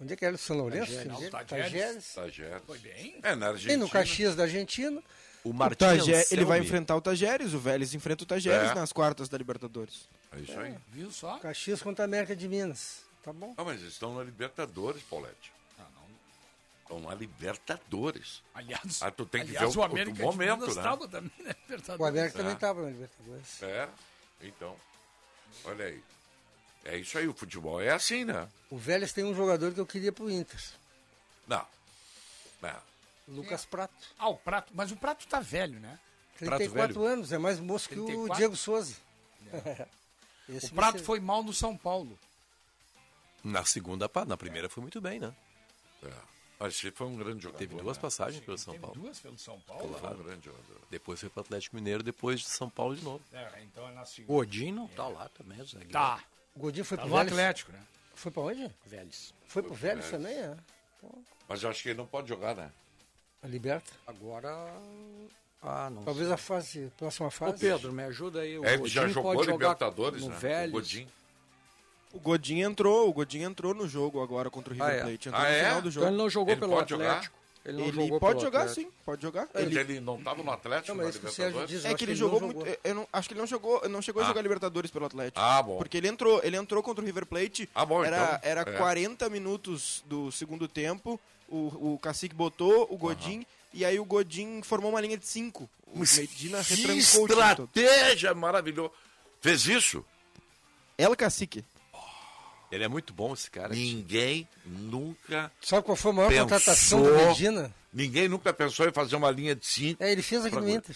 [SPEAKER 3] Onde é que era? São
[SPEAKER 2] Tá
[SPEAKER 3] Lourenço?
[SPEAKER 4] Tajeres.
[SPEAKER 3] Time dele?
[SPEAKER 4] Tajeres.
[SPEAKER 3] Tajeres.
[SPEAKER 2] Tajeres.
[SPEAKER 4] Foi bem.
[SPEAKER 2] Tá É, na
[SPEAKER 3] Bem no
[SPEAKER 2] Argentina.
[SPEAKER 3] Caxias da Argentina.
[SPEAKER 6] O
[SPEAKER 7] Taje- ele vai enfrentar o Tajeres, o Vélez enfrenta o Tajeres
[SPEAKER 2] É.
[SPEAKER 7] nas quartas da Libertadores.
[SPEAKER 2] É isso aí.
[SPEAKER 4] Viu só?
[SPEAKER 3] Caxias contra a América de Minas. Tá bom.
[SPEAKER 2] Ah, mas eles estão na Libertadores, Paulette.
[SPEAKER 4] Ah,
[SPEAKER 2] Estão na Libertadores.
[SPEAKER 4] Aliás,
[SPEAKER 2] ah, tu tem que
[SPEAKER 4] aliás,
[SPEAKER 2] ver
[SPEAKER 4] o
[SPEAKER 2] o,
[SPEAKER 4] América é de
[SPEAKER 2] o momento,
[SPEAKER 4] Minas
[SPEAKER 2] né?
[SPEAKER 4] tava também na Libertadores.
[SPEAKER 3] O América também
[SPEAKER 2] Ah.
[SPEAKER 3] estava na Libertadores.
[SPEAKER 2] É, então. Olha aí. É isso aí, o futebol é assim, né?
[SPEAKER 3] O Vélez tem um jogador que eu queria pro Inter.
[SPEAKER 2] Não. Não.
[SPEAKER 3] Lucas Prato.
[SPEAKER 4] Ah, o Prato. Mas o Prato tá velho, né? Prato
[SPEAKER 3] 34
[SPEAKER 4] velho.
[SPEAKER 3] anos, é mais moço que o
[SPEAKER 4] 34?
[SPEAKER 3] Diego Souza. Esse
[SPEAKER 4] o Prato
[SPEAKER 3] você-
[SPEAKER 4] foi mal no São Paulo.
[SPEAKER 6] Na segunda, pa- na primeira foi muito bem, né?
[SPEAKER 2] Mas esse foi um grande jogador.
[SPEAKER 6] Teve duas
[SPEAKER 2] né?
[SPEAKER 6] passagens pelo São Paulo.
[SPEAKER 4] Duas pelo São Paulo?
[SPEAKER 2] Foi um grande jogador.
[SPEAKER 6] Depois foi pro Atlético Mineiro, depois de São Paulo de novo.
[SPEAKER 4] É, então é na segunda.
[SPEAKER 5] Godinho não tá lá também, é zagueiro.
[SPEAKER 4] Tá.
[SPEAKER 3] O Godinho foi
[SPEAKER 4] Tá
[SPEAKER 3] pro
[SPEAKER 4] no
[SPEAKER 3] Vélez.
[SPEAKER 4] Atlético, né?
[SPEAKER 3] Foi pra onde?
[SPEAKER 5] Vélez.
[SPEAKER 3] Foi pro Vélez também, é?
[SPEAKER 2] Mas eu acho que ele não pode jogar, né?
[SPEAKER 3] A Liberta.
[SPEAKER 5] Agora. Ah, não.
[SPEAKER 3] Talvez a fase, próxima
[SPEAKER 5] Ô
[SPEAKER 3] fase.
[SPEAKER 5] Pedro, me ajuda aí. O
[SPEAKER 2] É, ele já
[SPEAKER 5] Godinho
[SPEAKER 2] jogou
[SPEAKER 5] pode jogar
[SPEAKER 2] Libertadores,
[SPEAKER 5] no
[SPEAKER 2] né? O
[SPEAKER 5] Vélez.
[SPEAKER 2] Godinho.
[SPEAKER 7] O Godinho entrou, o Godinho entrou no jogo agora contra o
[SPEAKER 5] Ah,
[SPEAKER 7] River
[SPEAKER 5] é?
[SPEAKER 7] Plate. Entrou
[SPEAKER 2] Ah,
[SPEAKER 7] no
[SPEAKER 2] é?
[SPEAKER 7] final do
[SPEAKER 5] Então
[SPEAKER 7] jogo.
[SPEAKER 5] ele não jogou
[SPEAKER 2] Ele
[SPEAKER 5] pelo
[SPEAKER 2] pode jogar?
[SPEAKER 5] Atlético. Ele não
[SPEAKER 7] Ele
[SPEAKER 5] jogou
[SPEAKER 7] pode
[SPEAKER 5] pelo
[SPEAKER 7] jogar
[SPEAKER 5] Atlético.
[SPEAKER 7] sim, pode jogar.
[SPEAKER 2] Porque ele é não estava no Atlético
[SPEAKER 3] Não,
[SPEAKER 2] na
[SPEAKER 3] mas isso que o Sérgio
[SPEAKER 2] Libertadores?
[SPEAKER 3] diz, eu
[SPEAKER 7] É
[SPEAKER 3] acho
[SPEAKER 7] que ele jogou
[SPEAKER 3] não
[SPEAKER 7] muito. Eu não, acho que ele não jogou, não chegou a jogar Libertadores pelo Atlético.
[SPEAKER 2] Ah, bom.
[SPEAKER 7] Porque ele entrou, ele entrou contra o River Plate.
[SPEAKER 2] Ah, bom,
[SPEAKER 7] era
[SPEAKER 2] então.
[SPEAKER 7] era
[SPEAKER 2] É.
[SPEAKER 7] 40 minutos do segundo tempo. O, o Cacique botou o Godin e aí o Godin formou uma linha de 5. O Medina
[SPEAKER 2] Que
[SPEAKER 7] retrancou o time todo.
[SPEAKER 2] estratégia maravilhosa. Fez isso?
[SPEAKER 7] El Cacique.
[SPEAKER 6] Ele é muito bom, esse cara.
[SPEAKER 2] Ninguém nunca
[SPEAKER 3] Sabe qual foi a maior
[SPEAKER 2] Pensou.
[SPEAKER 3] contratação do Medina?
[SPEAKER 2] ninguém nunca pensou em fazer uma linha de cinco.
[SPEAKER 3] É, ele fez aqui
[SPEAKER 2] Pra
[SPEAKER 3] no
[SPEAKER 2] agora.
[SPEAKER 3] Inter.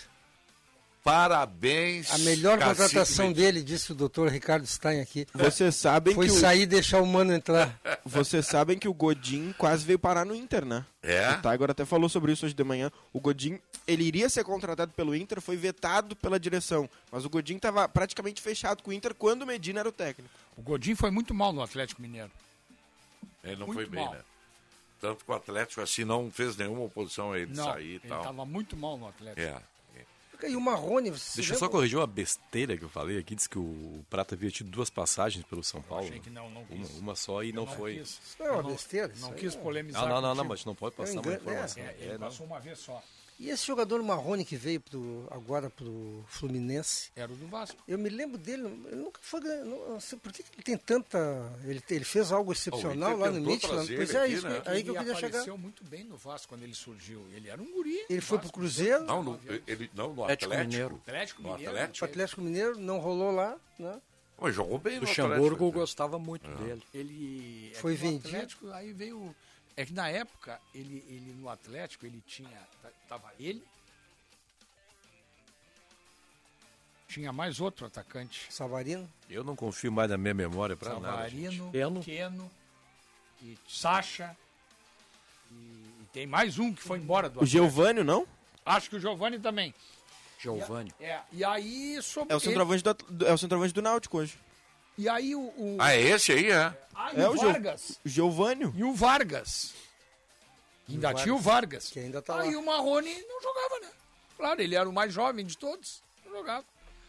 [SPEAKER 2] Parabéns.
[SPEAKER 3] A melhor
[SPEAKER 2] Cacique
[SPEAKER 3] contratação
[SPEAKER 2] Medina.
[SPEAKER 3] dele, disse o doutor Ricardo Stein aqui,
[SPEAKER 7] Vocês sabem
[SPEAKER 3] foi
[SPEAKER 7] que o,
[SPEAKER 3] sair e deixar o Mano entrar.
[SPEAKER 7] vocês sabem que o Godin quase veio parar no Inter, né?
[SPEAKER 2] É?
[SPEAKER 7] O Tiger até falou sobre isso hoje de manhã. O Godin, ele iria ser contratado pelo Inter, foi vetado pela direção. Mas o Godin estava praticamente fechado com o Inter quando o Medina era o técnico.
[SPEAKER 4] O Godinho foi muito mal no Atlético Mineiro.
[SPEAKER 2] Ele não
[SPEAKER 4] Muito
[SPEAKER 2] foi bem,
[SPEAKER 4] mal.
[SPEAKER 2] né? Tanto que o Atlético assim não fez nenhuma oposição a ele
[SPEAKER 4] Não,
[SPEAKER 2] sair e
[SPEAKER 4] ele
[SPEAKER 2] tal.
[SPEAKER 4] tava muito mal no Atlético.
[SPEAKER 2] É.
[SPEAKER 3] E o Marrone, você
[SPEAKER 6] Deixa eu só
[SPEAKER 3] lembra?
[SPEAKER 6] corrigir uma besteira que eu falei aqui. Diz que o Prata havia tido duas passagens pelo São Paulo. né?
[SPEAKER 4] achei que não, não
[SPEAKER 6] uma,
[SPEAKER 4] quis.
[SPEAKER 6] uma só e não,
[SPEAKER 4] Não
[SPEAKER 6] foi.
[SPEAKER 4] quis.
[SPEAKER 3] Isso é uma
[SPEAKER 4] Eu não-
[SPEAKER 3] besteira. isso
[SPEAKER 4] Não
[SPEAKER 3] aí
[SPEAKER 4] quis
[SPEAKER 3] é-
[SPEAKER 4] polemizar.
[SPEAKER 6] Não, não, não, não,
[SPEAKER 4] contigo.
[SPEAKER 6] mas não pode passar uma
[SPEAKER 3] engano,
[SPEAKER 6] informação.
[SPEAKER 4] É, ele
[SPEAKER 6] É, não.
[SPEAKER 4] passou uma vez só.
[SPEAKER 3] E esse jogador Marrone que veio pro- agora pro Fluminense,
[SPEAKER 2] É.
[SPEAKER 4] Era o do Vasco.
[SPEAKER 3] eu me lembro dele, ele nunca foi ganha- não, não sei por que que ele tem tanta... Ele, ele fez algo excepcional
[SPEAKER 2] Inter
[SPEAKER 3] lá no
[SPEAKER 2] tentou
[SPEAKER 3] Midland,
[SPEAKER 2] trazer
[SPEAKER 3] pois
[SPEAKER 2] ele
[SPEAKER 3] é,
[SPEAKER 2] aqui,
[SPEAKER 3] isso,
[SPEAKER 2] né?
[SPEAKER 3] aí que eu
[SPEAKER 4] ele
[SPEAKER 3] queria
[SPEAKER 4] apareceu
[SPEAKER 3] chegar.
[SPEAKER 4] muito bem no Vasco quando ele surgiu. Ele era um guri.
[SPEAKER 3] Ele
[SPEAKER 4] no
[SPEAKER 3] foi pro
[SPEAKER 4] Vasco.
[SPEAKER 3] Cruzeiro,
[SPEAKER 2] Não, no, ele, não, no
[SPEAKER 5] Atlético
[SPEAKER 2] Atlético.
[SPEAKER 5] Mineiro.
[SPEAKER 4] Atlético
[SPEAKER 2] No
[SPEAKER 4] Mineiro. né?
[SPEAKER 2] Atlético?
[SPEAKER 3] pro Atlético Mineiro, não rolou lá, né?
[SPEAKER 2] Mas jogou bem
[SPEAKER 5] O
[SPEAKER 2] no
[SPEAKER 5] Luxemburgo
[SPEAKER 2] Atlético.
[SPEAKER 5] gostava muito dele.
[SPEAKER 4] Ele é
[SPEAKER 3] Foi
[SPEAKER 4] que no
[SPEAKER 3] vendido.
[SPEAKER 4] Atlético, aí veio. É que na época, ele, ele no Atlético, ele tinha. ta- Tava ele. Tinha mais outro atacante.
[SPEAKER 3] Savarino.
[SPEAKER 6] Eu não confio mais na minha memória pra nada. gente.
[SPEAKER 4] Savarino,
[SPEAKER 5] Keno.
[SPEAKER 4] Keno. e Sacha. E, e tem mais um que foi embora do
[SPEAKER 7] O Geovânio, não?
[SPEAKER 4] Acho que o Giovani também.
[SPEAKER 5] Giovanni.
[SPEAKER 4] É, e aí sobre
[SPEAKER 7] É o centroavante do, Atl- do- é o centroavante do Náutico hoje.
[SPEAKER 4] E aí o, o-
[SPEAKER 2] Ah, é esse aí, é?
[SPEAKER 4] ah, e
[SPEAKER 7] É
[SPEAKER 4] o
[SPEAKER 7] o Gio-
[SPEAKER 4] Vargas.
[SPEAKER 7] O Geovânio.
[SPEAKER 4] E o Vargas. ainda tinha o Vargas.
[SPEAKER 3] que ainda tá
[SPEAKER 4] aí
[SPEAKER 3] lá.
[SPEAKER 4] o Marrone não jogava, né? Claro, ele era o mais jovem de todos. Não jogava.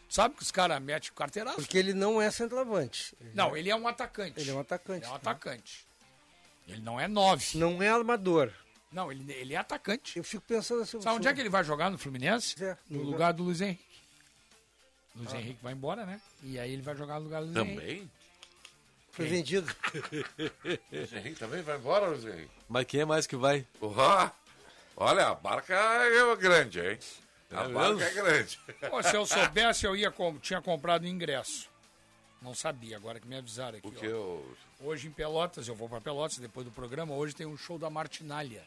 [SPEAKER 4] Sabe que os caras metem o carteiraço?
[SPEAKER 3] Porque ele não é centroavante. Ele
[SPEAKER 4] Não, ele é um atacante.
[SPEAKER 3] Ele é um atacante.
[SPEAKER 4] Ele é um atacante. Ele não é nove.
[SPEAKER 3] Não é armador.
[SPEAKER 4] Não, ele, ele é atacante.
[SPEAKER 3] Eu fico pensando assim.
[SPEAKER 4] Sabe onde é que ele vai jogar no Fluminense?
[SPEAKER 3] É,
[SPEAKER 4] No
[SPEAKER 3] no Ah.
[SPEAKER 4] lugar do Luiz Henrique. Luiz Henrique vai embora, né? E aí ele vai jogar no lugar do Luiz Henrique.
[SPEAKER 2] Também?
[SPEAKER 3] Foi vendido.
[SPEAKER 2] Luiz Henrique também vai embora, Luiz Henrique?
[SPEAKER 6] Mas quem é mais que vai?
[SPEAKER 2] Uhá. Ah, Olha, a barca é grande, hein? A
[SPEAKER 6] É
[SPEAKER 2] barca
[SPEAKER 6] mesmo?
[SPEAKER 2] é grande.
[SPEAKER 4] Pô, se eu soubesse, eu ia com- tinha comprado o ingresso. Não sabia, agora que me avisaram aqui.
[SPEAKER 2] Porque
[SPEAKER 4] ó.
[SPEAKER 2] eu...
[SPEAKER 4] Hoje em Pelotas, eu vou pra Pelotas depois do programa, hoje tem um show da Martinalha.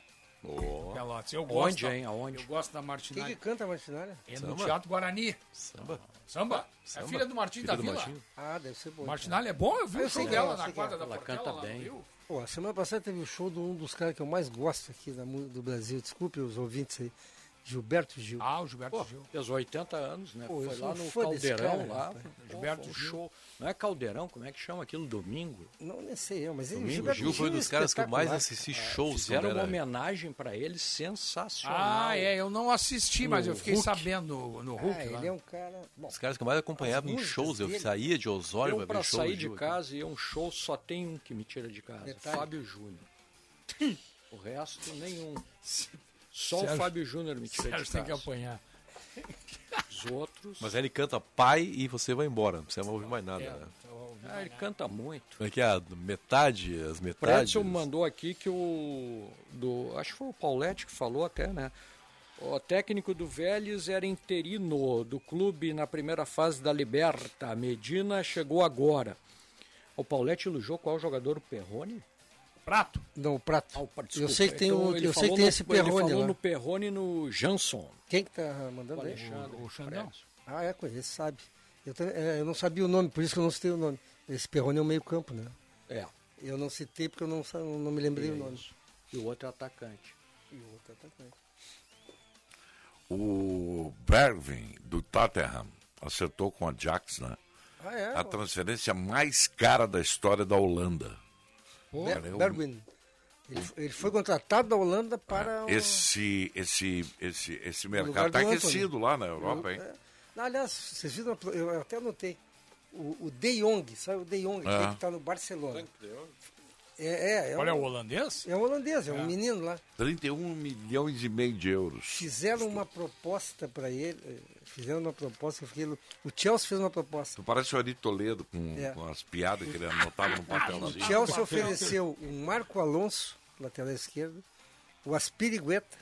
[SPEAKER 4] Pelotas. Eu
[SPEAKER 5] Onde,
[SPEAKER 4] gosto. da-
[SPEAKER 5] hein? Aonde?
[SPEAKER 4] Eu gosto da
[SPEAKER 3] Quem que
[SPEAKER 4] Martinalha.
[SPEAKER 3] canta a Martinária?
[SPEAKER 4] É no Teatro Guarani. Samba. Samba. É
[SPEAKER 3] Samba.
[SPEAKER 4] a filha do Martim
[SPEAKER 3] Filha
[SPEAKER 4] da
[SPEAKER 3] do
[SPEAKER 4] Vila.
[SPEAKER 3] Martim. Ah, deve ser bom.
[SPEAKER 4] Martinalha é bom? Eu vi
[SPEAKER 3] Ah,
[SPEAKER 4] o show
[SPEAKER 3] sei que
[SPEAKER 4] dela
[SPEAKER 3] é,
[SPEAKER 4] na
[SPEAKER 3] sei que é.
[SPEAKER 4] quadra da Portela. lá no Rio.
[SPEAKER 3] Pô, a semana passada teve o show de um dos caras que eu mais gosto aqui da mu- do Brasil. Desculpe os ouvintes aí. Gilberto Gil.
[SPEAKER 4] Ah, o Gilberto
[SPEAKER 5] Pô,
[SPEAKER 4] Gil.
[SPEAKER 5] Fez 80 anos, né?
[SPEAKER 3] Pô, eu
[SPEAKER 5] Foi
[SPEAKER 3] sou
[SPEAKER 5] lá
[SPEAKER 3] um
[SPEAKER 5] no
[SPEAKER 3] fã desse
[SPEAKER 5] Caldeirão,
[SPEAKER 3] cara,
[SPEAKER 5] lá.
[SPEAKER 3] rapaz.
[SPEAKER 5] Pô,
[SPEAKER 3] Gilberto
[SPEAKER 5] foi um
[SPEAKER 3] Gil.
[SPEAKER 5] show. Não é Caldeirão, como é que chama aquilo? Domingo?
[SPEAKER 3] Não, nem sei eu, mas ele é
[SPEAKER 6] Domingo Gil foi um dos caras que eu mais assisti shows quando
[SPEAKER 5] Fizeram uma
[SPEAKER 6] era-
[SPEAKER 5] homenagem pra ele sensacional.
[SPEAKER 4] Ah, é. Eu não assisti, mas
[SPEAKER 5] No
[SPEAKER 4] eu fiquei
[SPEAKER 5] Hulk.
[SPEAKER 4] sabendo no, no Hulk.
[SPEAKER 5] É,
[SPEAKER 4] lá.
[SPEAKER 5] ele é um
[SPEAKER 3] cara.
[SPEAKER 6] Os caras que eu mais acompanhava
[SPEAKER 5] As
[SPEAKER 6] em
[SPEAKER 5] músicas
[SPEAKER 6] shows, eu
[SPEAKER 5] dele.
[SPEAKER 6] saía de Osório
[SPEAKER 5] eu,
[SPEAKER 6] pra
[SPEAKER 5] pra
[SPEAKER 6] ver show. né?
[SPEAKER 5] sair
[SPEAKER 6] do
[SPEAKER 5] de
[SPEAKER 6] Gil.
[SPEAKER 5] casa e ir a um show, só tem um que me tira de casa.
[SPEAKER 4] Detalhe.
[SPEAKER 5] Fábio Júnior. o resto, nenhum. Só o
[SPEAKER 6] Sérgio-
[SPEAKER 5] Fábio Júnior me tira
[SPEAKER 4] Sérgio
[SPEAKER 5] de
[SPEAKER 4] tem
[SPEAKER 5] casa.
[SPEAKER 4] que apanhar.
[SPEAKER 5] Os outros...
[SPEAKER 6] Mas aí ele canta pai e você vai embora. Não precisa mais ouvir mais nada.
[SPEAKER 5] É,
[SPEAKER 6] né?
[SPEAKER 5] ah, ele canta muito.
[SPEAKER 6] Como é que é? A Metade, as
[SPEAKER 5] O Pretzel
[SPEAKER 6] metades.
[SPEAKER 5] mandou aqui que o. Do, acho que foi o Pauletti que falou até, né? O técnico do Vélez era interino do clube na primeira fase da Liberta. A Medina chegou agora. O Pauletti elogiou qual jogador? O Perrone?
[SPEAKER 4] Prato?
[SPEAKER 3] Não, o Prato. eu
[SPEAKER 5] desculpa.
[SPEAKER 3] sei que tem,
[SPEAKER 5] Então,
[SPEAKER 3] o,
[SPEAKER 5] ele
[SPEAKER 3] eu sei que
[SPEAKER 5] falou
[SPEAKER 3] tem
[SPEAKER 5] no-
[SPEAKER 3] esse
[SPEAKER 5] ele
[SPEAKER 3] Perrone
[SPEAKER 5] falou
[SPEAKER 3] lá.
[SPEAKER 5] no Perrone e no Jansson.
[SPEAKER 3] Quem que tá mandando aí?
[SPEAKER 5] Alexandre.
[SPEAKER 4] O Xandão.
[SPEAKER 3] Ah, é, conheço, sabe. Eu, tam- é, eu não sabia o nome, por isso que eu não citei o nome. Esse Perrone é o meio campo, né?
[SPEAKER 5] É.
[SPEAKER 3] Eu não citei porque eu não, sa- não me lembrei
[SPEAKER 5] E é
[SPEAKER 3] o nome.
[SPEAKER 5] E o outro é atacante.
[SPEAKER 3] E o outro é atacante.
[SPEAKER 2] O Bergvin, do Tottenham, acertou com a Ajax, né?
[SPEAKER 3] Ah, é?
[SPEAKER 2] A transferência mais cara da história da Holanda.
[SPEAKER 3] Pô,
[SPEAKER 2] Cara, eu-
[SPEAKER 3] Bergwijn. Ele, ele foi contratado da Holanda
[SPEAKER 5] É.
[SPEAKER 3] para. o-
[SPEAKER 2] Esse, esse, esse, esse
[SPEAKER 3] Então, lugar
[SPEAKER 2] mercado
[SPEAKER 3] do
[SPEAKER 2] tá
[SPEAKER 3] Antony.
[SPEAKER 2] aquecido lá na Europa, hein?
[SPEAKER 3] É. Não, aliás, vocês viram, eu até anotei. O, o De Jong, sabe o De Jong,
[SPEAKER 2] É.
[SPEAKER 3] que está no Barcelona. É, é, é
[SPEAKER 4] Olha,
[SPEAKER 3] um-
[SPEAKER 4] o holandês?
[SPEAKER 3] É um holandês, é, um menino lá.
[SPEAKER 2] 31 milhões e meio de euros.
[SPEAKER 3] Fizeram uma proposta para ele, eh, fizeram uma proposta, eu fiquei, lou- o Chelsea fez uma proposta.
[SPEAKER 2] Tu parece o Ari Toledo com,
[SPEAKER 3] É. Ah,
[SPEAKER 2] com as piadas que ele anotava no
[SPEAKER 3] O
[SPEAKER 6] Ah,
[SPEAKER 2] papelzinho.
[SPEAKER 3] Chelsea ofereceu o Marco Alonso, lateral esquerdo, o Aspirigueta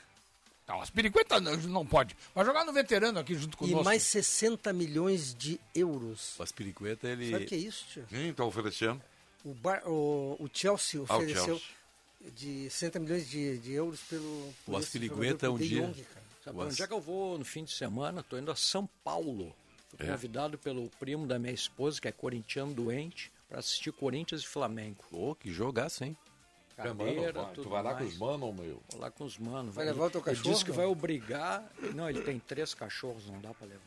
[SPEAKER 4] Não, as periguetas não, não pode. Vai jogar no veterano aqui junto
[SPEAKER 3] e
[SPEAKER 4] conosco.
[SPEAKER 3] mais 60 milhões de euros.
[SPEAKER 6] As piriguetas, ele.
[SPEAKER 3] Sabe o que é isso, tio?
[SPEAKER 2] Quem tá oferecendo?
[SPEAKER 3] O, Bar- o- o Chelsea
[SPEAKER 2] Ah, o
[SPEAKER 3] ofereceu
[SPEAKER 2] Chelsea.
[SPEAKER 3] de 60 milhões de, de euros pelo. por esse
[SPEAKER 6] Aspirigueta
[SPEAKER 3] jogador,
[SPEAKER 6] um
[SPEAKER 3] pro De
[SPEAKER 6] dia-
[SPEAKER 3] Jong, cara.
[SPEAKER 5] Sabe
[SPEAKER 6] O
[SPEAKER 5] pra onde
[SPEAKER 6] As-
[SPEAKER 5] é que eu vou no fim de semana? Tô indo a São Paulo. Fui
[SPEAKER 6] É?
[SPEAKER 5] convidado pelo primo da minha esposa, que é corintiano doente, para assistir Corinthians e Flamengo.
[SPEAKER 6] Ô, que jogaço, hein?
[SPEAKER 5] Cadeira,
[SPEAKER 6] É, mano,
[SPEAKER 5] tudo
[SPEAKER 6] tu vai lá com
[SPEAKER 5] mais.
[SPEAKER 6] os mano, meu?
[SPEAKER 5] Vou lá com os manos.
[SPEAKER 3] Vai levar o teu
[SPEAKER 5] Ele
[SPEAKER 3] cachorro,
[SPEAKER 5] disse que
[SPEAKER 3] não?
[SPEAKER 5] vai obrigar... Não, ele tem três cachorros, não dá para levar.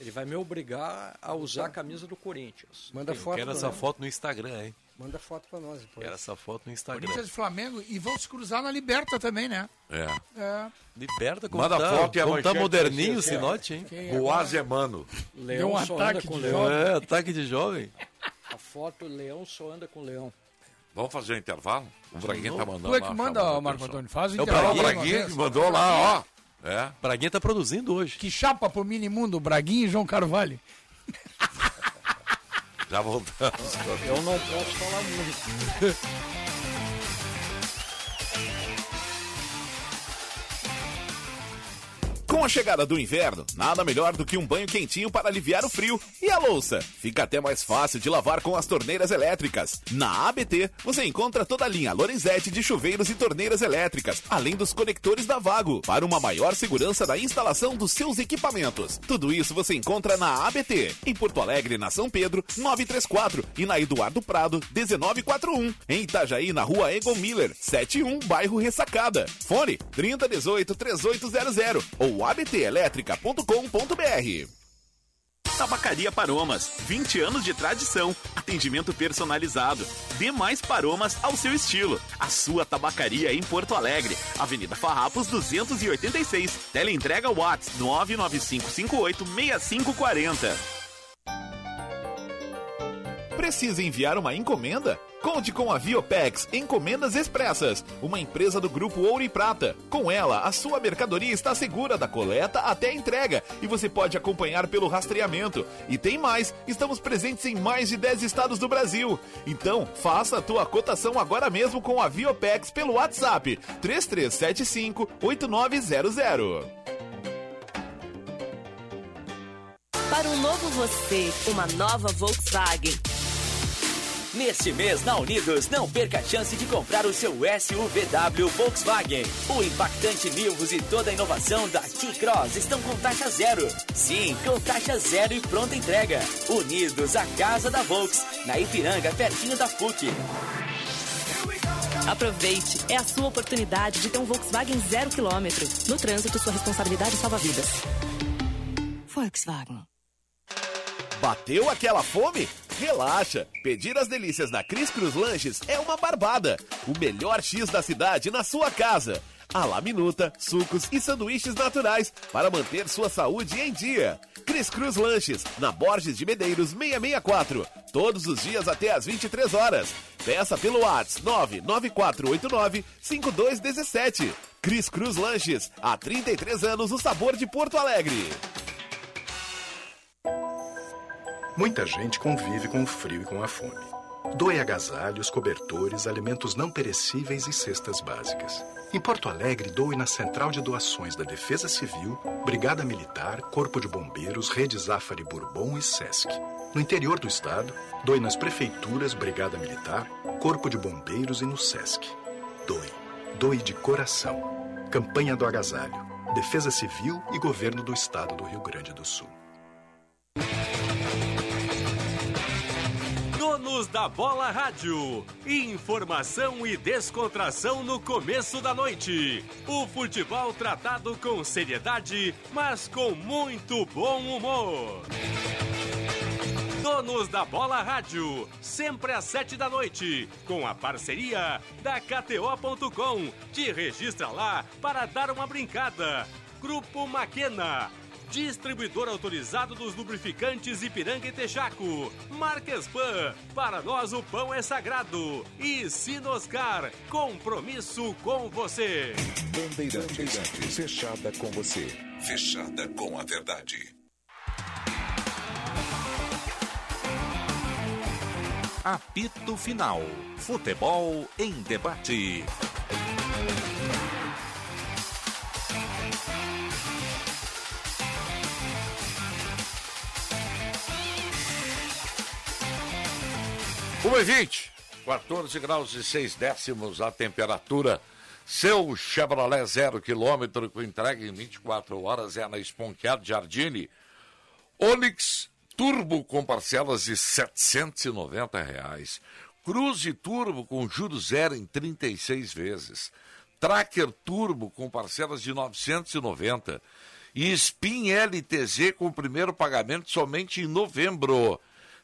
[SPEAKER 5] Ele vai me obrigar a usar a camisa do Corinthians.
[SPEAKER 3] Manda
[SPEAKER 6] Eu
[SPEAKER 3] foto.
[SPEAKER 6] Quero
[SPEAKER 3] pra
[SPEAKER 6] essa
[SPEAKER 3] nós.
[SPEAKER 6] foto no Instagram, hein?
[SPEAKER 3] Manda foto pra nós depois.
[SPEAKER 6] Quero essa foto no Instagram.
[SPEAKER 4] Corinthians e Tá Flamengo. E vão se cruzar na Liberta também, né?
[SPEAKER 2] É.
[SPEAKER 4] É.
[SPEAKER 6] Liberta como
[SPEAKER 2] Manda
[SPEAKER 6] tá,
[SPEAKER 2] foto e a
[SPEAKER 6] como tá
[SPEAKER 2] manchete
[SPEAKER 6] moderninho
[SPEAKER 2] vai
[SPEAKER 6] esse
[SPEAKER 2] ser assim, ó.
[SPEAKER 6] note, hein?
[SPEAKER 4] Quem é?
[SPEAKER 2] é Boaz é mano.
[SPEAKER 5] Leão
[SPEAKER 4] Deu um
[SPEAKER 5] só
[SPEAKER 4] ataque
[SPEAKER 5] anda com
[SPEAKER 4] de
[SPEAKER 5] leão.
[SPEAKER 4] jovem.
[SPEAKER 6] É, ataque de jovem.
[SPEAKER 5] A foto, leão só anda com leão.
[SPEAKER 2] Vamos fazer um intervalo? O Braguinha tá mandando
[SPEAKER 4] Tu é que
[SPEAKER 2] lá,
[SPEAKER 4] manda,
[SPEAKER 2] chamando a
[SPEAKER 4] Marco
[SPEAKER 2] atenção.
[SPEAKER 4] Antônio. Faz
[SPEAKER 6] É
[SPEAKER 4] o
[SPEAKER 6] o
[SPEAKER 2] Ah, o
[SPEAKER 4] intervalo.
[SPEAKER 6] Braguinha
[SPEAKER 4] uma
[SPEAKER 2] Braguinha
[SPEAKER 4] vez.
[SPEAKER 2] que mandou lá, ó. É.
[SPEAKER 6] Braguinha tá produzindo hoje.
[SPEAKER 4] Que chapa pro mini mundo, Braguinha e João Carvalho.
[SPEAKER 2] Já voltamos.
[SPEAKER 5] Eu não posso falar muito.
[SPEAKER 16] Com a chegada do inverno, nada melhor do que um banho quentinho para aliviar o frio. E a louça? Fica até mais fácil de lavar com as torneiras elétricas. Na ABT, você encontra toda a linha Lorenzetti de chuveiros e torneiras elétricas, além dos conectores da Vago, para uma maior segurança da instalação dos seus equipamentos. Tudo isso você encontra na ABT, em Porto Alegre, na São Pedro, 934 e na Eduardo Prado, 1941. Em Itajaí, na rua Egon Miller, 71, bairro Ressacada. Fone 3018-3800 ou abtelétrica.com.br.
[SPEAKER 17] Tabacaria Paromas, 20 anos de tradição, atendimento personalizado. Dê mais paromas ao seu estilo. A sua tabacaria em Porto Alegre, Avenida Farrapos 286. Teleentrega WhatsApp 995586540.
[SPEAKER 16] Precisa enviar uma encomenda? Conte com a Viopex Encomendas Expressas, uma empresa do grupo Ouro e Prata. Com ela, a sua mercadoria está segura da coleta até a entrega e você pode acompanhar pelo rastreamento. E tem mais, estamos presentes em mais de 10 estados do Brasil. Então, faça a tua cotação agora mesmo com a Viopex pelo WhatsApp 3375 8900.
[SPEAKER 18] Para um novo você, uma nova Volkswagen.
[SPEAKER 13] Neste mês, na Unidos, não perca a chance de comprar o seu SUVW Volkswagen. O impactante Nivus e toda a inovação da T-Cross estão com taxa zero. Sim, com taxa zero e pronta entrega. Unidos, a casa da Volks, na Ipiranga, pertinho da PUC.
[SPEAKER 18] Aproveite, é a sua oportunidade de ter um Volkswagen zero quilômetro. No trânsito, sua responsabilidade salva vidas. Volkswagen.
[SPEAKER 16] Bateu aquela fome? Relaxa! Pedir as delícias na Cris Cruz Lanches é uma barbada. O melhor X da cidade na sua casa. A la minuta, sucos e sanduíches naturais para manter sua saúde em dia. Cris Cruz Lanches, na Borges de Medeiros 664, todos os dias até às 23 horas. Peça pelo WhatsApp 99489 5217. Cris Cruz Lanches, há 33 anos o sabor de Porto Alegre.
[SPEAKER 19] Muita gente convive com o frio e com a fome. Doe agasalhos, cobertores, alimentos não perecíveis e cestas básicas. Em Porto Alegre, doe na Central de Doações da Defesa Civil, Brigada Militar, Corpo de Bombeiros, Rede Zafari Bourbon e SESC. No interior do estado, doe nas prefeituras, Brigada Militar, Corpo de Bombeiros e no SESC. Doe. Doe de coração. Campanha do Agasalho. Defesa Civil e Governo do Estado do Rio Grande do Sul.
[SPEAKER 20] Donos da Bola Rádio. Informação e descontração no começo da noite. O futebol tratado com seriedade, mas com muito bom humor. Donos da Bola Rádio, sempre às sete da noite, com a parceria da KTO.com. Te registra lá para dar uma brincada. Grupo Maquena, distribuidor autorizado dos lubrificantes Ipiranga e Texaco. Marques Pan, para nós o pão é sagrado. E Sinoscar, compromisso com você.
[SPEAKER 15] Bandeirantes, fechada com você. Fechada com a verdade.
[SPEAKER 1] Apito Final. Futebol em debate.
[SPEAKER 2] Uma e 20, 14 graus e 6 décimos a temperatura. Seu Chevrolet zero quilômetro com entrega em 24 horas é na Esponqueado Jardine. Onix Turbo com parcelas de R$ 790 reais. Cruze Turbo com juros zero em 36 vezes. Tracker Turbo com parcelas de 990. E Spin LTZ com primeiro pagamento somente em novembro.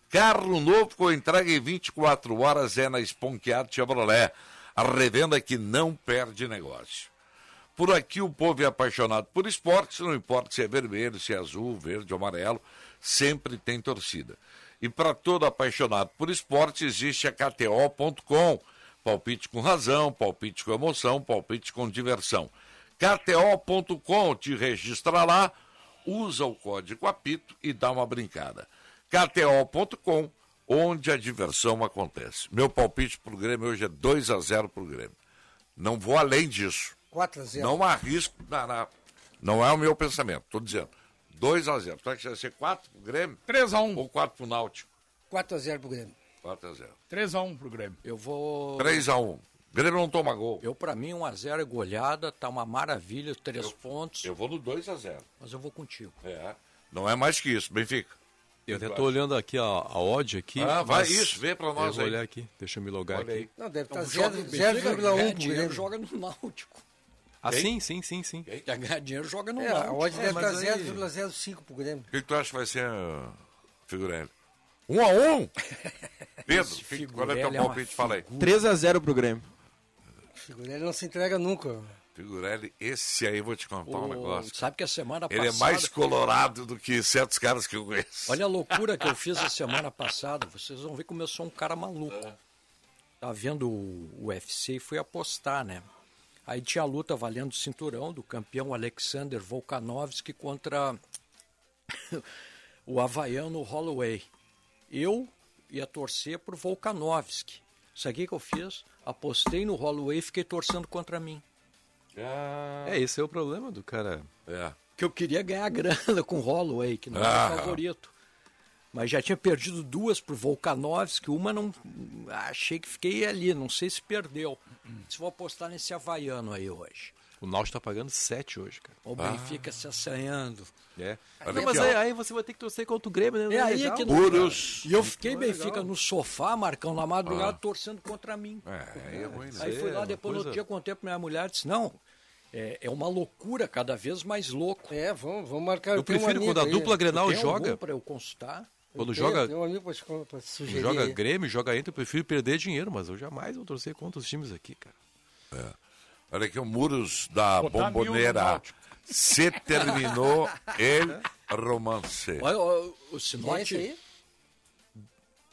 [SPEAKER 2] Carro novo com entrega em 24 horas é na Esponqueado Chevrolet. A revenda que não perde negócio. Por aqui o povo é apaixonado por esportes, não importa se é vermelho, se é azul, verde ou amarelo, sempre tem torcida. E para todo apaixonado por esporte existe a KTO.com. Palpite com razão, palpite com emoção, palpite com diversão. KTO.com, te registra lá, usa o código APITO e dá uma brincada kto.com, onde a diversão acontece. Meu palpite pro Grêmio hoje é 2 a 0 pro Grêmio. Não vou além disso.
[SPEAKER 3] 4 a 0.
[SPEAKER 2] Não arrisco, não, não, não é o meu pensamento, tô dizendo. 2 a 0. Tu acha que vai ser 4 pro Grêmio?
[SPEAKER 4] 3 a 1.
[SPEAKER 2] Ou 4 pro Náutico?
[SPEAKER 3] 4 a 0 pro Grêmio.
[SPEAKER 2] 4 a 0.
[SPEAKER 4] 3 a 1 pro Grêmio.
[SPEAKER 5] Eu vou
[SPEAKER 2] 3 a 1. Grêmio não toma gol.
[SPEAKER 5] Eu, pra mim, 1x0 é goleada, tá uma maravilha, três pontos.
[SPEAKER 2] Eu vou no 2 a 0.
[SPEAKER 5] Mas eu vou contigo.
[SPEAKER 2] É. Não é mais que isso, Benfica.
[SPEAKER 6] Eu até tô olhando aqui a, a odd aqui.
[SPEAKER 2] Ah, vai,
[SPEAKER 6] mas
[SPEAKER 2] isso, vê pra nós
[SPEAKER 6] eu vou
[SPEAKER 2] aí.
[SPEAKER 6] olhar aqui, deixa eu me logar
[SPEAKER 2] Olha
[SPEAKER 6] aqui.
[SPEAKER 3] Não, deve tá estar
[SPEAKER 5] joga no Benfica, ganha
[SPEAKER 3] 0,1 pro
[SPEAKER 5] dinheiro,
[SPEAKER 3] Grêmio.
[SPEAKER 5] né? joga no Náutico.
[SPEAKER 6] Ah, sim, sim, sim, sim.
[SPEAKER 5] Quer ganhar dinheiro, joga no
[SPEAKER 3] É, a
[SPEAKER 5] Náutico.
[SPEAKER 3] odd
[SPEAKER 5] É,
[SPEAKER 3] deve
[SPEAKER 5] mas
[SPEAKER 3] estar
[SPEAKER 5] aí-
[SPEAKER 3] 0,05 pro Grêmio.
[SPEAKER 2] O que, que tu acha que vai ser, ah, Figurelli? 1 um a 1? Um? Pedro, que- qual é
[SPEAKER 3] Figurelli
[SPEAKER 2] teu
[SPEAKER 3] é uma
[SPEAKER 2] palpite? Fala aí.
[SPEAKER 7] 3x0 pro Grêmio.
[SPEAKER 3] Ele não se entrega nunca.
[SPEAKER 2] Figurelli, esse aí eu vou te contar um
[SPEAKER 5] O-
[SPEAKER 2] negócio.
[SPEAKER 5] Sabe que a semana
[SPEAKER 2] Ele
[SPEAKER 5] passada...
[SPEAKER 2] é mais colorado do que certos caras que eu conheço.
[SPEAKER 5] Olha a loucura que eu fiz a semana passada. Vocês vão ver como eu sou um cara maluco. Tava vendo o UFC e fui apostar, né? Aí tinha a luta valendo o cinturão do campeão Alexander Volkanovski contra o havaiano Holloway. Eu ia torcer por Volkanovski. Sabe o que eu fiz? Apostei no Holloway e fiquei torcendo contra mim.
[SPEAKER 6] É, esse é o problema do cara.
[SPEAKER 2] É.
[SPEAKER 5] Que eu queria ganhar grana com o Holloway, que não era
[SPEAKER 6] Ah.
[SPEAKER 5] o favorito. Mas já tinha perdido duas pro Volkanovski, uma não. Achei que fiquei ali, não sei se perdeu. Se vou apostar nesse havaiano aí hoje.
[SPEAKER 6] O Náutico tá pagando 7 hoje, cara. Ah.
[SPEAKER 5] O Benfica se assanhando.
[SPEAKER 6] É.
[SPEAKER 5] Aí
[SPEAKER 6] Não,
[SPEAKER 5] é
[SPEAKER 6] mas
[SPEAKER 5] pior.
[SPEAKER 6] aí, aí você vai ter que torcer contra o Grêmio, né?
[SPEAKER 5] É aí que não-
[SPEAKER 6] Puros.
[SPEAKER 5] E eu fiquei
[SPEAKER 6] Não é
[SPEAKER 5] Benfica no sofá, Marcão, na madrugada,
[SPEAKER 6] Ah.
[SPEAKER 5] torcendo contra mim.
[SPEAKER 6] É, é ruim, né?
[SPEAKER 5] Aí fui lá,
[SPEAKER 6] É,
[SPEAKER 5] depois no
[SPEAKER 6] coisa-
[SPEAKER 5] outro dia contei pra minha mulher, disse, não, é, é uma loucura, cada vez mais louco.
[SPEAKER 3] É, vamos, vamos marcar.
[SPEAKER 6] Eu
[SPEAKER 3] tenho um
[SPEAKER 6] prefiro
[SPEAKER 3] amigo
[SPEAKER 6] quando a
[SPEAKER 3] aí.
[SPEAKER 6] dupla Grenal
[SPEAKER 3] Tu tem algum
[SPEAKER 6] joga.
[SPEAKER 5] pra eu consultar?
[SPEAKER 6] Quando
[SPEAKER 3] Eu
[SPEAKER 6] joga-
[SPEAKER 3] tenho um amigo pra te, con- pra te sugerir.
[SPEAKER 6] Joga
[SPEAKER 3] aí.
[SPEAKER 6] Grêmio, joga Inter, eu prefiro perder dinheiro, mas eu jamais vou torcer contra os times aqui, cara.
[SPEAKER 2] É. Olha aqui, o Muros da
[SPEAKER 6] Botar mil no
[SPEAKER 2] Bomboneira.
[SPEAKER 6] Náutico.
[SPEAKER 2] Se terminou el romance.
[SPEAKER 5] Olha, ó, o
[SPEAKER 3] Quem é esse
[SPEAKER 5] Sinote,
[SPEAKER 3] aí?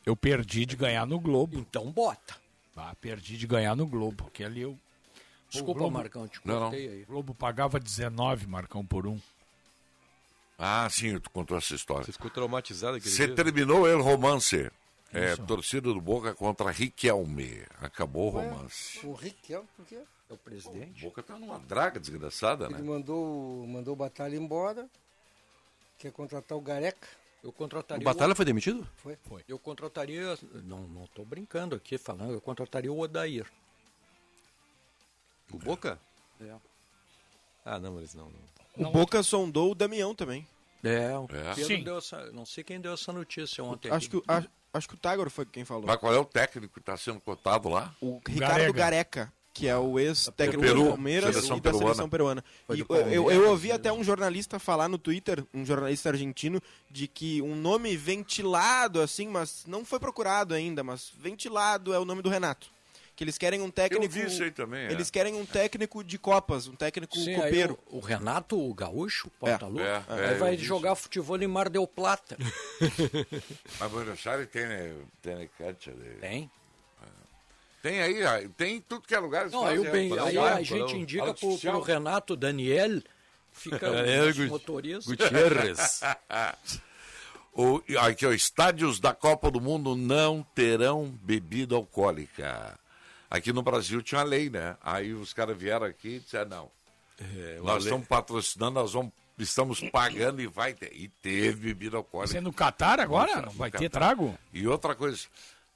[SPEAKER 4] Eu perdi de ganhar no Globo.
[SPEAKER 5] Então bota.
[SPEAKER 4] Ah, perdi de ganhar no Globo, que ali eu...
[SPEAKER 5] Desculpa,
[SPEAKER 4] O Globo-
[SPEAKER 5] Marcão, te
[SPEAKER 2] Não, não.
[SPEAKER 5] cortei aí.
[SPEAKER 4] O Globo pagava 19, Marcão, por um.
[SPEAKER 2] Ah, sim, tu contou essa história. Você
[SPEAKER 6] ficou traumatizado aquele
[SPEAKER 2] Se
[SPEAKER 6] dia?
[SPEAKER 2] terminou el romance. É,
[SPEAKER 6] Isso.
[SPEAKER 2] torcida do Boca contra Riquelme. Acabou o romance.
[SPEAKER 3] O Riquelme, por quê?
[SPEAKER 5] É o presidente.
[SPEAKER 2] O Boca tá numa draga desgraçada,
[SPEAKER 3] Ele
[SPEAKER 2] né?
[SPEAKER 3] mandou, mandou o Batalha embora. Quer contratar o Gareca.
[SPEAKER 5] Eu contrataria...
[SPEAKER 6] O Batalha foi demitido?
[SPEAKER 3] Foi.
[SPEAKER 5] Eu contrataria... Não, não tô brincando aqui falando, eu contrataria o Odair.
[SPEAKER 6] O Boca?
[SPEAKER 5] É.
[SPEAKER 6] Ah, não, eles não. não.
[SPEAKER 7] O Boca sondou o Damião também.
[SPEAKER 5] É, o
[SPEAKER 2] Tá.
[SPEAKER 6] É.
[SPEAKER 5] Pedro
[SPEAKER 6] Sim.
[SPEAKER 5] deu essa- não sei quem deu essa notícia ontem.
[SPEAKER 7] Acho que, o- a- acho que o Tagor foi quem falou.
[SPEAKER 2] Mas qual é o técnico que está sendo cotado lá?
[SPEAKER 7] O Ricardo Gareca, que é o ex-técnico
[SPEAKER 2] Peru,
[SPEAKER 7] do Palmeiras
[SPEAKER 2] seleção
[SPEAKER 7] e da seleção
[SPEAKER 2] peruana.
[SPEAKER 7] peruana.
[SPEAKER 2] Foi
[SPEAKER 7] E
[SPEAKER 2] do
[SPEAKER 7] eu, eu,
[SPEAKER 2] Palmeiras,
[SPEAKER 7] eu ouvi até um jornalista falar no Twitter, um jornalista argentino, de que um nome ventilado, assim, mas não foi procurado ainda, mas ventilado é o nome do Renato. Que eles querem um técnico.
[SPEAKER 2] Eu vi isso aí também, é.
[SPEAKER 7] Eles querem um técnico de Copas, um técnico
[SPEAKER 5] Sim, aí
[SPEAKER 7] copeiro.
[SPEAKER 5] o, o Renato, o gaúcho, o Portalu,
[SPEAKER 2] É, é,
[SPEAKER 5] aí
[SPEAKER 2] eu
[SPEAKER 5] vai
[SPEAKER 2] vi
[SPEAKER 5] jogar futebol em Mar del Plata.
[SPEAKER 2] Mas Buenos Aires tem, né? Tem, né, cancha de- É.
[SPEAKER 5] Tem?
[SPEAKER 2] Tem aí, aí, tem em tudo que é lugar.
[SPEAKER 5] Não, aí, o Ben- aí
[SPEAKER 2] um
[SPEAKER 5] a gente indica pro, pro Renato Daniel, fica
[SPEAKER 2] É,
[SPEAKER 5] o nosso
[SPEAKER 2] Gut-
[SPEAKER 5] motorista.
[SPEAKER 2] Gutierrez. É. o, e aqui, ó, estádios da Copa do Mundo não terão bebida alcoólica. Aqui no Brasil tinha uma lei, né? Aí os caras vieram aqui e disseram, não,
[SPEAKER 4] É
[SPEAKER 2] nós
[SPEAKER 6] lei.
[SPEAKER 2] estamos patrocinando, nós vamos- estamos pagando e vai ter. E teve bebida alcoólica.
[SPEAKER 4] Você é no Catar agora? Não vai ter trago?
[SPEAKER 2] E outra coisa,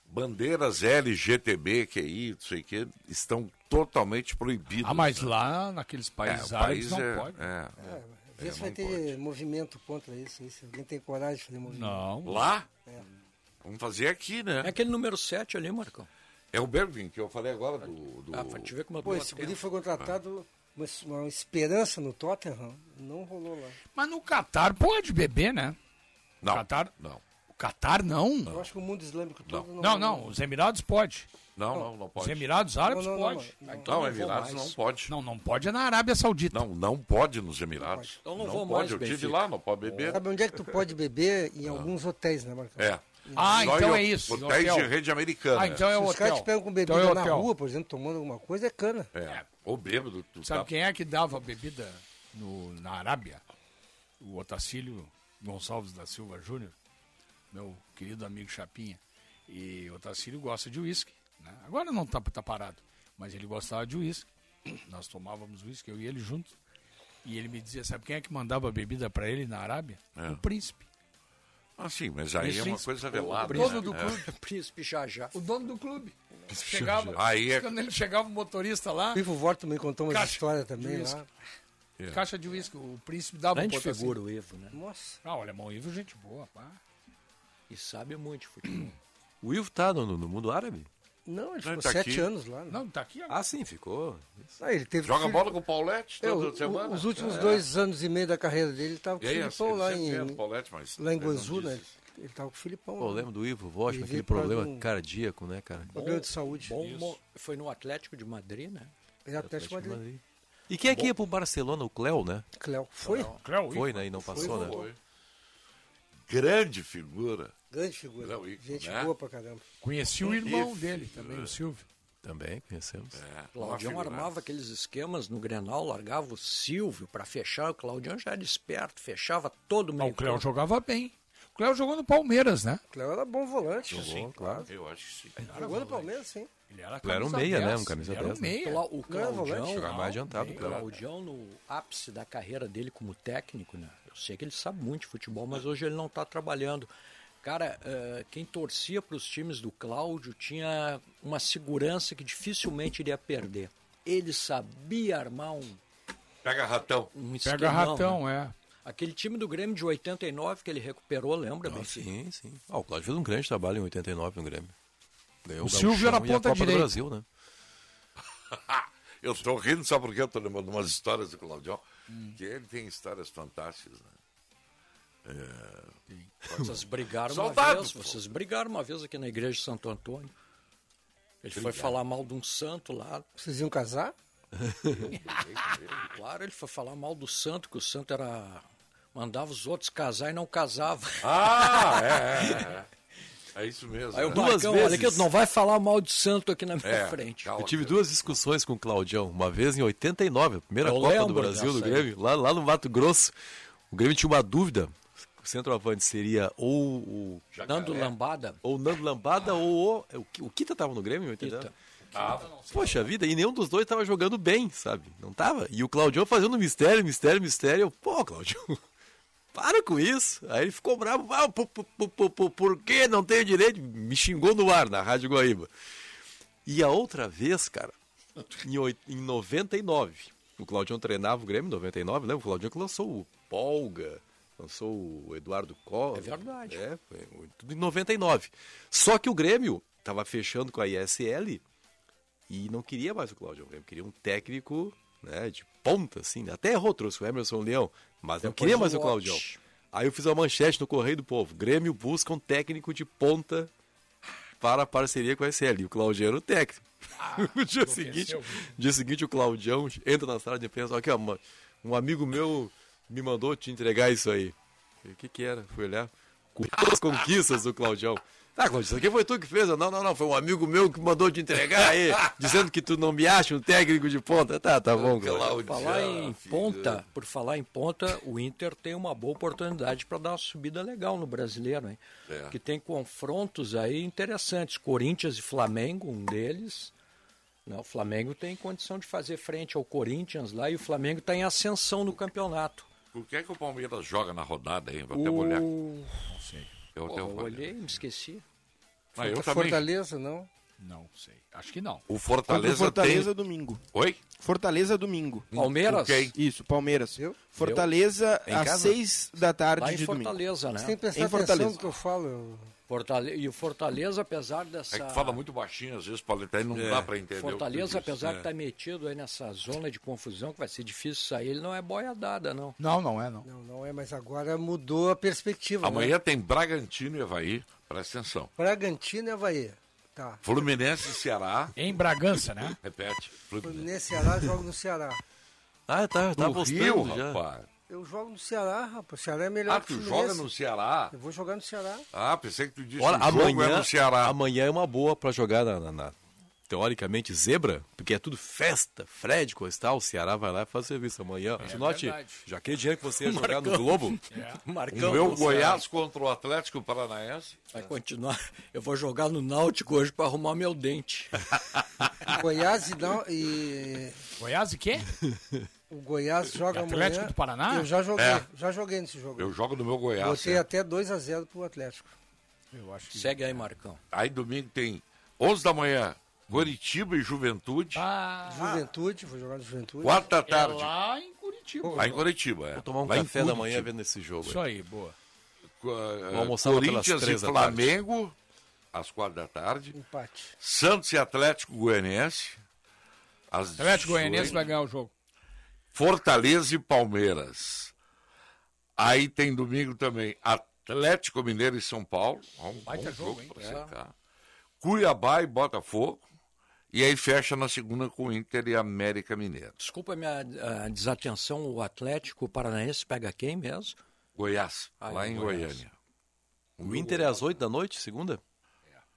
[SPEAKER 2] bandeiras LGTB, QI, é não sei o quê, estão totalmente proibidas. né?
[SPEAKER 4] Ah, mas lá naqueles
[SPEAKER 2] É,
[SPEAKER 4] países
[SPEAKER 2] o
[SPEAKER 4] árabes
[SPEAKER 2] país
[SPEAKER 4] não
[SPEAKER 2] é-
[SPEAKER 4] pode.
[SPEAKER 2] é,
[SPEAKER 3] Vê se vai ter movimento contra isso. aí, Se alguém tem coragem de fazer movimento. É.
[SPEAKER 2] Lá? Vamos fazer aqui, né?
[SPEAKER 5] É aquele número 7 ali, Marcão.
[SPEAKER 2] É o Bergwin, que eu falei agora do... do...
[SPEAKER 5] Ah, pra te ver como eu
[SPEAKER 3] Pô,
[SPEAKER 5] tô
[SPEAKER 3] esse
[SPEAKER 5] atento.
[SPEAKER 3] guri foi contratado, uma, uma esperança no Tottenham. Não rolou lá.
[SPEAKER 4] Mas no Catar pode beber, né?
[SPEAKER 2] Não,
[SPEAKER 4] Catar...
[SPEAKER 2] não.
[SPEAKER 4] O Catar não?
[SPEAKER 3] Eu acho que o mundo islâmico todo não.
[SPEAKER 4] Não, não, os Emirados pode.
[SPEAKER 2] Não, não, não pode.
[SPEAKER 4] Os Emirados Árabes
[SPEAKER 3] Não, não, não,
[SPEAKER 4] pode.
[SPEAKER 3] não.
[SPEAKER 2] Não, Emirados não pode.
[SPEAKER 4] Não, não pode é na Arábia Saudita.
[SPEAKER 2] Não, não pode nos Emirados.
[SPEAKER 4] Então não
[SPEAKER 2] não
[SPEAKER 4] vou
[SPEAKER 2] pode,
[SPEAKER 4] mais,
[SPEAKER 2] eu tive
[SPEAKER 4] Benfica.
[SPEAKER 2] lá, não pode beber.
[SPEAKER 3] Sabe onde é que tu pode beber? Em alguns hotéis, né, Marcão?
[SPEAKER 2] É.
[SPEAKER 4] Ah,
[SPEAKER 2] Só
[SPEAKER 4] então
[SPEAKER 2] em
[SPEAKER 4] é isso,
[SPEAKER 2] Hotéis
[SPEAKER 4] hotel.
[SPEAKER 2] de rede americana.
[SPEAKER 4] Ah, então é
[SPEAKER 3] Se os
[SPEAKER 4] hotel.
[SPEAKER 3] caras te pegam com bebida
[SPEAKER 4] Então é
[SPEAKER 3] na
[SPEAKER 4] hotel.
[SPEAKER 3] rua, por exemplo, tomando alguma coisa, é cana.
[SPEAKER 2] É. Ou bêbado. Tu
[SPEAKER 4] Sabe
[SPEAKER 2] tá-
[SPEAKER 4] quem é que dava bebida no- na Arábia? O assim- Otacílio Gonçalves da Silva Júnior, meu querido amigo Chapinha. E o Otacílio gosta de uísque. Né? Agora não tá, tá parado, mas ele gostava de uísque. Nós tomávamos uísque, eu e ele juntos. E ele me dizia, sabe quem é que mandava bebida para ele na Arábia?
[SPEAKER 2] É.
[SPEAKER 4] O príncipe.
[SPEAKER 2] Ah, sim, mas aí é uma
[SPEAKER 4] Príncipe.
[SPEAKER 2] coisa
[SPEAKER 4] O
[SPEAKER 2] velada.
[SPEAKER 4] dono
[SPEAKER 2] né?
[SPEAKER 4] do
[SPEAKER 2] É.
[SPEAKER 4] clube.
[SPEAKER 5] Príncipe Jajá.
[SPEAKER 4] O dono do clube. Chegava,
[SPEAKER 2] Aí é-
[SPEAKER 4] quando ele chegava o motorista lá,
[SPEAKER 3] O Pivo Vorto também contou uma
[SPEAKER 4] Caixa
[SPEAKER 3] história
[SPEAKER 4] de
[SPEAKER 3] também
[SPEAKER 4] uísque.
[SPEAKER 3] lá.
[SPEAKER 2] É.
[SPEAKER 4] Caixa de uísque, o príncipe dava um assim.
[SPEAKER 5] Grande
[SPEAKER 4] pro Otacílio.
[SPEAKER 5] figura o Evo, né?
[SPEAKER 3] Nossa.
[SPEAKER 4] Ah, o alemão Ivo, gente boa, pá.
[SPEAKER 5] E sabe muito de futebol.
[SPEAKER 6] O Ivo tá no, no- no mundo árabe?
[SPEAKER 3] Não, ele
[SPEAKER 6] Não,
[SPEAKER 3] ficou
[SPEAKER 6] tá
[SPEAKER 3] sete
[SPEAKER 6] aqui.
[SPEAKER 3] anos lá. né?
[SPEAKER 4] Não, tá aqui
[SPEAKER 6] Ah, sim, ficou.
[SPEAKER 3] Ah, ele teve
[SPEAKER 2] Joga
[SPEAKER 3] filho-
[SPEAKER 2] bola com o Paulette
[SPEAKER 3] É,
[SPEAKER 2] toda
[SPEAKER 3] o-
[SPEAKER 2] semana.
[SPEAKER 3] Os últimos
[SPEAKER 2] É.
[SPEAKER 3] dois anos e meio da carreira dele, ele tava com
[SPEAKER 2] E
[SPEAKER 3] o
[SPEAKER 2] aí,
[SPEAKER 3] Filipão
[SPEAKER 2] ele
[SPEAKER 3] lá
[SPEAKER 2] sempre era
[SPEAKER 3] em.
[SPEAKER 2] do Paulette, mas
[SPEAKER 3] lá em
[SPEAKER 2] ele não
[SPEAKER 3] Guangzhu,
[SPEAKER 2] disse
[SPEAKER 3] né? Ele tava com o Filipão.
[SPEAKER 6] Pô, eu lembro do Ivo tá Vosch,
[SPEAKER 3] Ele
[SPEAKER 6] com aquele
[SPEAKER 3] veio pra
[SPEAKER 6] problema
[SPEAKER 3] um-
[SPEAKER 6] cardíaco, né, cara?
[SPEAKER 3] Problema de saúde.
[SPEAKER 5] Bom,
[SPEAKER 3] Isso.
[SPEAKER 5] mo- foi no Atlético de Madrid, né?
[SPEAKER 3] É Atlético de Madrid.
[SPEAKER 6] E quem é que ia pro Barcelona? O Cléo, né?
[SPEAKER 3] Cléo. Foi?
[SPEAKER 4] Cléo,
[SPEAKER 6] Foi, né? E não passou, né?
[SPEAKER 2] Foi. Grande figura.
[SPEAKER 3] Grande figura.
[SPEAKER 2] Não, Ico,
[SPEAKER 3] Gente
[SPEAKER 2] né?
[SPEAKER 3] boa pra caramba.
[SPEAKER 4] Conheci o irmão dele também, o Silvio.
[SPEAKER 6] Também conhecemos. É,
[SPEAKER 5] Claudião armava aqueles esquemas no Grenal, largava o Silvio pra fechar. O Claudião já era esperto, fechava todo
[SPEAKER 4] Não,
[SPEAKER 5] mundo.
[SPEAKER 4] o Cléo jogava bem. O Cléo jogou no Palmeiras, né?
[SPEAKER 3] Cléo era bom volante.
[SPEAKER 2] Sim,
[SPEAKER 6] claro.
[SPEAKER 2] Eu acho que sim.
[SPEAKER 3] Jogou no Palmeiras, sim.
[SPEAKER 4] Ele era,
[SPEAKER 6] Ele era um
[SPEAKER 4] camisa
[SPEAKER 6] meia, né?
[SPEAKER 4] 10,
[SPEAKER 6] Um camisa
[SPEAKER 4] ele era
[SPEAKER 6] 10,
[SPEAKER 4] um
[SPEAKER 6] né?
[SPEAKER 5] Lá,
[SPEAKER 4] meia.
[SPEAKER 5] Então, o
[SPEAKER 4] Não era
[SPEAKER 5] Claudião,
[SPEAKER 4] volante.
[SPEAKER 6] Jogava mais adiantado,
[SPEAKER 5] o
[SPEAKER 6] claro.
[SPEAKER 5] Claudião no ápice da carreira dele como técnico, né? Eu sei que ele sabe muito de futebol, mas hoje ele não está tá trabalhando. Cara, eh, quem torcia para os times do Cláudio tinha uma segurança que dificilmente iria perder. Ele sabia armar um
[SPEAKER 2] Pega ratão.
[SPEAKER 5] esquemão,
[SPEAKER 4] é.
[SPEAKER 5] né? Aquele time do Grêmio de 89 que ele recuperou, lembra,
[SPEAKER 6] Ah,
[SPEAKER 5] bem?
[SPEAKER 6] sim, sim. Ah, o Cláudio fez um grande trabalho em 89 no Grêmio. Ganhou
[SPEAKER 5] O
[SPEAKER 6] Gauchão
[SPEAKER 5] Silvio era
[SPEAKER 6] e a
[SPEAKER 5] ponta
[SPEAKER 6] Copa do
[SPEAKER 5] direita.
[SPEAKER 6] Brasil, né?
[SPEAKER 2] Eu estou rindo, sabe por quê? Eu estou lembrando umas histórias do Claudio, que ele tem histórias fantásticas, né? É...
[SPEAKER 5] Vocês brigaram uma
[SPEAKER 2] Soldado,
[SPEAKER 5] vez, vocês brigaram uma vez aqui na igreja de Santo Antônio. Ele foi
[SPEAKER 3] Brigaram.
[SPEAKER 5] falar mal de um santo lá.
[SPEAKER 3] Vocês iam casar?
[SPEAKER 5] Claro, ele foi falar mal do santo, que o santo era mandava os outros casar e não casava.
[SPEAKER 2] Ah, é, é, é. É isso mesmo.
[SPEAKER 5] Aí o
[SPEAKER 2] né?
[SPEAKER 5] Marcão, olha aqui, tu não vai falar mal de santo aqui na minha
[SPEAKER 6] É,
[SPEAKER 5] frente.
[SPEAKER 2] tá
[SPEAKER 6] Eu tive duas discussões com o Claudião. Uma vez em 89, a primeira
[SPEAKER 5] Eu
[SPEAKER 6] Copa do
[SPEAKER 5] lembro
[SPEAKER 6] Brasil do
[SPEAKER 5] dessa aí.
[SPEAKER 6] Grêmio, lá, lá no Mato Grosso. O Grêmio tinha uma dúvida. O centroavante seria ou o...
[SPEAKER 5] Nando Lambada.
[SPEAKER 6] Ou o Nando Lambada ou o... O, Ki- o Kita estava no Grêmio, entendeu?
[SPEAKER 2] Ah,
[SPEAKER 6] Poxa vida, e nenhum dos dois estava jogando bem, sabe? Não tava. E o Claudião fazendo mistério, mistério, mistério. Eu, pô, Claudião, para com isso. Aí ele ficou bravo. Ah, por, por, por, por, por, por que não tenho direito? Me xingou no ar, na Rádio Guaíba. E a outra vez, cara, em, oi- em 99, o Claudião treinava o Grêmio em 99, lembra? né? O Claudião que lançou o Polga, lançou o Eduardo Costa. É
[SPEAKER 5] verdade.
[SPEAKER 6] É, foi tudo em 99. Só que o Grêmio estava fechando com a ISL e não queria mais o Claudio Grêmio, queria um técnico né, de ponta, assim. Até errou, trouxe o Emerson Leão, mas não
[SPEAKER 5] Depois
[SPEAKER 6] queria
[SPEAKER 5] o
[SPEAKER 6] mais o
[SPEAKER 5] Lopes.
[SPEAKER 6] Claudião. Aí eu fiz uma manchete no Correio do Povo. Grêmio busca um técnico de ponta para a parceria com a SL. E o Claudião era o técnico. no dia seguinte, dia seguinte, o Claudião entra na sala de imprensa. Aqui, ó, uma- um amigo meu me mandou te entregar isso aí. Eu, O que que era? Fui olhar. Com as conquistas do Claudião. Tá, Claudio, isso aqui foi tu que fez? Eu, Não, não, não. Foi um amigo meu que mandou te entregar aí, dizendo que tu não me acha um técnico de ponta. Tá, tá bom, Claudio.
[SPEAKER 5] falar em ponta, por falar em ponta, o Inter tem uma boa oportunidade para dar uma subida legal no brasileiro, hein?
[SPEAKER 2] É.
[SPEAKER 5] Que tem confrontos aí interessantes. Corinthians e Flamengo, um deles. Né? O Flamengo tem condição de fazer frente ao Corinthians lá e o Flamengo está em ascensão no campeonato.
[SPEAKER 2] Por que, é que o Palmeiras joga na rodada, hein? Vou até
[SPEAKER 5] O-
[SPEAKER 2] olhar. Não sei. Eu até
[SPEAKER 5] Porra, eu
[SPEAKER 2] vou olhar.
[SPEAKER 5] olhei e me esqueci.
[SPEAKER 2] Ah, eu também.
[SPEAKER 3] Fortaleza, não?
[SPEAKER 4] Não sei. Acho que não.
[SPEAKER 2] O Fortaleza
[SPEAKER 7] Contra o Fortaleza
[SPEAKER 4] é
[SPEAKER 2] tem-
[SPEAKER 7] domingo.
[SPEAKER 2] Oi?
[SPEAKER 7] Fortaleza domingo.
[SPEAKER 5] Palmeiras?
[SPEAKER 7] Ok. Isso, Palmeiras. Fortaleza
[SPEAKER 5] Em
[SPEAKER 7] às
[SPEAKER 5] casa?
[SPEAKER 7] 6 da tarde
[SPEAKER 5] Lá em
[SPEAKER 7] de domingo.
[SPEAKER 5] Fortaleza, né?
[SPEAKER 3] Você tem que prestar
[SPEAKER 7] Em
[SPEAKER 3] atenção
[SPEAKER 7] Fortaleza.
[SPEAKER 3] no que eu falo.
[SPEAKER 5] Fortale- E o Fortaleza, apesar dessa...
[SPEAKER 2] É que fala muito baixinho, às vezes, Paleta, aí não
[SPEAKER 6] É.
[SPEAKER 2] dá pra entender. o que diz,
[SPEAKER 5] Fortaleza, apesar tá-
[SPEAKER 2] né?
[SPEAKER 5] de estar metido aí nessa zona de confusão, que vai ser difícil sair, ele não é boia dada, não.
[SPEAKER 4] Não, não é, não.
[SPEAKER 3] Não, não é, mas agora mudou a perspectiva.
[SPEAKER 2] Amanhã
[SPEAKER 3] Né?
[SPEAKER 2] tem Bragantino e Havaí, presta atenção.
[SPEAKER 3] Bragantino e Havaí. Tá.
[SPEAKER 2] Fluminense e Ceará.
[SPEAKER 4] Em Bragança, né?
[SPEAKER 2] Repete. Fluminense.
[SPEAKER 3] Nesse Ceará, jogo no Ceará.
[SPEAKER 6] Ah, tá, tá
[SPEAKER 2] No
[SPEAKER 6] apostando
[SPEAKER 2] Rio,
[SPEAKER 6] já.
[SPEAKER 2] rapaz.
[SPEAKER 3] Eu jogo no Ceará, rapaz. O Ceará é melhor
[SPEAKER 2] Ah,
[SPEAKER 3] que o
[SPEAKER 2] tu
[SPEAKER 3] Fluminense.
[SPEAKER 2] joga no Ceará?
[SPEAKER 3] Eu vou jogar no Ceará.
[SPEAKER 2] Ah, pensei que tu disse
[SPEAKER 6] Olha,
[SPEAKER 2] que o jogo é
[SPEAKER 6] amanhã,
[SPEAKER 2] no Ceará.
[SPEAKER 6] amanhã é uma boa pra jogar na, na- na- teoricamente zebra, porque é tudo festa, Fred, coisa e tal. O Ceará vai lá e faz serviço amanhã.
[SPEAKER 2] É
[SPEAKER 6] Tinote,
[SPEAKER 2] verdade.
[SPEAKER 6] já aquele dinheiro que você ia
[SPEAKER 2] O
[SPEAKER 6] jogar no
[SPEAKER 2] Marcão.
[SPEAKER 6] Globo.
[SPEAKER 2] É.
[SPEAKER 5] Marcão
[SPEAKER 2] o meu
[SPEAKER 5] do
[SPEAKER 2] Goiás contra o Atlético Paranaense.
[SPEAKER 5] Vai continuar. Eu vou jogar no Náutico hoje para arrumar meu dente.
[SPEAKER 3] Goiás e, não, e
[SPEAKER 4] Goiás e quê?
[SPEAKER 3] o Goiás joga amanhã.
[SPEAKER 4] Atlético do Paraná?
[SPEAKER 3] Eu já joguei,
[SPEAKER 2] É.
[SPEAKER 3] já joguei nesse jogo.
[SPEAKER 2] Eu jogo no meu Goiás.
[SPEAKER 3] Botei
[SPEAKER 2] né?
[SPEAKER 3] até 2x0 pro Atlético.
[SPEAKER 4] Eu acho
[SPEAKER 5] Segue aí, Marcão.
[SPEAKER 2] Aí domingo tem 11 da manhã, Curitiba e Juventude.
[SPEAKER 4] Ah.
[SPEAKER 3] Juventude, vou jogar no Juventude.
[SPEAKER 2] Quatro da tarde.
[SPEAKER 4] É lá em Curitiba.
[SPEAKER 2] Lá em Curitiba. Vou
[SPEAKER 6] tomar um café da manhã vendo esse jogo.
[SPEAKER 4] Isso aí, boa.
[SPEAKER 6] Vou almoçar lá pelas
[SPEAKER 2] eh, Corinthians e
[SPEAKER 6] três da tarde.
[SPEAKER 2] Flamengo, às quatro da tarde.
[SPEAKER 3] Empate.
[SPEAKER 2] Santos e Atlético Goianiense. Às 18.
[SPEAKER 4] Atlético Goianiense vai ganhar o jogo.
[SPEAKER 2] Fortaleza e Palmeiras. Aí tem domingo também Atlético Mineiro e São Paulo. Ó, Um bom
[SPEAKER 4] Baita jogo,
[SPEAKER 2] jogo,
[SPEAKER 4] hein?
[SPEAKER 2] pra
[SPEAKER 4] É.
[SPEAKER 2] secar. Cuiabá e Botafogo. E aí fecha na segunda com Inter e América Mineiro.
[SPEAKER 5] Desculpa a minha ah, desatenção, o Atlético Paranaense pega quem mesmo?
[SPEAKER 2] Goiás,
[SPEAKER 5] Aí,
[SPEAKER 2] lá em
[SPEAKER 5] Goiás.
[SPEAKER 2] Goiânia.
[SPEAKER 6] O Inter é às 8 da noite, segunda?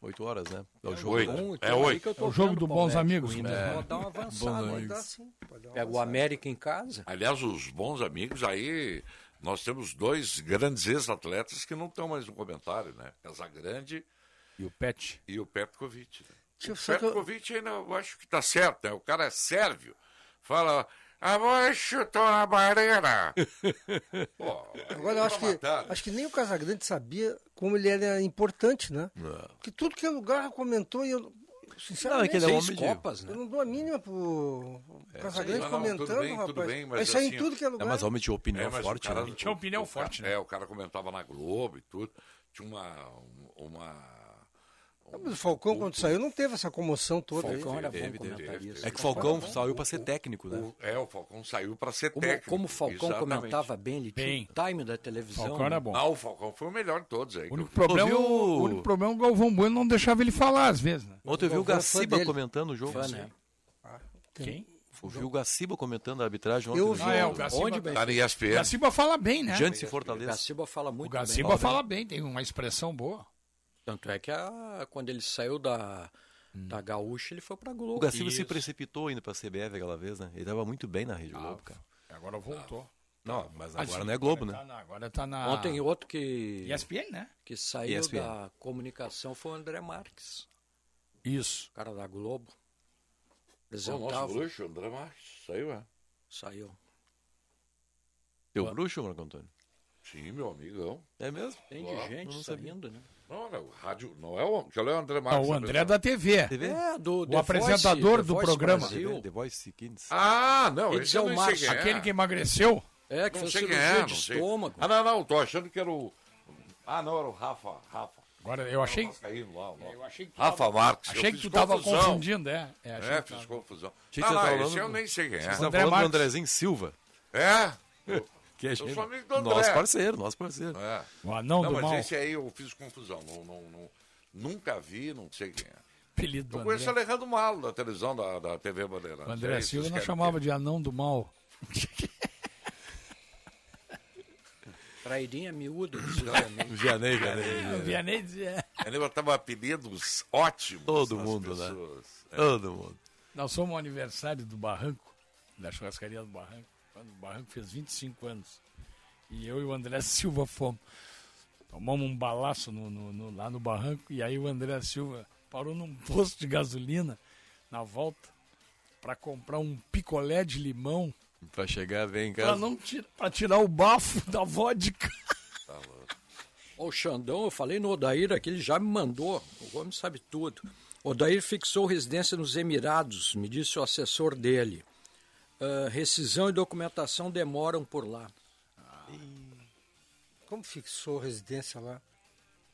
[SPEAKER 6] 8 horas, né? É o jogo.
[SPEAKER 2] Oito.
[SPEAKER 5] um,
[SPEAKER 6] né?
[SPEAKER 2] É
[SPEAKER 5] então
[SPEAKER 2] oito.
[SPEAKER 4] É o jogo do Bons Amigos.
[SPEAKER 5] Ainda
[SPEAKER 4] É.
[SPEAKER 5] Pode dar uma avançada.
[SPEAKER 6] Bons
[SPEAKER 5] pode dar
[SPEAKER 6] Amigos.
[SPEAKER 5] sim, pode dar uma avançada. É América em casa.
[SPEAKER 2] Aliás, os bons amigos, aí nós temos dois grandes ex-atletas que não estão mais no comentário, né? Casagrande
[SPEAKER 4] e o Pet.
[SPEAKER 2] E o Petkovic. Né?
[SPEAKER 3] Deixa eu
[SPEAKER 2] O
[SPEAKER 3] só que eu-
[SPEAKER 2] Petkovic ainda eu acho que tá certo, né? O cara é sérvio. é Fala,
[SPEAKER 21] A mãe chutou na barreira.
[SPEAKER 2] tá
[SPEAKER 3] Agora eu acho que, acho que nem o Casagrande sabia como ele era importante, né? Porque tudo que é lugar comentou e eu.
[SPEAKER 6] Não, é
[SPEAKER 3] Sinceramente,
[SPEAKER 6] que ele é um homem de-
[SPEAKER 2] né?
[SPEAKER 3] Eu não dou a mínima pro
[SPEAKER 2] É,
[SPEAKER 3] pro Casagrande
[SPEAKER 2] não, não, tudo
[SPEAKER 3] comentando,
[SPEAKER 2] bem, tudo
[SPEAKER 3] rapaz.
[SPEAKER 2] bem, mas
[SPEAKER 3] Isso aí
[SPEAKER 2] assim,
[SPEAKER 3] em tudo que é lugar.
[SPEAKER 6] É, mas homem tinha opinião
[SPEAKER 2] É, mas o
[SPEAKER 6] forte,
[SPEAKER 2] cara-
[SPEAKER 6] né? Ele tinha opinião né?
[SPEAKER 2] o cara- É, o cara comentava na Globo e tudo. Tinha uma. uma...
[SPEAKER 3] Mas o Falcão, quando saiu, não teve essa comoção toda. aí.
[SPEAKER 2] Teve, teve, teve.
[SPEAKER 6] É que o Falcão saiu pra ser técnico, né?
[SPEAKER 2] O- É, o Falcão saiu pra ser
[SPEAKER 6] Como-
[SPEAKER 2] técnico.
[SPEAKER 6] como o
[SPEAKER 5] Falcão
[SPEAKER 2] exatamente.
[SPEAKER 5] comentava bem, ele tinha
[SPEAKER 2] Bem.
[SPEAKER 5] o time da televisão. né?
[SPEAKER 4] Falcão era bom.
[SPEAKER 2] Ah, o Falcão foi o melhor de todos aí.
[SPEAKER 4] O problema, é
[SPEAKER 2] Ouviu
[SPEAKER 4] o único problema é que o Galvão Bueno não deixava ele falar às vezes, né?
[SPEAKER 6] Ontem eu vi o
[SPEAKER 4] Galvão é fã
[SPEAKER 6] Gaciba
[SPEAKER 4] dele.
[SPEAKER 6] comentando o jogo.
[SPEAKER 4] Fã,
[SPEAKER 6] assim.
[SPEAKER 4] né? Quem?
[SPEAKER 6] Eu vi o Gaciba comentando a arbitragem ontem.
[SPEAKER 4] Eu
[SPEAKER 6] no
[SPEAKER 4] vi,
[SPEAKER 6] jogo.
[SPEAKER 4] Ah, é, o Gaciba- Onde, Benfica? Tá no ESPN. Gaciba fala bem, né?
[SPEAKER 6] Diante de Fortaleza.
[SPEAKER 5] Gaciba fala muito
[SPEAKER 4] O Gaciba fala bem, tem uma expressão boa.
[SPEAKER 5] Tanto é que a- quando ele saiu da,
[SPEAKER 4] Hum.
[SPEAKER 5] da Gaúcha, ele foi pra Globo.
[SPEAKER 6] O Gaciba se
[SPEAKER 5] Isso.
[SPEAKER 6] precipitou indo pra CBF aquela vez, né? Ele tava muito bem na
[SPEAKER 2] Ah,
[SPEAKER 6] Rede Globo, cara.
[SPEAKER 4] Agora voltou.
[SPEAKER 6] Não, mas
[SPEAKER 4] Ah,
[SPEAKER 6] agora
[SPEAKER 4] sim,
[SPEAKER 6] não é Globo,
[SPEAKER 4] agora
[SPEAKER 6] né?
[SPEAKER 4] tá na- agora tá na-
[SPEAKER 5] Ontem outro que...
[SPEAKER 4] ESPN, né?
[SPEAKER 5] Que saiu
[SPEAKER 6] ESPN.
[SPEAKER 5] da comunicação foi o André Marques.
[SPEAKER 4] Isso.
[SPEAKER 5] O cara da Globo.
[SPEAKER 2] O nosso
[SPEAKER 5] Apresentava.
[SPEAKER 2] bruxo, André Marques, saiu, é?
[SPEAKER 5] Saiu.
[SPEAKER 6] Teu bruxo, Marco Antônio?
[SPEAKER 2] Sim, meu amigão.
[SPEAKER 6] É mesmo?
[SPEAKER 5] Tem
[SPEAKER 2] Ó,
[SPEAKER 5] de gente
[SPEAKER 2] eu não sabia.
[SPEAKER 5] saindo, né?
[SPEAKER 2] Não, não, o rádio. Não é o. Já é o André
[SPEAKER 4] Ah,
[SPEAKER 2] Marques.
[SPEAKER 4] o André é da TV.
[SPEAKER 5] É, do
[SPEAKER 4] o
[SPEAKER 5] The Voice-
[SPEAKER 4] apresentador do
[SPEAKER 5] The Voice
[SPEAKER 4] programa.
[SPEAKER 5] Brasil.
[SPEAKER 6] The Voice Kids.
[SPEAKER 2] Ah, não,
[SPEAKER 4] Eles
[SPEAKER 2] esse eu
[SPEAKER 4] são
[SPEAKER 2] não
[SPEAKER 4] Marcos.
[SPEAKER 2] sei quem é.
[SPEAKER 4] Aquele que emagreceu?
[SPEAKER 5] É,
[SPEAKER 2] não sei quem é, não sei. Ah, não, não, tô achando que era o. Ah, não, era o Rafa. Rafa.
[SPEAKER 4] Agora, eu achei-
[SPEAKER 2] Vascaíno lá, lá. Eu
[SPEAKER 4] achei que
[SPEAKER 2] Rafa
[SPEAKER 4] tava-
[SPEAKER 2] Marques. eu
[SPEAKER 4] achei que
[SPEAKER 2] fiz
[SPEAKER 4] tu tava
[SPEAKER 2] confusão.
[SPEAKER 4] confundindo, é. É,
[SPEAKER 2] É,
[SPEAKER 4] achei que
[SPEAKER 2] fiz
[SPEAKER 4] tava.
[SPEAKER 2] confusão.
[SPEAKER 6] Tinha que
[SPEAKER 2] Ah,
[SPEAKER 6] você tá
[SPEAKER 2] não, esse
[SPEAKER 6] falando-
[SPEAKER 2] eu nem sei quem é.
[SPEAKER 6] Você tá falando do Andrezinho Silva.
[SPEAKER 2] É?
[SPEAKER 6] Que é
[SPEAKER 2] eu
[SPEAKER 6] gente-
[SPEAKER 2] sou amigo do André.
[SPEAKER 6] Nosso parceiro, nosso parceiro.
[SPEAKER 2] É.
[SPEAKER 4] O anão
[SPEAKER 2] não,
[SPEAKER 4] do
[SPEAKER 2] mas
[SPEAKER 4] mal.
[SPEAKER 2] esse aí eu fiz confusão. Não, não, não- nunca vi, não sei quem é.
[SPEAKER 4] Apelido do
[SPEAKER 2] Eu conheço o
[SPEAKER 4] André.
[SPEAKER 2] Alejandro Malo, da televisão, da, da TV
[SPEAKER 4] O
[SPEAKER 2] Bandeirante.
[SPEAKER 4] André
[SPEAKER 2] É isso,
[SPEAKER 4] Silva
[SPEAKER 2] vocês
[SPEAKER 4] não
[SPEAKER 2] querem-
[SPEAKER 4] chamava de anão do mal.
[SPEAKER 5] Traidinha miúda.
[SPEAKER 6] Vianney,
[SPEAKER 4] É, o Vianney dizia.
[SPEAKER 2] Eu lembro, tava apelidos ótimos.
[SPEAKER 6] Todo
[SPEAKER 2] nas
[SPEAKER 6] mundo, né?
[SPEAKER 2] pessoas. É.
[SPEAKER 6] Todo mundo.
[SPEAKER 4] Nós fomos ao aniversário do Barranco, da churrascaria do Barranco, quando o Barranco fez 25 anos. E eu e o André Silva fomos. Tomamos um balaço no- no- no- lá no Barranco e aí o André Silva parou num posto de gasolina na volta para comprar um picolé de limão
[SPEAKER 6] Pra chegar bem em
[SPEAKER 4] para
[SPEAKER 6] casa.
[SPEAKER 4] não tirar, pra tirar É o bafo da vodka.
[SPEAKER 2] Tá
[SPEAKER 5] Ó, O Xandão, eu falei no Odair aqui, ele já me mandou. O homem sabe tudo. Odair fixou residência nos Emirados, me disse o assessor dele. Ah, rescisão e documentação demoram por lá.
[SPEAKER 3] Ah. Como fixou residência lá?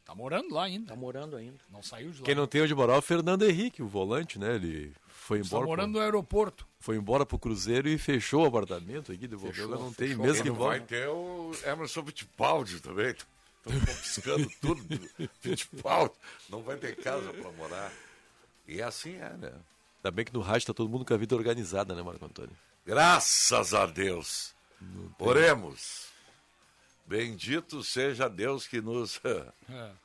[SPEAKER 4] Tá morando lá ainda.
[SPEAKER 5] Tá morando ainda.
[SPEAKER 4] Não saiu de lá.
[SPEAKER 6] Quem não tem onde morar é o Fernando Henrique, o volante, né? Ele foi embora.
[SPEAKER 4] Está
[SPEAKER 6] pro-
[SPEAKER 4] tá morando no aeroporto.
[SPEAKER 6] Foi embora pro Cruzeiro e fechou o apartamento aqui, devolveu.
[SPEAKER 2] Fechou,
[SPEAKER 6] agora não tem
[SPEAKER 2] fechou.
[SPEAKER 6] mesmo que
[SPEAKER 2] Ele vai
[SPEAKER 6] volta.
[SPEAKER 2] ter o Emerson Fittipaldi também. Estão confiscando tudo do Fittipaldi. Não vai ter casa para morar. E assim é, né?
[SPEAKER 6] Ainda bem que no rádio tá todo mundo com a vida organizada, né, Marco Antônio?
[SPEAKER 2] Graças a Deus. Oremos. Bendito seja Deus que nos.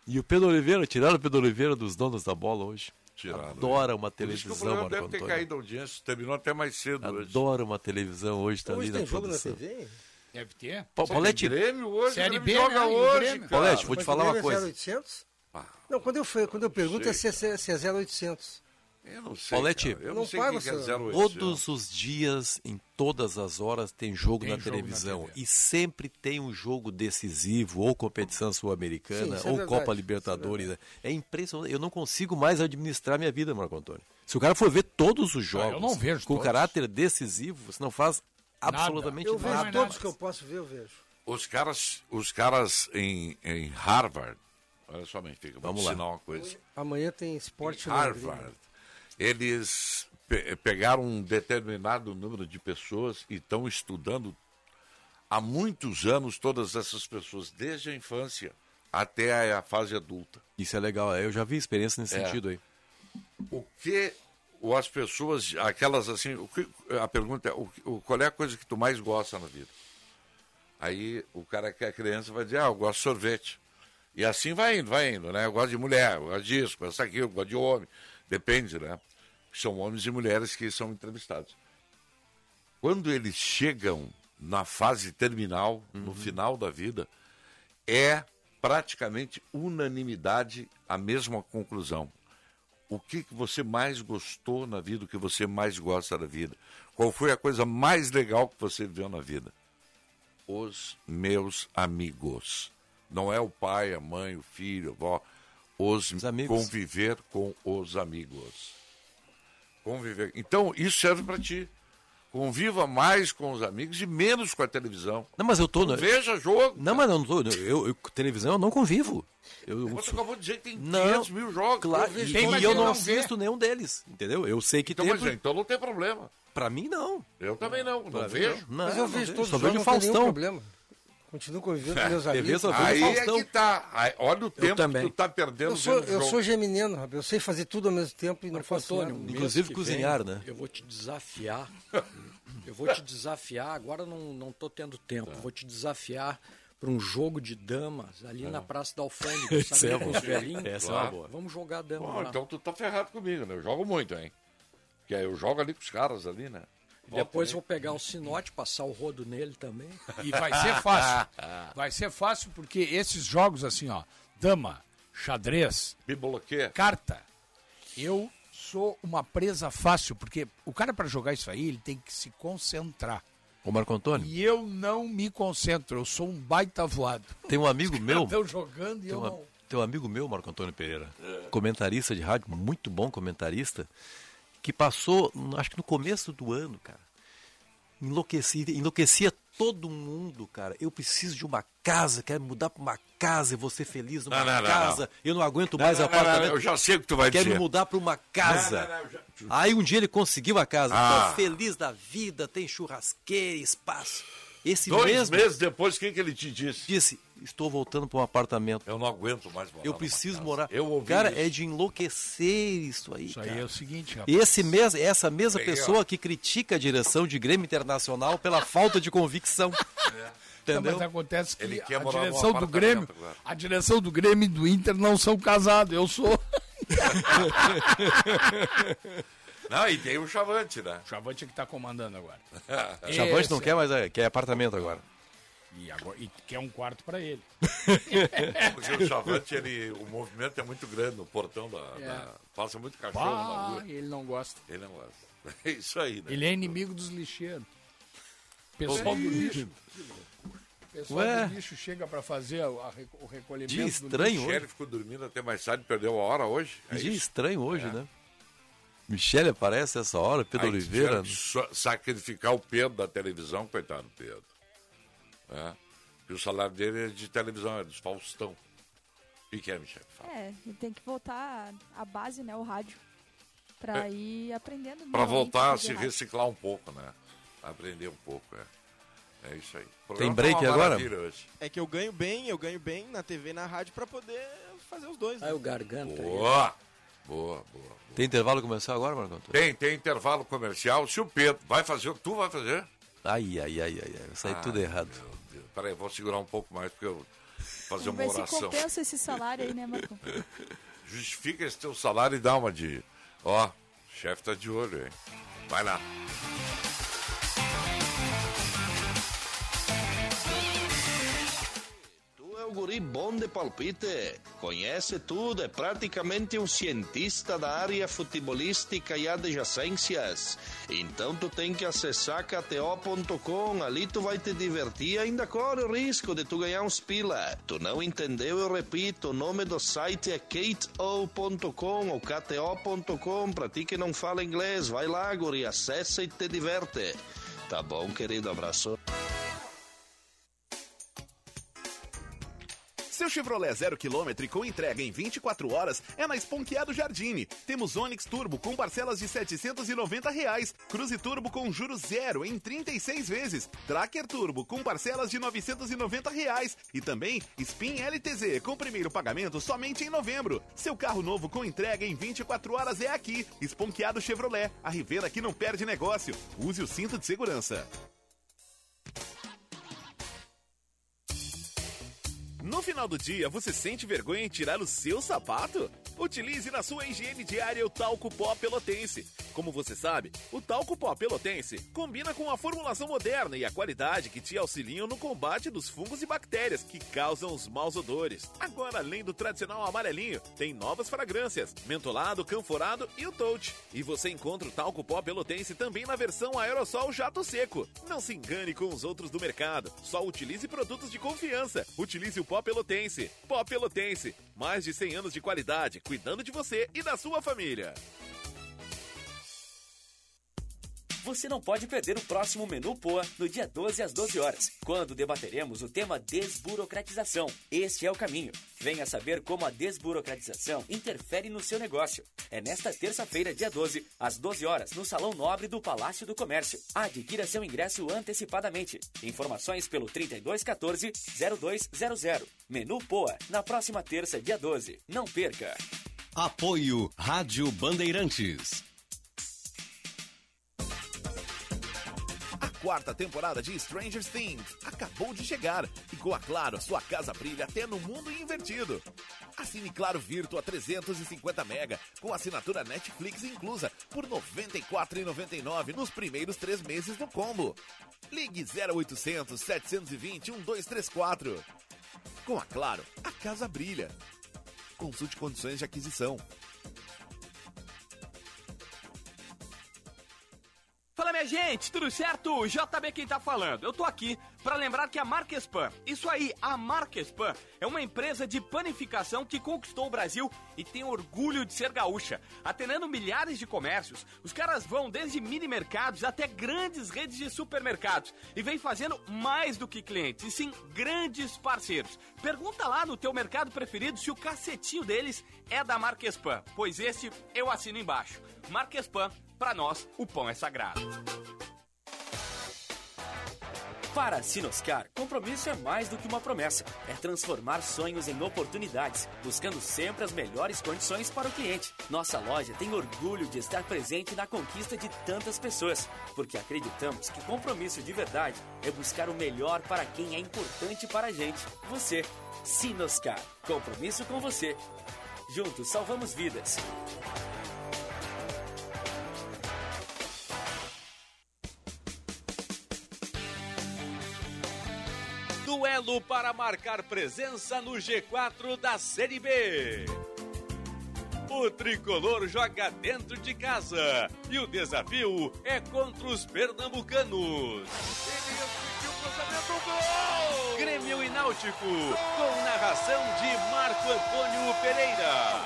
[SPEAKER 6] E o Pedro Oliveira, tiraram o Pedro Oliveira dos donos da bola hoje.
[SPEAKER 2] Tiraram, né?
[SPEAKER 6] Adora uma
[SPEAKER 2] Por isso que o
[SPEAKER 6] televisão,
[SPEAKER 2] programa
[SPEAKER 6] Marco
[SPEAKER 2] deve ter
[SPEAKER 6] Antônio.
[SPEAKER 2] caído a audiência. Terminou até mais cedo hoje.
[SPEAKER 6] Adora uma televisão hoje, tá ali na produção.
[SPEAKER 3] TV?
[SPEAKER 4] Deve ter.
[SPEAKER 6] Pa-
[SPEAKER 2] Só
[SPEAKER 6] Paulette-
[SPEAKER 2] tem né? Grêmio hoje,
[SPEAKER 4] Série
[SPEAKER 2] Série
[SPEAKER 4] B,
[SPEAKER 2] B, joga
[SPEAKER 4] né? E o
[SPEAKER 2] hoje,
[SPEAKER 4] Grêmio?
[SPEAKER 2] cara.
[SPEAKER 6] Paulette, vou te
[SPEAKER 3] Mas
[SPEAKER 6] falar
[SPEAKER 3] Grêmio
[SPEAKER 6] uma
[SPEAKER 3] é
[SPEAKER 6] coisa. Ah.
[SPEAKER 3] 0800? não, quando eu, fui- quando eu pergunto é se, é- se é- se é 0800.
[SPEAKER 2] Eu
[SPEAKER 3] não
[SPEAKER 2] sei,
[SPEAKER 6] Paulette,
[SPEAKER 2] cara. Eu não Não sei o pago que que é essa- 0800.
[SPEAKER 6] todos os dias, em todas as horas, tem jogo,
[SPEAKER 2] Tem
[SPEAKER 6] na,
[SPEAKER 2] jogo na
[SPEAKER 6] televisão. E sempre tem um jogo decisivo, ou competição
[SPEAKER 2] Sim,
[SPEAKER 6] sul-americana,
[SPEAKER 2] isso é
[SPEAKER 6] ou
[SPEAKER 2] verdade,
[SPEAKER 6] Copa Libertadores. é impressionante. Eu não consigo mais administrar minha vida, Marco Antônio. Se o cara for ver todos os jogos
[SPEAKER 4] Ah, eu não vejo
[SPEAKER 6] com
[SPEAKER 4] todos.
[SPEAKER 6] caráter decisivo, você não faz é absolutamente
[SPEAKER 3] Eu
[SPEAKER 6] nada.
[SPEAKER 3] vejo todos que eu posso ver, eu vejo.
[SPEAKER 2] Os caras, os caras em, em Harvard, olha só, Benfica, vou te
[SPEAKER 6] Vamos lá.
[SPEAKER 2] ensinar uma coisa.
[SPEAKER 3] Amanhã tem esporte no
[SPEAKER 2] Harvard, eles pe- pegaram um determinado número de pessoas e estão estudando há muitos anos todas essas pessoas, desde a infância até a, a fase adulta.
[SPEAKER 6] Isso é legal, eu já vi experiência nesse
[SPEAKER 2] É.
[SPEAKER 6] sentido aí.
[SPEAKER 2] O que ou as pessoas, aquelas assim, o que- a pergunta é, o, o- qual é a coisa que tu mais gosta na vida? Aí o cara que é criança vai dizer, ah, eu gosto de sorvete. E assim vai indo, vai indo, né? Eu gosto de mulher, eu gosto disso, gosto daquilo, gosto de homem. Depende, né? São homens e mulheres que são entrevistados. Quando eles chegam na fase terminal, no final da vida, é praticamente unanimidade a mesma conclusão O que, que você mais gostou na vida, o que você mais gosta da vida? Qual foi a coisa mais legal que você viveu na vida? Os meus amigos. Não é o pai, a mãe, o filho, a avó. Os, amigos. Conviver com os amigos. Conviver. Então, isso serve para ti. Conviva mais com os amigos e menos com a televisão.
[SPEAKER 6] Não, mas eu tô.
[SPEAKER 2] Não veja jogo.
[SPEAKER 6] Não, mas não tô. Eu, eu- televisão eu não convivo. Eu,
[SPEAKER 2] Você acabou de dizer que tem
[SPEAKER 6] Não,
[SPEAKER 2] 500 mil jogos.
[SPEAKER 6] claro,
[SPEAKER 2] vejo
[SPEAKER 6] e-
[SPEAKER 3] é
[SPEAKER 2] todos
[SPEAKER 6] e eu
[SPEAKER 2] eles.
[SPEAKER 6] não assisto nenhum deles. Entendeu? Eu sei que
[SPEAKER 2] Então,
[SPEAKER 6] tem.
[SPEAKER 2] mas, então não tem problema.
[SPEAKER 6] Pra mim, não.
[SPEAKER 2] Eu também não.
[SPEAKER 6] Pra
[SPEAKER 2] Não
[SPEAKER 6] mim,
[SPEAKER 2] vejo.
[SPEAKER 6] não.
[SPEAKER 3] Mas eu vejo É, todos
[SPEAKER 6] só
[SPEAKER 3] os
[SPEAKER 6] vejo
[SPEAKER 3] jogos, não tem
[SPEAKER 6] Faustão.
[SPEAKER 3] nenhum problema. Continuo convivendo com meus amigos.
[SPEAKER 2] É. Aí é que tá. Aí, olha o tempo que tu tá perdendo
[SPEAKER 3] Eu sou,
[SPEAKER 2] vendo
[SPEAKER 3] eu
[SPEAKER 2] jogo.
[SPEAKER 3] sou geminiano, rapaz. Eu sei fazer tudo ao mesmo tempo e não faço nada.
[SPEAKER 5] Antônio, mês que vem,
[SPEAKER 3] né?
[SPEAKER 7] né?
[SPEAKER 5] Eu vou te desafiar. Eu vou te desafiar. Agora não não tô tendo tempo. Vou te desafiar para um jogo de damas ali na Praça da Alfândega,
[SPEAKER 6] Isso é
[SPEAKER 5] sabe? Com os
[SPEAKER 6] bom.
[SPEAKER 5] velhinhos.
[SPEAKER 6] Essa é
[SPEAKER 2] uma
[SPEAKER 5] Claro.
[SPEAKER 2] boa.
[SPEAKER 5] Vamos jogar dama.
[SPEAKER 2] Bom,
[SPEAKER 5] lá.
[SPEAKER 2] então tu tá ferrado comigo, né? Eu jogo muito, hein? Porque aí eu jogo ali com os caras ali, né?
[SPEAKER 5] E Depois
[SPEAKER 2] Volta,
[SPEAKER 5] vou pegar o sinote, passar o rodo nele também.
[SPEAKER 4] E vai ser fácil. Vai ser fácil porque esses jogos assim, ó, dama, xadrez, carta. Eu sou uma presa fácil porque o cara para jogar isso aí, ele tem que se concentrar.
[SPEAKER 6] O Marco Antônio.
[SPEAKER 4] E eu não me concentro, eu sou um baita voado.
[SPEAKER 6] Tem um amigo meu.
[SPEAKER 4] Estão jogando e
[SPEAKER 6] Tem
[SPEAKER 4] eu
[SPEAKER 6] um,
[SPEAKER 4] não.
[SPEAKER 6] a- tem um amigo meu, Marco Antônio Pereira, comentarista de rádio, muito bom comentarista, que passou, hum, acho que no começo do ano, cara, enlouquecia, enlouquecia todo mundo, cara. Eu preciso de uma casa, quero mudar para uma casa e vou ser feliz numa
[SPEAKER 2] Não, não, não,
[SPEAKER 6] casa.
[SPEAKER 2] não.
[SPEAKER 6] Eu não aguento
[SPEAKER 2] Não,
[SPEAKER 6] mais
[SPEAKER 2] não, não,
[SPEAKER 6] apartamento.
[SPEAKER 2] não, eu já sei o que tu vai
[SPEAKER 6] quero
[SPEAKER 2] dizer.
[SPEAKER 6] Quero mudar para uma casa.
[SPEAKER 2] Não, não, não,
[SPEAKER 6] Aí um dia ele conseguiu a casa.
[SPEAKER 2] Ah.
[SPEAKER 6] Tô feliz da vida, tem churrasqueira, espaço. Esse
[SPEAKER 2] Dois
[SPEAKER 6] assim mesmo
[SPEAKER 2] meses depois, o que, que ele te disse?
[SPEAKER 6] Disse, estou voltando para um apartamento.
[SPEAKER 2] Eu não aguento mais morar.
[SPEAKER 6] Eu
[SPEAKER 2] numa
[SPEAKER 6] preciso
[SPEAKER 2] casa.
[SPEAKER 6] morar.
[SPEAKER 2] Eu ouvi
[SPEAKER 6] cara,
[SPEAKER 2] isso.
[SPEAKER 6] é de enlouquecer isso aí.
[SPEAKER 4] Isso aí
[SPEAKER 6] cara.
[SPEAKER 4] é o seguinte, rapaz.
[SPEAKER 6] Esse mes essa mesma
[SPEAKER 4] Aí, ó.
[SPEAKER 6] pessoa que critica a direção de Grêmio Internacional pela falta de convicção.
[SPEAKER 2] É.
[SPEAKER 4] Não,
[SPEAKER 6] Entendeu?
[SPEAKER 4] mas acontece que
[SPEAKER 6] Ele quer
[SPEAKER 4] a
[SPEAKER 6] morar num
[SPEAKER 4] direção do
[SPEAKER 6] apartamento
[SPEAKER 4] Grêmio,
[SPEAKER 6] agora.
[SPEAKER 4] a direção do Grêmio e do Inter não são casados, eu sou.
[SPEAKER 2] Não, e tem o Chavante, né? O
[SPEAKER 4] Chavante é que tá comandando agora.
[SPEAKER 6] Chavante não
[SPEAKER 4] Esse-
[SPEAKER 6] quer mais, é, quer apartamento agora.
[SPEAKER 4] E, agora, e quer um quarto pra ele.
[SPEAKER 2] Porque o Chavante, ele, o movimento é muito grande no portão da.
[SPEAKER 4] É.
[SPEAKER 2] da- passa muito cachorro na
[SPEAKER 4] Ah,
[SPEAKER 2] rua.
[SPEAKER 4] ele não gosta.
[SPEAKER 2] Ele não gosta. É isso aí, né?
[SPEAKER 4] Ele é inimigo dos lixeiros. Pessoal do lixo. Pessoal
[SPEAKER 2] Ué?
[SPEAKER 4] do lixo chega pra fazer a- a re- o recolhimento
[SPEAKER 2] Dia
[SPEAKER 4] do
[SPEAKER 2] O
[SPEAKER 4] lixo.
[SPEAKER 2] Michele ficou dormindo até mais tarde, perdeu a hora hoje.
[SPEAKER 6] Que dia estranho hoje, né? Michele aparece essa hora, Pedro
[SPEAKER 2] Aí
[SPEAKER 6] Oliveira.
[SPEAKER 2] tiveram É. que so- sacrificar o Pedro da televisão, coitado do Pedro. É. E o salário dele é de televisão, é dos Faustão. E que é, Michele?
[SPEAKER 22] É, ele tem que voltar à base, né? O rádio. Pra ir aprendendo.
[SPEAKER 2] Para
[SPEAKER 22] novamente
[SPEAKER 2] É. voltar a
[SPEAKER 22] fazer
[SPEAKER 2] se
[SPEAKER 22] rádio.
[SPEAKER 2] reciclar um pouco, né? Aprender um pouco, é. É isso aí. O programa
[SPEAKER 6] Tem break
[SPEAKER 2] uma
[SPEAKER 6] agora?
[SPEAKER 2] maravilha hoje.
[SPEAKER 7] É que eu ganho bem, eu ganho bem na TV e na rádio pra poder fazer os dois. Né?
[SPEAKER 5] Aí o garganta.
[SPEAKER 2] Boa! Boa, boa.
[SPEAKER 6] Tem intervalo começar agora, Marco Antônio?
[SPEAKER 2] Tem, tem intervalo comercial. Se o Pedro vai fazer o que tu vai fazer.
[SPEAKER 6] Ai, ai, ai, ai, ai. Eu saí
[SPEAKER 2] Ah,
[SPEAKER 6] tudo errado.
[SPEAKER 2] Meu Deus. Peraí, eu vou segurar um pouco mais porque eu vou fazer
[SPEAKER 22] Vamos
[SPEAKER 2] uma
[SPEAKER 22] ver se
[SPEAKER 2] oração.
[SPEAKER 22] compensa esse salário aí, né, Marcão?
[SPEAKER 2] Justifica esse teu salário e dá uma de. Ó, o chefe tá de olho, hein? Vai lá.
[SPEAKER 23] Tu é o guri bom de palpite, conhece tudo, é praticamente um cientista da área futebolística e adjacências. Então tu tem que acessar kto.com, ali tu vai te divertir e ainda corre o risco de tu ganhar uns pila. Tu não entendeu, eu repito, o nome do site é kto.com ou kto.com, pra ti que não fala inglês, vai lá guri, acessa e te diverte. Tá bom, querido, abraço.
[SPEAKER 9] Seu Chevrolet zero quilômetro e com entrega em 24 horas é na Esponqueado Jardine. Temos Onix Turbo com parcelas de R$ 790 reais, Cruze Turbo com juros zero em 36 vezes, Tracker Turbo com parcelas de R$ 990 reais e também Spin LTZ com primeiro pagamento somente em novembro. Seu carro novo com entrega em 24 horas é aqui, Esponqueado Chevrolet, a Rivera que não perde negócio. Use o cinto de segurança.
[SPEAKER 16] No final do dia, você sente vergonha em tirar o seu sapato? Utilize na sua higiene diária o talco pó pelotense. Como você sabe, o talco pó pelotense combina com a formulação moderna e a qualidade que te auxiliam no combate dos fungos e bactérias que causam os maus odores. Agora, além do tradicional amarelinho, tem novas fragrâncias: mentolado, canforado e o touch. E você encontra o talco pó pelotense também na versão aerossol jato seco. Não se engane com os outros do mercado. Só utilize produtos de confiança. Utilize o pó pelotense. Pó pelotense. Mais de 100 anos de qualidade, cuidando de você e da sua família.
[SPEAKER 13] Você não pode perder o próximo Menu Poa no dia 12 às 12 horas, quando debateremos o tema desburocratização. Este é o caminho. Venha saber como a desburocratização interfere no seu negócio. É nesta terça-feira, dia 12, às 12 horas, no Salão Nobre do Palácio do Comércio. Adquira seu ingresso antecipadamente. Informações pelo 3214-0200. Menu Poa, na próxima terça, dia 12. Não perca!
[SPEAKER 1] Apoio Rádio Bandeirantes.
[SPEAKER 16] quarta temporada de Stranger Things acabou de chegar e com a Claro a sua casa brilha até no mundo invertido. Assine Claro Virtua 350 mega com assinatura Netflix inclusa por R$ 94,99 nos primeiros três meses do combo. Ligue 0800 720 1234. Com a Claro, a casa brilha. Consulte condições de aquisição.
[SPEAKER 8] Fala minha gente, tudo certo? JB quem tá falando. Eu tô aqui para lembrar que a Marquespan, isso aí, a Marquespan é uma empresa de panificação que conquistou o Brasil e tem orgulho de ser gaúcha, atendendo milhares de comércios. Os caras vão desde mini mercados até grandes redes de supermercados e vem fazendo mais do que clientes, e sim grandes parceiros. Pergunta lá no teu mercado preferido se o cacetinho deles é da Marquespan, pois esse eu assino embaixo. Marquespan para nós, o pão é sagrado.
[SPEAKER 13] Para a Sinoscar, compromisso é mais do que uma promessa. É transformar sonhos em oportunidades, buscando sempre as melhores condições para o cliente. Nossa loja tem orgulho de estar presente na conquista de tantas pessoas, porque acreditamos que compromisso de verdade é buscar o melhor para quem é importante para a gente, você. Sinoscar, compromisso com você. Juntos salvamos vidas.
[SPEAKER 14] duelo para marcar presença no G4 da Série B. O tricolor joga dentro de casa e o desafio é contra os pernambucanos. Grêmio e Náutico, com narração de Marco Antônio Pereira.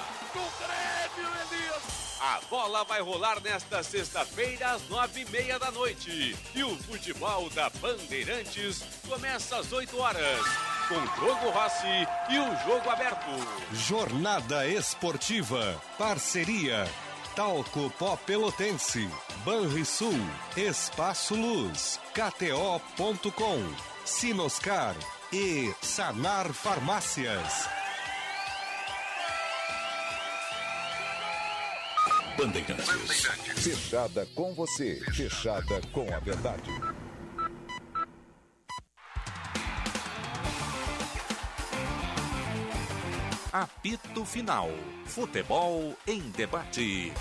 [SPEAKER 14] A bola vai rolar nesta sexta-feira às nove e meia da noite. E o futebol da Bandeirantes começa às oito horas. Com Diogo Rossi e o jogo aberto.
[SPEAKER 1] Jornada Esportiva. Parceria. Talco Pó Pelotense. Banrisul. Espaço Luz. KTO.com. Sinoscar. E Sanar Farmácias.
[SPEAKER 15] Bandeirantes. Fechada com você, fechada com a verdade.
[SPEAKER 11] Apito Final. Futebol em debate.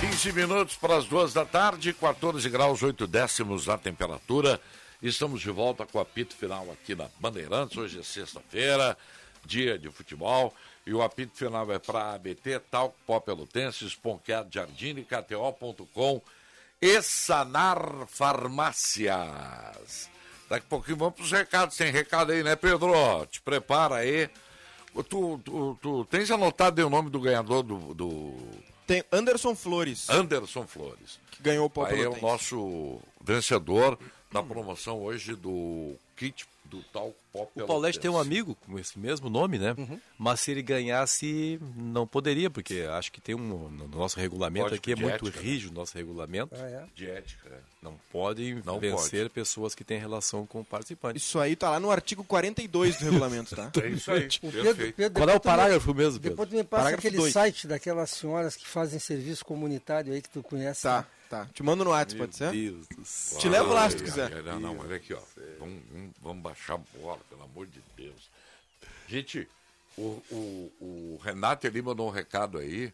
[SPEAKER 2] 15 minutos para as duas da tarde, 14 graus 8 décimos a temperatura. Estamos de volta com o apito final aqui na Bandeirantes. Hoje é sexta-feira, dia de futebol. E o apito final é para ABT, Talco Pó Pelotense, Esponqueado Jardine, KTO.com e Sanar Farmácias. Daqui a pouquinho vamos para os recados. Tem recado aí, né, Pedro? Te prepara aí. Tu, tu, tu tens anotado aí o nome do ganhador do. do...
[SPEAKER 7] Tem Anderson Flores.
[SPEAKER 2] Anderson Flores.
[SPEAKER 7] Que ganhou o pó
[SPEAKER 2] Aí é o
[SPEAKER 7] pelotense.
[SPEAKER 2] nosso vencedor da promoção hoje do kit do Talco Pó
[SPEAKER 6] O
[SPEAKER 2] Pelotense.
[SPEAKER 6] Paulette tem um amigo com esse mesmo nome, né?
[SPEAKER 2] Uhum.
[SPEAKER 6] Mas se ele ganhasse, não poderia, porque acho que tem um. No nosso regulamento
[SPEAKER 2] Código
[SPEAKER 6] aqui é
[SPEAKER 2] de
[SPEAKER 6] muito
[SPEAKER 2] ética, né?
[SPEAKER 6] rígido o nosso regulamento.
[SPEAKER 2] De ética, né?
[SPEAKER 6] Não podem
[SPEAKER 2] Não
[SPEAKER 6] vencer pessoas que têm relação com o participante.
[SPEAKER 7] Isso aí tá lá no artigo 42 do regulamento, tá?
[SPEAKER 2] É isso aí.
[SPEAKER 7] O
[SPEAKER 6] Qual é o parágrafo mesmo, Pedro?
[SPEAKER 7] Depois
[SPEAKER 3] tu me passa
[SPEAKER 7] Parágrafo
[SPEAKER 3] aquele
[SPEAKER 7] dois.
[SPEAKER 3] site daquelas senhoras que fazem serviço comunitário aí que tu conhece. né?
[SPEAKER 7] Tá, tá. Te mando no WhatsApp, pode ser? Te levo lá se tu quiser.
[SPEAKER 2] é, Olha, Não, olha aqui, ó. Vamos, vamos- vamos baixar a bola, pelo amor de Deus. Gente, O, o, o Renato ele mandou um recado aí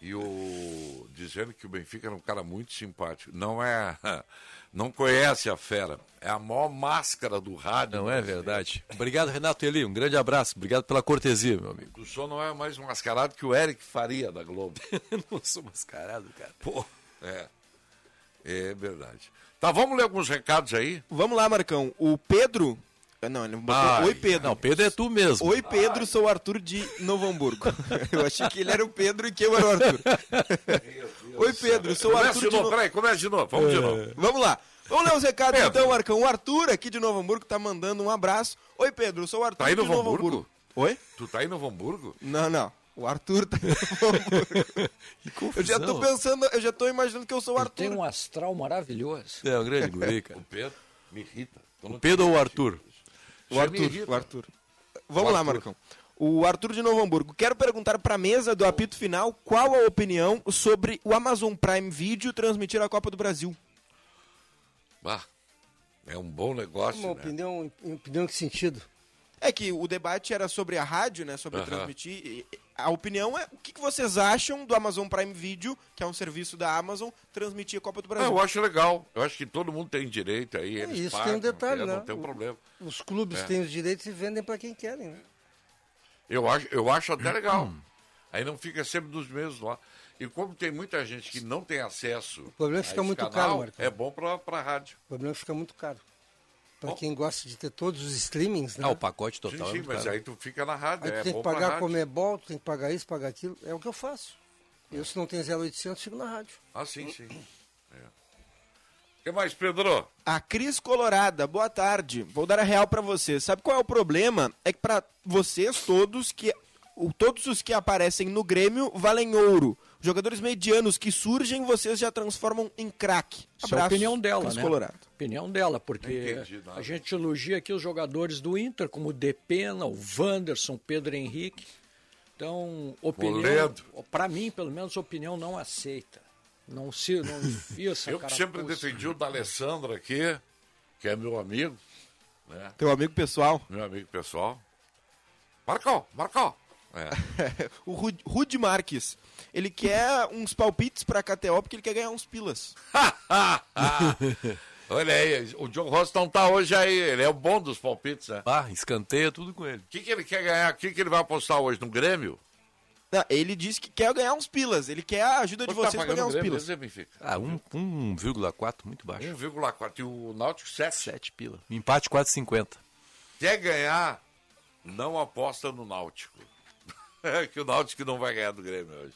[SPEAKER 2] e o dizendo que o Benfica era um cara muito simpático. Não é, não conhece a fera. É a maior máscara do rádio.
[SPEAKER 6] Não é verdade. Obrigado, Renato Eli. Um grande abraço. Obrigado pela cortesia, meu amigo.
[SPEAKER 2] O senhor não é mais mascarado que o Eric Faria da Globo.
[SPEAKER 6] não sou mascarado, cara.
[SPEAKER 2] Pô, é. É verdade. Tá, vamos ler alguns recados aí?
[SPEAKER 7] Vamos lá, Marcão. O Pedro. Ah, Não, ele botou,
[SPEAKER 2] Ah,
[SPEAKER 6] Ai,
[SPEAKER 7] Oi, Pedro.
[SPEAKER 6] não, Pedro é tu mesmo.
[SPEAKER 7] Oi, Pedro, sou o Arthur de Novo Hamburgo. Eu achei que ele era o Pedro e que eu era o Arthur. Oi, Pedro, sou o
[SPEAKER 2] Começa
[SPEAKER 7] Arthur.
[SPEAKER 2] de novo,
[SPEAKER 7] No-
[SPEAKER 2] peraí, começa de novo,
[SPEAKER 7] É.
[SPEAKER 2] vamos de novo.
[SPEAKER 7] Vamos lá. Vamos ler os recados então, Marcão. O Arthur, aqui de Novo Hamburgo, tá mandando um abraço. Oi, Pedro, sou o Arthur
[SPEAKER 2] Tá aí
[SPEAKER 7] de
[SPEAKER 2] no
[SPEAKER 7] Novo
[SPEAKER 2] Hamburgo?
[SPEAKER 7] Hamburgo. Oi?
[SPEAKER 2] Tu tá aí no Hamburgo?
[SPEAKER 7] Não, não. O Arthur tá em Novo Hamburgo. eu já tô pensando, eu já tô imaginando que eu sou o Arthur.
[SPEAKER 5] Tem um astral maravilhoso.
[SPEAKER 6] É um grande guri, cara.
[SPEAKER 2] O Pedro me irrita.
[SPEAKER 6] O Pedro ou o Arthur?
[SPEAKER 7] O Arthur, o Arthur. Vamos lá,
[SPEAKER 6] Arthur.
[SPEAKER 7] Marcão. O Arthur de Novo Hamburgo. Quero perguntar para a mesa do apito final qual a opinião sobre o Amazon Prime Video transmitir a Copa do Brasil.
[SPEAKER 2] Ah, é um bom negócio,
[SPEAKER 7] Uma
[SPEAKER 2] né?
[SPEAKER 7] opinião, opinião em que sentido? É que o debate era sobre a rádio, né? Sobre
[SPEAKER 2] Aham.
[SPEAKER 7] transmitir. E- e A opinião é o que que vocês acham do Amazon Prime Video, que é um serviço da Amazon, transmitir a Copa do
[SPEAKER 2] Ah,
[SPEAKER 7] Brasil.
[SPEAKER 2] eu acho legal. Eu acho que todo mundo tem direito aí.
[SPEAKER 3] É,
[SPEAKER 2] eles
[SPEAKER 3] isso
[SPEAKER 2] pagam,
[SPEAKER 3] tem um detalhe,
[SPEAKER 2] é,
[SPEAKER 3] né?
[SPEAKER 2] Não tem
[SPEAKER 3] O-
[SPEAKER 2] problema.
[SPEAKER 3] Os clubes
[SPEAKER 2] É.
[SPEAKER 3] têm os direitos e vendem para quem querem, né?
[SPEAKER 2] Eu acho, eu acho até legal. Aí não fica sempre dos mesmos lá. E como tem muita gente que não tem acesso. O
[SPEAKER 3] problema é que fica muito caro, Marcão.
[SPEAKER 2] É bom pra, pra rádio.
[SPEAKER 3] O problema é que fica muito caro. Para quem gosta de ter todos os streamings, né?
[SPEAKER 6] Ah, o pacote total.
[SPEAKER 2] Sim,
[SPEAKER 6] é
[SPEAKER 2] sim,
[SPEAKER 6] muito
[SPEAKER 2] mas
[SPEAKER 6] caro.
[SPEAKER 2] aí tu fica na rádio.
[SPEAKER 3] Aí
[SPEAKER 2] é
[SPEAKER 3] tu tem que
[SPEAKER 2] bom pra
[SPEAKER 3] pagar
[SPEAKER 2] rádio.
[SPEAKER 3] comebol, tu tem que pagar isso, pagar aquilo. É o que eu faço. Eu, se não tenho 0800, fico na rádio.
[SPEAKER 2] Ah, sim, sim. É. O que mais, Pedro?
[SPEAKER 7] A Cris Colorada, boa tarde. Vou dar a real pra vocês. Sabe qual é o problema? É que pra vocês todos que o- todos os que aparecem no Grêmio valem ouro. Jogadores medianos que surgem, vocês já transformam em craque.
[SPEAKER 5] Isso é a opinião dela,
[SPEAKER 7] Cris
[SPEAKER 5] né?
[SPEAKER 7] Colorado.
[SPEAKER 5] Opinião dela, porque
[SPEAKER 7] Entendi nada.
[SPEAKER 5] a gente elogia aqui os jogadores do Inter, como o Depena, o Wanderson, Pedro Henrique. Então, opinião.
[SPEAKER 2] Moledo.
[SPEAKER 5] Para mim, pelo menos, opinião não aceita. Não se. Não enfia essa
[SPEAKER 2] Eu que sempre
[SPEAKER 5] carapuça.
[SPEAKER 2] defendi o da Alessandra aqui, que é meu amigo. Né?
[SPEAKER 7] Teu amigo pessoal.
[SPEAKER 2] Meu amigo pessoal. Marcão, Marcão. É.
[SPEAKER 7] o Ru- Rude Marques. Ele quer uns palpites pra KTO porque ele quer ganhar uns pilas.
[SPEAKER 2] Ah, olha aí, o John Ross não tá hoje aí. Ele é o bom dos palpites, né?
[SPEAKER 6] Ah, escanteia tudo com ele.
[SPEAKER 2] O que, que ele quer ganhar? O que, que ele vai apostar hoje? No Grêmio?
[SPEAKER 7] Não, ele disse que quer ganhar uns pilas. Ele quer a ajuda de
[SPEAKER 2] Quanto tá
[SPEAKER 7] vocês pra
[SPEAKER 2] pagando
[SPEAKER 7] ganhar
[SPEAKER 2] o
[SPEAKER 7] uns
[SPEAKER 2] Grêmio
[SPEAKER 7] pilas.
[SPEAKER 2] mesmo, Benfica?
[SPEAKER 6] Ah, um- 1,4, muito baixo.
[SPEAKER 2] 1,4. E o Náutico 7.
[SPEAKER 6] 7 pila. Empate 4,50.
[SPEAKER 2] Quer ganhar? Não aposta no Náutico. que o Náutico não vai ganhar do Grêmio hoje.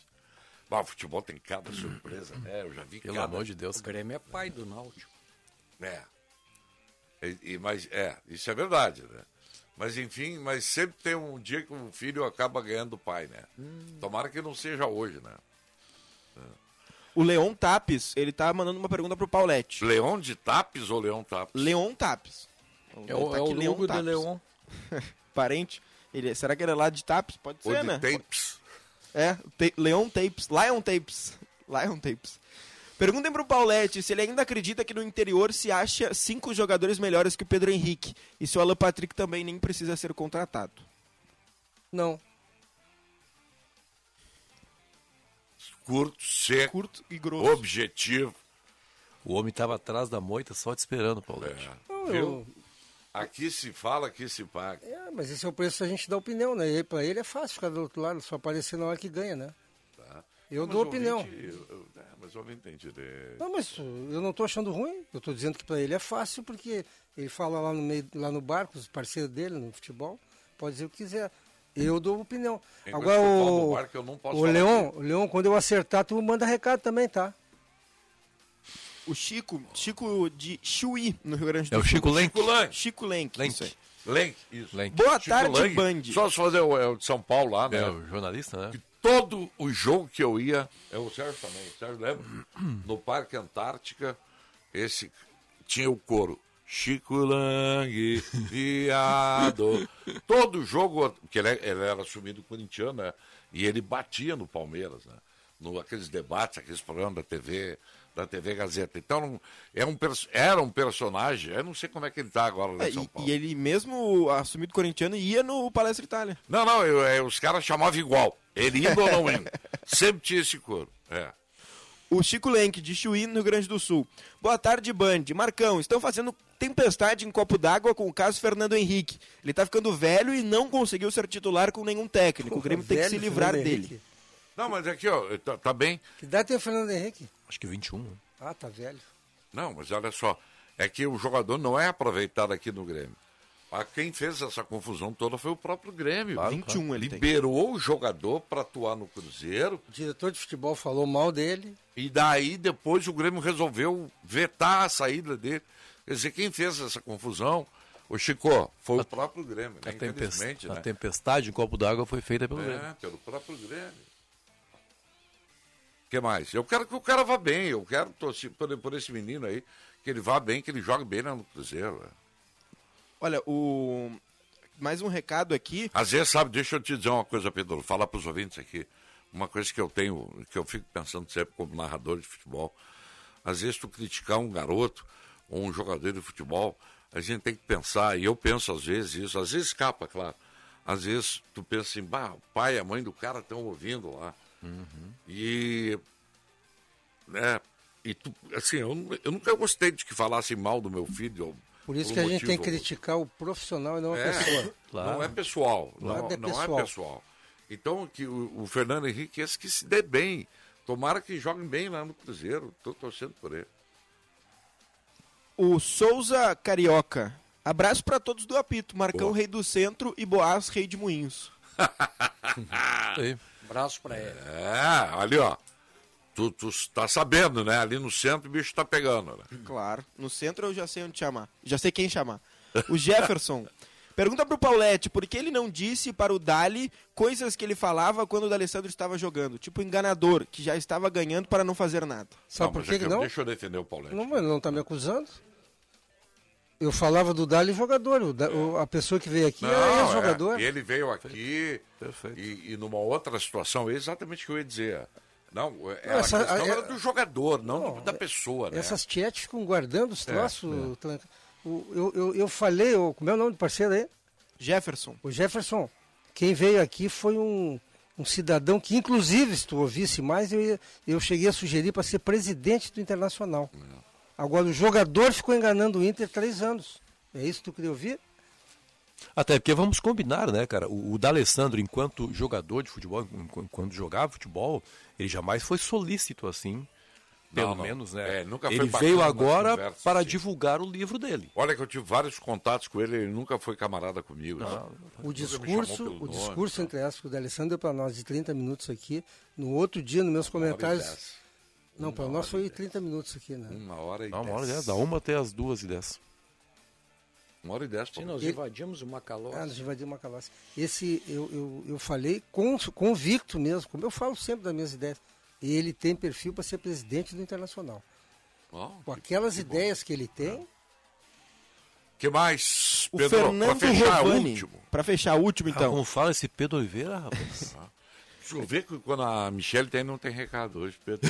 [SPEAKER 2] Mas o futebol tem cada surpresa, né? Eu já vi
[SPEAKER 6] Pelo
[SPEAKER 2] cada...
[SPEAKER 6] amor de Deus.
[SPEAKER 5] O Grêmio é pai do Náutico.
[SPEAKER 2] É. E, e- mas é, isso é verdade, né? Mas enfim, mas sempre tem um dia que o filho acaba ganhando o pai, né? Tomara que não seja hoje, né?
[SPEAKER 7] O Leon Tapes, ele tá mandando uma pergunta pro Paulette.
[SPEAKER 2] Leon de Tapes ou Leon Tapes?
[SPEAKER 7] Leon Tapes.
[SPEAKER 5] É o-
[SPEAKER 7] Tá
[SPEAKER 5] é o
[SPEAKER 7] aqui Leon
[SPEAKER 5] logo de
[SPEAKER 7] Tapes.
[SPEAKER 5] Leon.
[SPEAKER 7] Parente. Ele, será que ele é lá de Tapes? Pode
[SPEAKER 2] Ou
[SPEAKER 7] ser,
[SPEAKER 2] de
[SPEAKER 7] né?
[SPEAKER 2] Tapes?
[SPEAKER 7] É, te, Leon Tapes. Lion Tapes. Lion Tapes. Perguntem pro Paulette se ele ainda acredita que no interior se acha cinco jogadores melhores que o Pedro Henrique. E se o Alan Patrick também nem precisa ser contratado.
[SPEAKER 3] Não.
[SPEAKER 2] Curto, seco,
[SPEAKER 7] Curto e grosso.
[SPEAKER 2] objetivo.
[SPEAKER 6] O homem tava atrás da moita só te esperando, Ah, Paulete.
[SPEAKER 3] Não,
[SPEAKER 2] É. Viu? Aqui se fala, aqui se paga.
[SPEAKER 3] É, mas esse é o preço da gente dá opinião, né? E para ele é fácil ficar do outro lado, só aparecer na hora que ganha, né?
[SPEAKER 2] Tá?
[SPEAKER 3] Eu
[SPEAKER 2] Mas
[SPEAKER 3] dou
[SPEAKER 2] o
[SPEAKER 3] opinião.
[SPEAKER 2] ouvinte, eu- eu- é, mas o ouvinte tem direito.
[SPEAKER 3] Não, mas eu não tô achando ruim. Eu tô dizendo que para ele é fácil porque ele fala lá no meio, lá no barco, os parceiros dele no futebol, pode dizer o que quiser. Eu dou opinião.
[SPEAKER 2] Tem
[SPEAKER 3] Agora
[SPEAKER 2] coisa que eu falo
[SPEAKER 3] o
[SPEAKER 2] no barco, eu não posso
[SPEAKER 3] o
[SPEAKER 2] falar
[SPEAKER 3] Leon,
[SPEAKER 2] aqui.
[SPEAKER 3] o Leon, quando eu acertar, tu manda recado também, tá?
[SPEAKER 7] O Chico, Chico de Chuí, no Rio Grande do
[SPEAKER 6] É o
[SPEAKER 7] Sul.
[SPEAKER 6] Chico Lenk.
[SPEAKER 2] Chico Lenk.
[SPEAKER 7] Chico Lenk.
[SPEAKER 6] Lenk.
[SPEAKER 7] isso aí.
[SPEAKER 2] Lenk, isso.
[SPEAKER 7] Boa
[SPEAKER 2] Chico
[SPEAKER 7] tarde,
[SPEAKER 2] Lenk.
[SPEAKER 7] Band.
[SPEAKER 2] Só se fazer o, é o de São Paulo lá, né?
[SPEAKER 6] É, o jornalista, né?
[SPEAKER 2] todo o jogo que eu ia. É o Sérgio também, o Sérgio lembra? No Parque Antártica, esse tinha o coro. Chico Lang, viado. Todo jogo, porque ele, ele era assumido corintiano, né? E ele batia no Palmeiras, né? no aqueles debates, aqueles programas da TV, da TV Gazeta. Então, não- é um, pers- era um personagem, eu não sei como é que ele está agora lá
[SPEAKER 7] É,
[SPEAKER 2] em São
[SPEAKER 7] e,
[SPEAKER 2] Paulo.
[SPEAKER 7] e ele mesmo, assumido corintiano, ia no Palestra Itália.
[SPEAKER 2] Não, não, eu- é, os caras chamavam igual. Ele indo ou não indo. Sempre tinha esse couro. É.
[SPEAKER 7] O Chico Lenk, de Chuí, no Rio Grande do Sul. Boa tarde, Band. Marcão, estão fazendo tempestade em copo d'água com o caso Fernando Henrique. Ele tá ficando velho e não conseguiu ser titular com nenhum técnico. o Grêmio tem que
[SPEAKER 3] velho
[SPEAKER 7] se livrar
[SPEAKER 3] Fernando
[SPEAKER 7] dele.
[SPEAKER 2] Não, mas aqui, ó, tá, tá bem.
[SPEAKER 3] Que idade tem o Fernando Henrique?
[SPEAKER 2] Acho que 21. né?
[SPEAKER 3] Ah, tá velho.
[SPEAKER 2] Não, mas olha só. É que o jogador não é aproveitado aqui no Grêmio. Ah, Quem fez essa confusão toda foi o próprio Grêmio.
[SPEAKER 7] Claro, 21
[SPEAKER 2] claro.
[SPEAKER 7] ele tem.
[SPEAKER 2] Liberou o jogador para atuar no Cruzeiro.
[SPEAKER 3] O diretor de futebol falou mal dele.
[SPEAKER 2] E daí depois o Grêmio resolveu vetar a saída dele. Quer dizer, quem fez essa confusão? O Chico, foi o próprio Grêmio, né?
[SPEAKER 6] A, tempest...
[SPEAKER 2] Infelizmente,
[SPEAKER 6] a
[SPEAKER 2] né?
[SPEAKER 6] tempestade em copo d'água foi feita pelo Grêmio.
[SPEAKER 2] É, pelo próprio Grêmio. O que mais? Eu quero que o cara vá bem, eu quero torcer por, por esse menino aí, que ele vá bem, que ele jogue bem lá no Cruzeiro. né?
[SPEAKER 7] Olha, o... mais um recado aqui.
[SPEAKER 2] Às vezes, sabe, deixa eu te dizer uma coisa, Pedro, falar para os ouvintes aqui, uma coisa que eu tenho, que eu fico pensando sempre como narrador de futebol. Às vezes, tu criticar um garoto ou um jogador de futebol, a gente tem que pensar, e eu penso às vezes isso, às vezes escapa, claro. Às vezes, tu pensa assim, bah, o pai e a mãe do cara estão ouvindo lá.
[SPEAKER 3] Uhum.
[SPEAKER 2] E. Né, e tu, assim, eu, nu- eu nunca gostei de que falassem mal do meu filho. ou-
[SPEAKER 3] Por isso
[SPEAKER 2] um
[SPEAKER 3] que a gente
[SPEAKER 2] motivo
[SPEAKER 3] tem
[SPEAKER 2] ou
[SPEAKER 3] que
[SPEAKER 2] outro.
[SPEAKER 3] criticar o profissional e não a
[SPEAKER 2] É,
[SPEAKER 3] pessoa.
[SPEAKER 2] Não é pessoal. Não,
[SPEAKER 3] Nada é
[SPEAKER 2] não
[SPEAKER 3] pessoal.
[SPEAKER 2] é pessoal. Então, que o, o Fernando Henrique, esse que se dê bem. Tomara que joguem bem lá no Cruzeiro. Estou torcendo por ele.
[SPEAKER 7] O Souza Carioca. Abraço pra todos do apito. Marcão, rei do centro e Boaz, rei de moinhos.
[SPEAKER 5] Abraço pra ele.
[SPEAKER 2] É, ali, ó. Tu, tu tá sabendo, né? Ali no centro o bicho tá pegando. Né?
[SPEAKER 7] Claro. No centro eu já sei onde chamar. Já sei quem chamar. O Jefferson. Pergunta pro Paulette por que ele não disse para o Dali coisas que ele falava quando o D'Alessandro estava jogando. Tipo enganador, que já estava ganhando para não fazer nada.
[SPEAKER 3] Sabe por
[SPEAKER 2] mas
[SPEAKER 3] que
[SPEAKER 2] é
[SPEAKER 3] que não?
[SPEAKER 2] Deixa eu defender o Paulete.
[SPEAKER 3] Não, mas ele não tá me acusando. Eu falava do Dali jogador. o Da- o- a pessoa que veio aqui era
[SPEAKER 2] é.
[SPEAKER 3] ex-jogador.
[SPEAKER 2] E ele veio aqui E, e numa outra situação, é exatamente o que eu ia dizer. Não, era
[SPEAKER 3] Não, essa-
[SPEAKER 2] a questão
[SPEAKER 3] é-
[SPEAKER 2] era do jogador, não, da pessoa, né?
[SPEAKER 3] Essas tietes ficam guardando os
[SPEAKER 2] É,
[SPEAKER 3] troços. Tanca. O- eu, eu, eu falei, o como é o nome do parceiro aí?
[SPEAKER 7] Jefferson.
[SPEAKER 3] O Jefferson. Quem veio aqui foi um, um cidadão que, inclusive, se tu ouvisse mais, eu, ia- eu cheguei a sugerir para ser presidente do Internacional.
[SPEAKER 2] É.
[SPEAKER 3] Agora, o jogador ficou enganando o Inter três anos. É isso que tu queria ouvir?
[SPEAKER 6] Até porque vamos combinar, né, cara? O, o D'Alessandro, enquanto jogador de futebol, enqu- enquanto jogava futebol, ele jamais foi solícito assim. Pelo
[SPEAKER 2] Não, não.
[SPEAKER 6] menos, né?
[SPEAKER 2] É, nunca foi
[SPEAKER 6] ele
[SPEAKER 2] bacana
[SPEAKER 6] veio
[SPEAKER 2] nas
[SPEAKER 6] agora
[SPEAKER 2] conversas,
[SPEAKER 6] para
[SPEAKER 2] sim.
[SPEAKER 6] divulgar o livro dele.
[SPEAKER 2] Olha que eu tive vários contatos com ele, ele nunca foi camarada comigo. assim. Nunca
[SPEAKER 3] O
[SPEAKER 2] me
[SPEAKER 3] discurso,
[SPEAKER 2] chamou pelo
[SPEAKER 3] o
[SPEAKER 2] nome. né?
[SPEAKER 3] discurso entre aspas do Alessandro para nós de 30 minutos aqui. No outro dia, nos meus
[SPEAKER 2] hora e
[SPEAKER 3] comentários.
[SPEAKER 2] dez.
[SPEAKER 3] Não, para nós foi 30 minutos aqui, né?
[SPEAKER 2] Uma hora e
[SPEAKER 6] Não, uma hora e
[SPEAKER 2] dez.
[SPEAKER 6] dez, da uma até as duas e dez.
[SPEAKER 2] Uma hora e dez,
[SPEAKER 5] Sim, nós invadimos uma calor.
[SPEAKER 3] Ah, nós invadimos uma calóide. Esse eu, eu, eu falei con- convicto mesmo, como eu falo sempre das minhas ideias. Ele tem perfil para ser presidente do Internacional.
[SPEAKER 2] Bom,
[SPEAKER 3] Com aquelas ideias que ele tem,
[SPEAKER 2] que mais,
[SPEAKER 7] O
[SPEAKER 2] Pedro?
[SPEAKER 7] Fernando
[SPEAKER 2] pra fechar, o
[SPEAKER 7] Rovani.
[SPEAKER 2] último. Ah,
[SPEAKER 7] Para fechar, o último então.
[SPEAKER 6] como fala esse Pedro Oliveira, rapaz?
[SPEAKER 2] Deixa eu ver que quando a Michelle tem, não tem recado hoje, Pedro.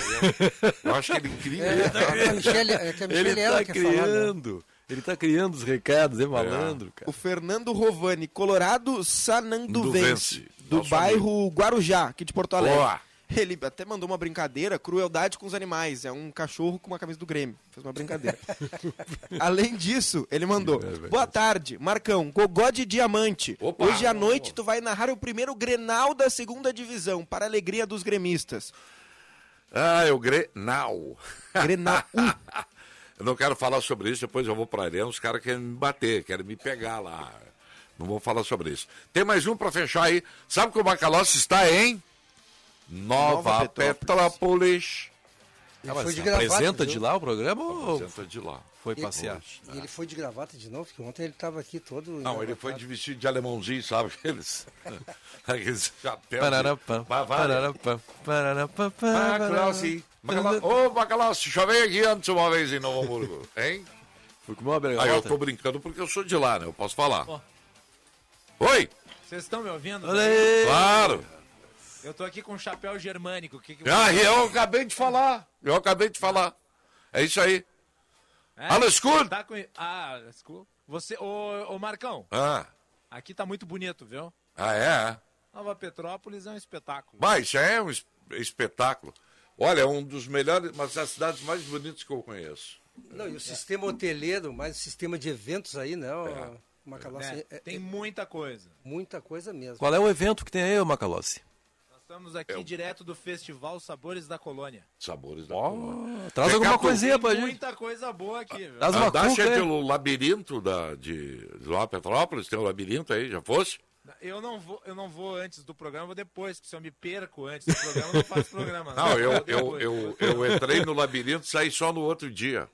[SPEAKER 2] Eu acho que ele cria.
[SPEAKER 3] É,
[SPEAKER 2] né, cara?
[SPEAKER 3] a Michele- é que a Michele
[SPEAKER 6] ele
[SPEAKER 3] ela
[SPEAKER 6] tá
[SPEAKER 3] quer falar, né?
[SPEAKER 6] criando. Ele tá criando os recados, é malandro, cara.
[SPEAKER 7] O Fernando Rovani, Colorado Sananduvense,
[SPEAKER 6] Duvense,
[SPEAKER 7] do
[SPEAKER 6] nosso
[SPEAKER 7] bairro Guarujá, aqui de Porto Alegre.
[SPEAKER 6] Boa.
[SPEAKER 7] Ele até mandou uma brincadeira, crueldade com os animais. É um cachorro com uma camisa do Grêmio. Fez uma brincadeira.
[SPEAKER 6] É
[SPEAKER 7] Além disso, ele mandou. Boa tarde, Marcão, gogó de diamante. Hoje à noite tu vai narrar o primeiro Grenal da segunda divisão, para a alegria dos gremistas.
[SPEAKER 2] Ah, é o Grenal.
[SPEAKER 7] Grenal.
[SPEAKER 2] eu não quero falar sobre isso, depois eu vou pra arena, os caras querem me bater, querem me pegar lá. Não vou falar sobre isso. Tem mais um pra fechar aí. Sabe que o Bacalhau está em Nova,
[SPEAKER 6] Nova
[SPEAKER 2] Petrópolis.
[SPEAKER 3] Ele foi de gravata,
[SPEAKER 6] apresenta
[SPEAKER 3] viu?
[SPEAKER 6] de lá o programa ou
[SPEAKER 2] Apresenta de lá.
[SPEAKER 6] foi
[SPEAKER 3] Ele-
[SPEAKER 6] passear?
[SPEAKER 3] E ele foi de gravata de novo, porque ontem ele estava aqui todo.
[SPEAKER 2] Não, ele foi de vestido de alemãozinho, sabe? Aqueles, aqueles
[SPEAKER 6] É.
[SPEAKER 2] chapéus.
[SPEAKER 6] Pararapam, pararapam, pararapam,
[SPEAKER 2] Ah, Bacalhauzinho. Bacalhau- Ô, Bacalhau, já veio aqui antes uma vez em Novo Hamburgo, hein?
[SPEAKER 6] Fui comer uma
[SPEAKER 2] Ah, eu tô brincando porque eu sou de lá, né? Eu posso falar. Oi!
[SPEAKER 10] Vocês estão me ouvindo?
[SPEAKER 2] Claro!
[SPEAKER 10] Eu tô aqui com um chapéu germânico. Que que
[SPEAKER 2] Ah, e eu acabei de falar. Eu acabei de falar. É isso aí.
[SPEAKER 10] É,
[SPEAKER 2] Alô, escudo?
[SPEAKER 10] tá com- Ah, escudo. Você, ô, ô Marcão,
[SPEAKER 2] Ah,
[SPEAKER 10] aqui tá muito bonito, viu?
[SPEAKER 2] ah é?
[SPEAKER 10] Nova Petrópolis é um espetáculo.
[SPEAKER 2] Mas já é um es- espetáculo. Olha, é um dos melhores, uma das cidades mais bonitas que eu conheço.
[SPEAKER 3] Não, e o sistema hoteleiro, mas o sistema de eventos aí, não. É.
[SPEAKER 10] Né? Tem muita coisa.
[SPEAKER 3] Muita coisa mesmo.
[SPEAKER 6] Qual é o evento que tem aí, ô Macalossi?
[SPEAKER 10] Nós estamos aqui
[SPEAKER 6] Eu-
[SPEAKER 10] direto do Festival Sabores da Colônia.
[SPEAKER 2] Sabores da Colônia.
[SPEAKER 6] traz alguma
[SPEAKER 2] Recado-
[SPEAKER 6] coisinha pra
[SPEAKER 10] Tem muita coisa boa aqui, viu?
[SPEAKER 2] Andaste aí
[SPEAKER 6] um
[SPEAKER 2] pelo labirinto da, de, de lá, Petrópolis, tem um labirinto aí, já fosse?
[SPEAKER 10] Eu não, vou, eu não vou antes do programa, eu vou depois, porque se eu me perco antes do programa, eu não faço programa. né?
[SPEAKER 2] Não, eu, eu,
[SPEAKER 10] depois.
[SPEAKER 2] eu, eu entrei no labirinto e saí só no outro dia,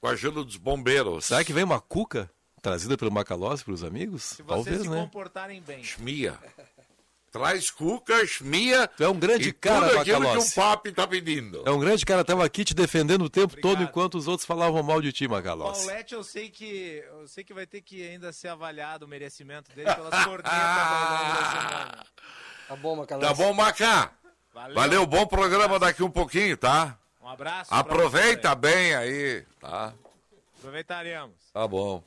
[SPEAKER 2] com a ajuda dos bombeiros.
[SPEAKER 6] Será que vem uma cuca trazida pelo Macalossi pros amigos?
[SPEAKER 10] Se vocês
[SPEAKER 6] Talvez,
[SPEAKER 10] se
[SPEAKER 6] né?
[SPEAKER 10] comportarem bem.
[SPEAKER 2] Mia. Traz cuca, chmia.
[SPEAKER 6] Tu é um grande
[SPEAKER 2] e
[SPEAKER 6] cara,
[SPEAKER 2] tudo aquilo que
[SPEAKER 6] Macalossi.
[SPEAKER 2] um papi tá pedindo.
[SPEAKER 6] É um grande cara, tava aqui te defendendo o tempo todo enquanto os outros falavam mal de ti, Macalossi.
[SPEAKER 10] Paulette, eu sei que eu sei que vai ter que ainda ser avaliado o merecimento dele pelas cornetas ao longo da semana.
[SPEAKER 3] Tá bom, Macalossi.
[SPEAKER 2] Tá bom, Macá?
[SPEAKER 10] Valeu.
[SPEAKER 2] Valeu, bom programa daqui um pouquinho, tá?
[SPEAKER 10] Um abraço. pra
[SPEAKER 2] Aproveita
[SPEAKER 10] você.
[SPEAKER 2] bem aí, tá?
[SPEAKER 10] Aproveitaremos.
[SPEAKER 2] Tá bom.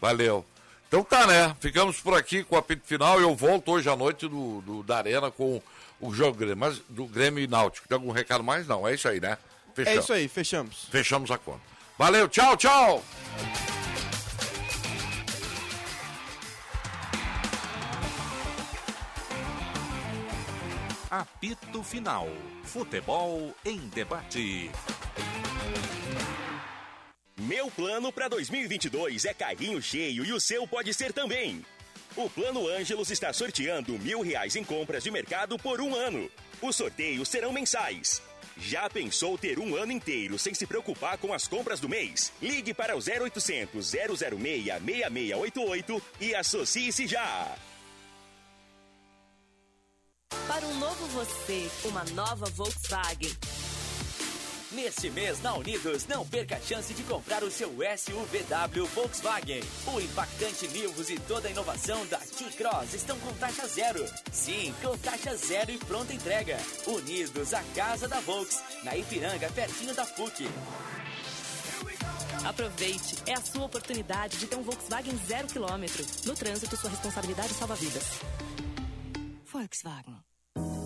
[SPEAKER 2] Valeu. Então tá, né? Ficamos por aqui com o apito final. Eu volto hoje à noite do, do- da Arena com o jogo do Grêmio, mas do Grêmio e Náutico. Tem algum recado mais? Não, é isso aí, né?
[SPEAKER 7] É isso aí, fechamos.
[SPEAKER 2] Fechamos a conta. Valeu, tchau, tchau!
[SPEAKER 24] Apito final. Futebol em debate.
[SPEAKER 17] Meu plano para 2022 é carrinho cheio e o seu pode ser também. O Plano Ângelos está sorteando mil reais em compras de mercado por um ano. Os sorteios serão mensais. Já pensou ter um ano inteiro sem se preocupar com as compras do mês? Ligue para o 0800 006 6688 e associe-se já.
[SPEAKER 18] Para um novo você, uma nova Volkswagen.
[SPEAKER 13] Neste mês, na Unidos, não perca a chance de comprar o seu SUVW Volkswagen. O impactante Nivus e toda a inovação da T-Cross estão com taxa zero. Sim, com taxa zero e pronta entrega. Unidos, a casa da Volks, na Ipiranga, pertinho da PUC.
[SPEAKER 18] Aproveite, é a sua oportunidade de ter um Volkswagen zero quilômetro. No trânsito, sua responsabilidade salva vidas. Volkswagen.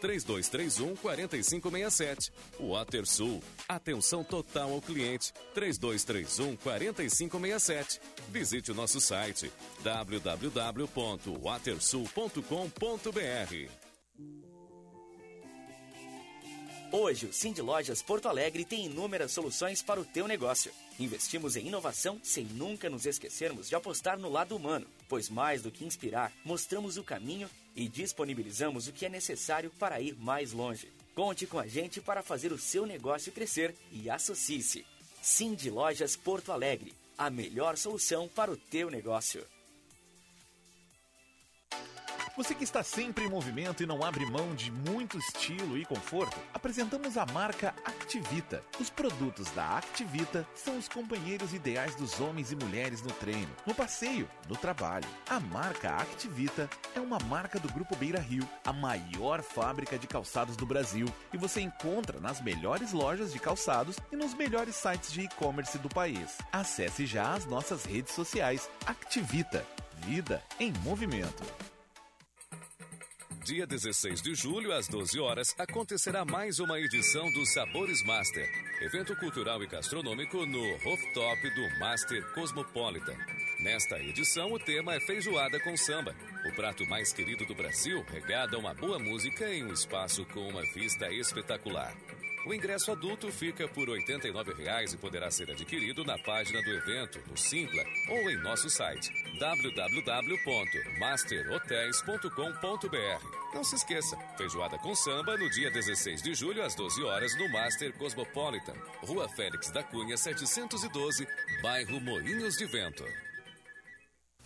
[SPEAKER 25] 3231 4567. WaterSul, atenção total ao cliente 3231 4567. Visite o nosso site www.watersul.com.br.
[SPEAKER 13] Hoje, o Cindy Lojas Porto Alegre tem inúmeras soluções para o teu negócio. Investimos em inovação sem nunca nos esquecermos de apostar no lado humano, pois mais do que inspirar, mostramos o caminho e disponibilizamos o que é necessário para ir mais longe. Conte com a gente para fazer o seu negócio crescer e associe-se. Cindy Lojas Porto Alegre, a melhor solução para o teu negócio.
[SPEAKER 16] Você que está sempre em movimento e não abre mão de muito estilo e conforto, apresentamos a marca Activita. Os produtos da Activita são os companheiros ideais dos homens e mulheres no treino, no passeio, no trabalho. A marca Activita é uma marca do Grupo Beira Rio, a maior fábrica de calçados do Brasil, e você encontra nas melhores lojas de calçados e nos melhores sites de e-commerce do país. Acesse já as nossas redes sociais Activita. Vida em movimento.
[SPEAKER 25] Dia 16 de julho, às 12 horas, acontecerá mais uma edição do Sabores Master, evento cultural e gastronômico no rooftop do Master Cosmopolitan. Nesta edição, o tema é feijoada com samba, o prato mais querido do Brasil, regado a uma boa música em um espaço com uma vista espetacular. O ingresso adulto fica por R$ 89,00 e poderá ser adquirido na página do evento, no Simpla ou em nosso site www.masterhotels.com.br. Não se esqueça, feijoada com samba no dia 16 de julho às 12 horas no Master Cosmopolitan, Rua Félix da Cunha 712, bairro Moinhos de Vento.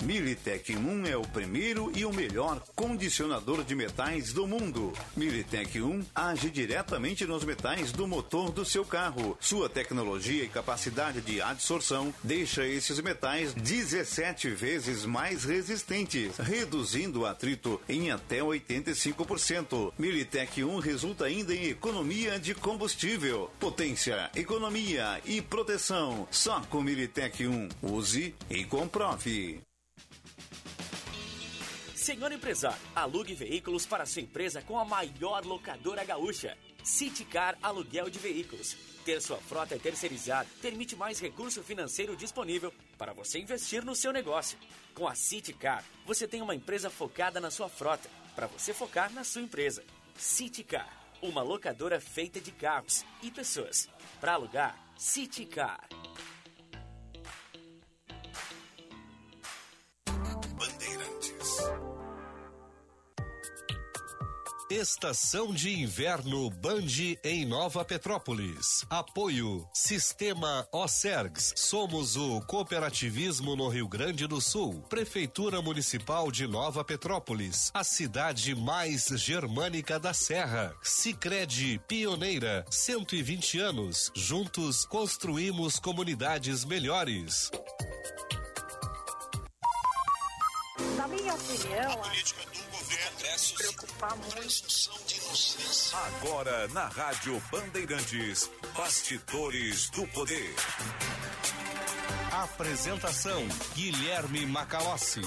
[SPEAKER 9] Militech 1 é o primeiro e o melhor condicionador de metais do mundo. Militech 1 age diretamente nos metais do motor do seu carro. Sua tecnologia e capacidade de adsorção deixa esses metais 17 vezes mais resistentes, reduzindo o atrito em até 85%. Militech 1 resulta ainda em economia de combustível, potência, economia e proteção. Só com Militech 1. Use e comprove.
[SPEAKER 13] Senhor empresário, alugue veículos para sua empresa com a maior locadora gaúcha. Citicar Aluguel de Veículos. Ter sua frota terceirizada permite mais recurso financeiro disponível para você investir no seu negócio. Com a Citicar, você tem uma empresa focada na sua frota, para você focar na sua empresa. Citicar, uma locadora feita de carros e pessoas. Para alugar, Citicar.
[SPEAKER 1] Estação de Inverno Band em Nova Petrópolis. Apoio Sistema Osergs. Somos o cooperativismo no Rio Grande do Sul. Prefeitura Municipal de Nova Petrópolis, a cidade mais germânica da Serra. Sicredi Pioneira, 120 anos. Juntos construímos comunidades melhores.
[SPEAKER 4] Na minha opinião, a política do governo se preocupar muito.
[SPEAKER 11] Agora na Rádio Bandeirantes, Bastidores do Poder.
[SPEAKER 1] Apresentação Guilherme Macalossi.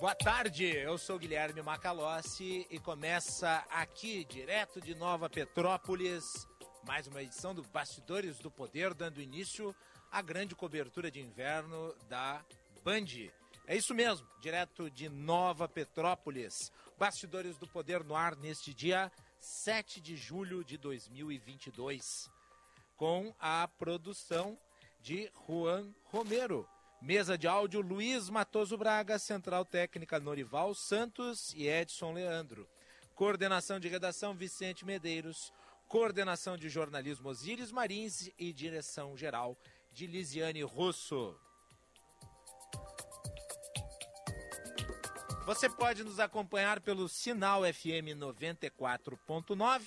[SPEAKER 10] Boa tarde, eu sou Guilherme Macalossi e começa aqui, direto de Nova Petrópolis, mais uma edição do Bastidores do Poder, dando início à grande cobertura de inverno da Band. É isso mesmo, direto de Nova Petrópolis. Bastidores do Poder no ar neste dia 7 de julho de 2022. Com a produção de Juan Romero. Mesa de áudio Luiz Matoso Braga, Central Técnica Norival Santos e Edson Leandro. Coordenação de redação Vicente Medeiros. Coordenação de jornalismo Osíris Marins e direção geral de Lisiane Russo. Você pode nos acompanhar pelo Sinal FM 94.9,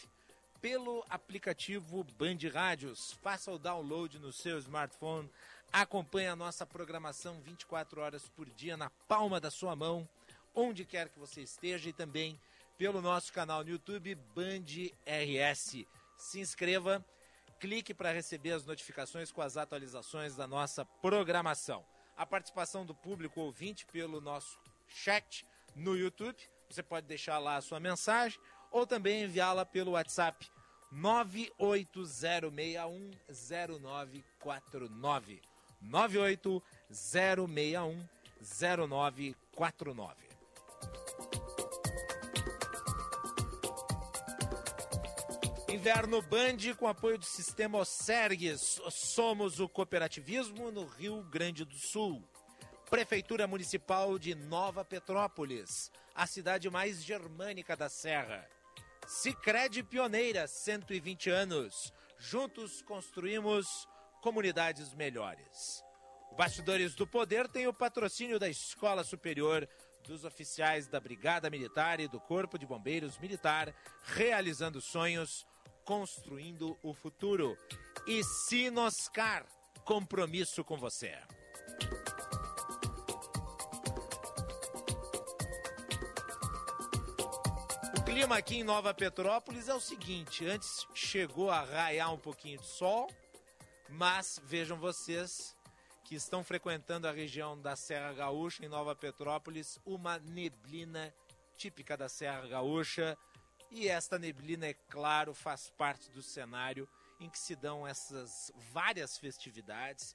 [SPEAKER 10] pelo aplicativo Band Rádios. Faça o download no seu smartphone. Acompanhe a nossa programação 24 horas por dia na palma da sua mão, onde quer que você esteja e também pelo nosso canal no YouTube Band RS. Se inscreva, clique para receber as notificações com as atualizações da nossa programação. A participação do público ouvinte pelo nosso chat no YouTube, você pode deixar lá a sua mensagem ou também enviá-la pelo WhatsApp 980610949. 980610949. Inverno Band com apoio do Sistema Osergues. Somos o cooperativismo no Rio Grande do Sul. Prefeitura Municipal de Nova Petrópolis, a cidade mais germânica da Serra. Sicredi Pioneira, 120 anos. Juntos construímos comunidades melhores. O Bastidores do Poder tem o patrocínio da Escola Superior dos oficiais da Brigada Militar e do Corpo de Bombeiros Militar, realizando sonhos, construindo o futuro. E Sinoscar, compromisso com você. O clima aqui em Nova Petrópolis é o seguinte: antes chegou a raiar um pouquinho de sol, mas vejam vocês que estão frequentando a região da Serra Gaúcha, em Nova Petrópolis, uma neblina típica da Serra Gaúcha. E esta neblina, é claro, faz parte do cenário em que se dão essas várias festividades.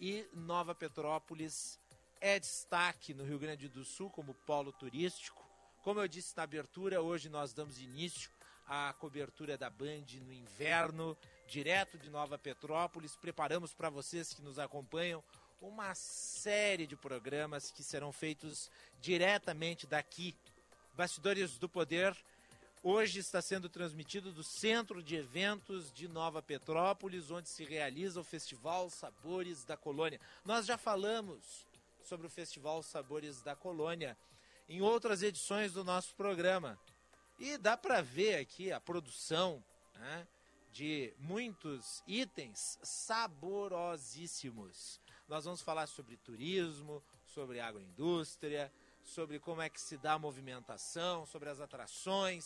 [SPEAKER 10] E Nova Petrópolis é destaque no Rio Grande do Sul como polo turístico. Como eu disse na abertura, hoje nós damos início à cobertura da Band no inverno direto de Nova Petrópolis. Preparamos para vocês que nos acompanham uma série de programas que serão feitos diretamente daqui. Bastidores do Poder Hoje está sendo transmitido do Centro de Eventos de Nova Petrópolis, onde se realiza o Festival Sabores da Colônia. Nós já falamos sobre o Festival Sabores da Colônia em outras edições do nosso programa. E dá para ver aqui a produção né, de muitos itens saborosíssimos. Nós vamos falar sobre turismo, sobre agroindústria, sobre como é que se dá a movimentação, sobre as atrações,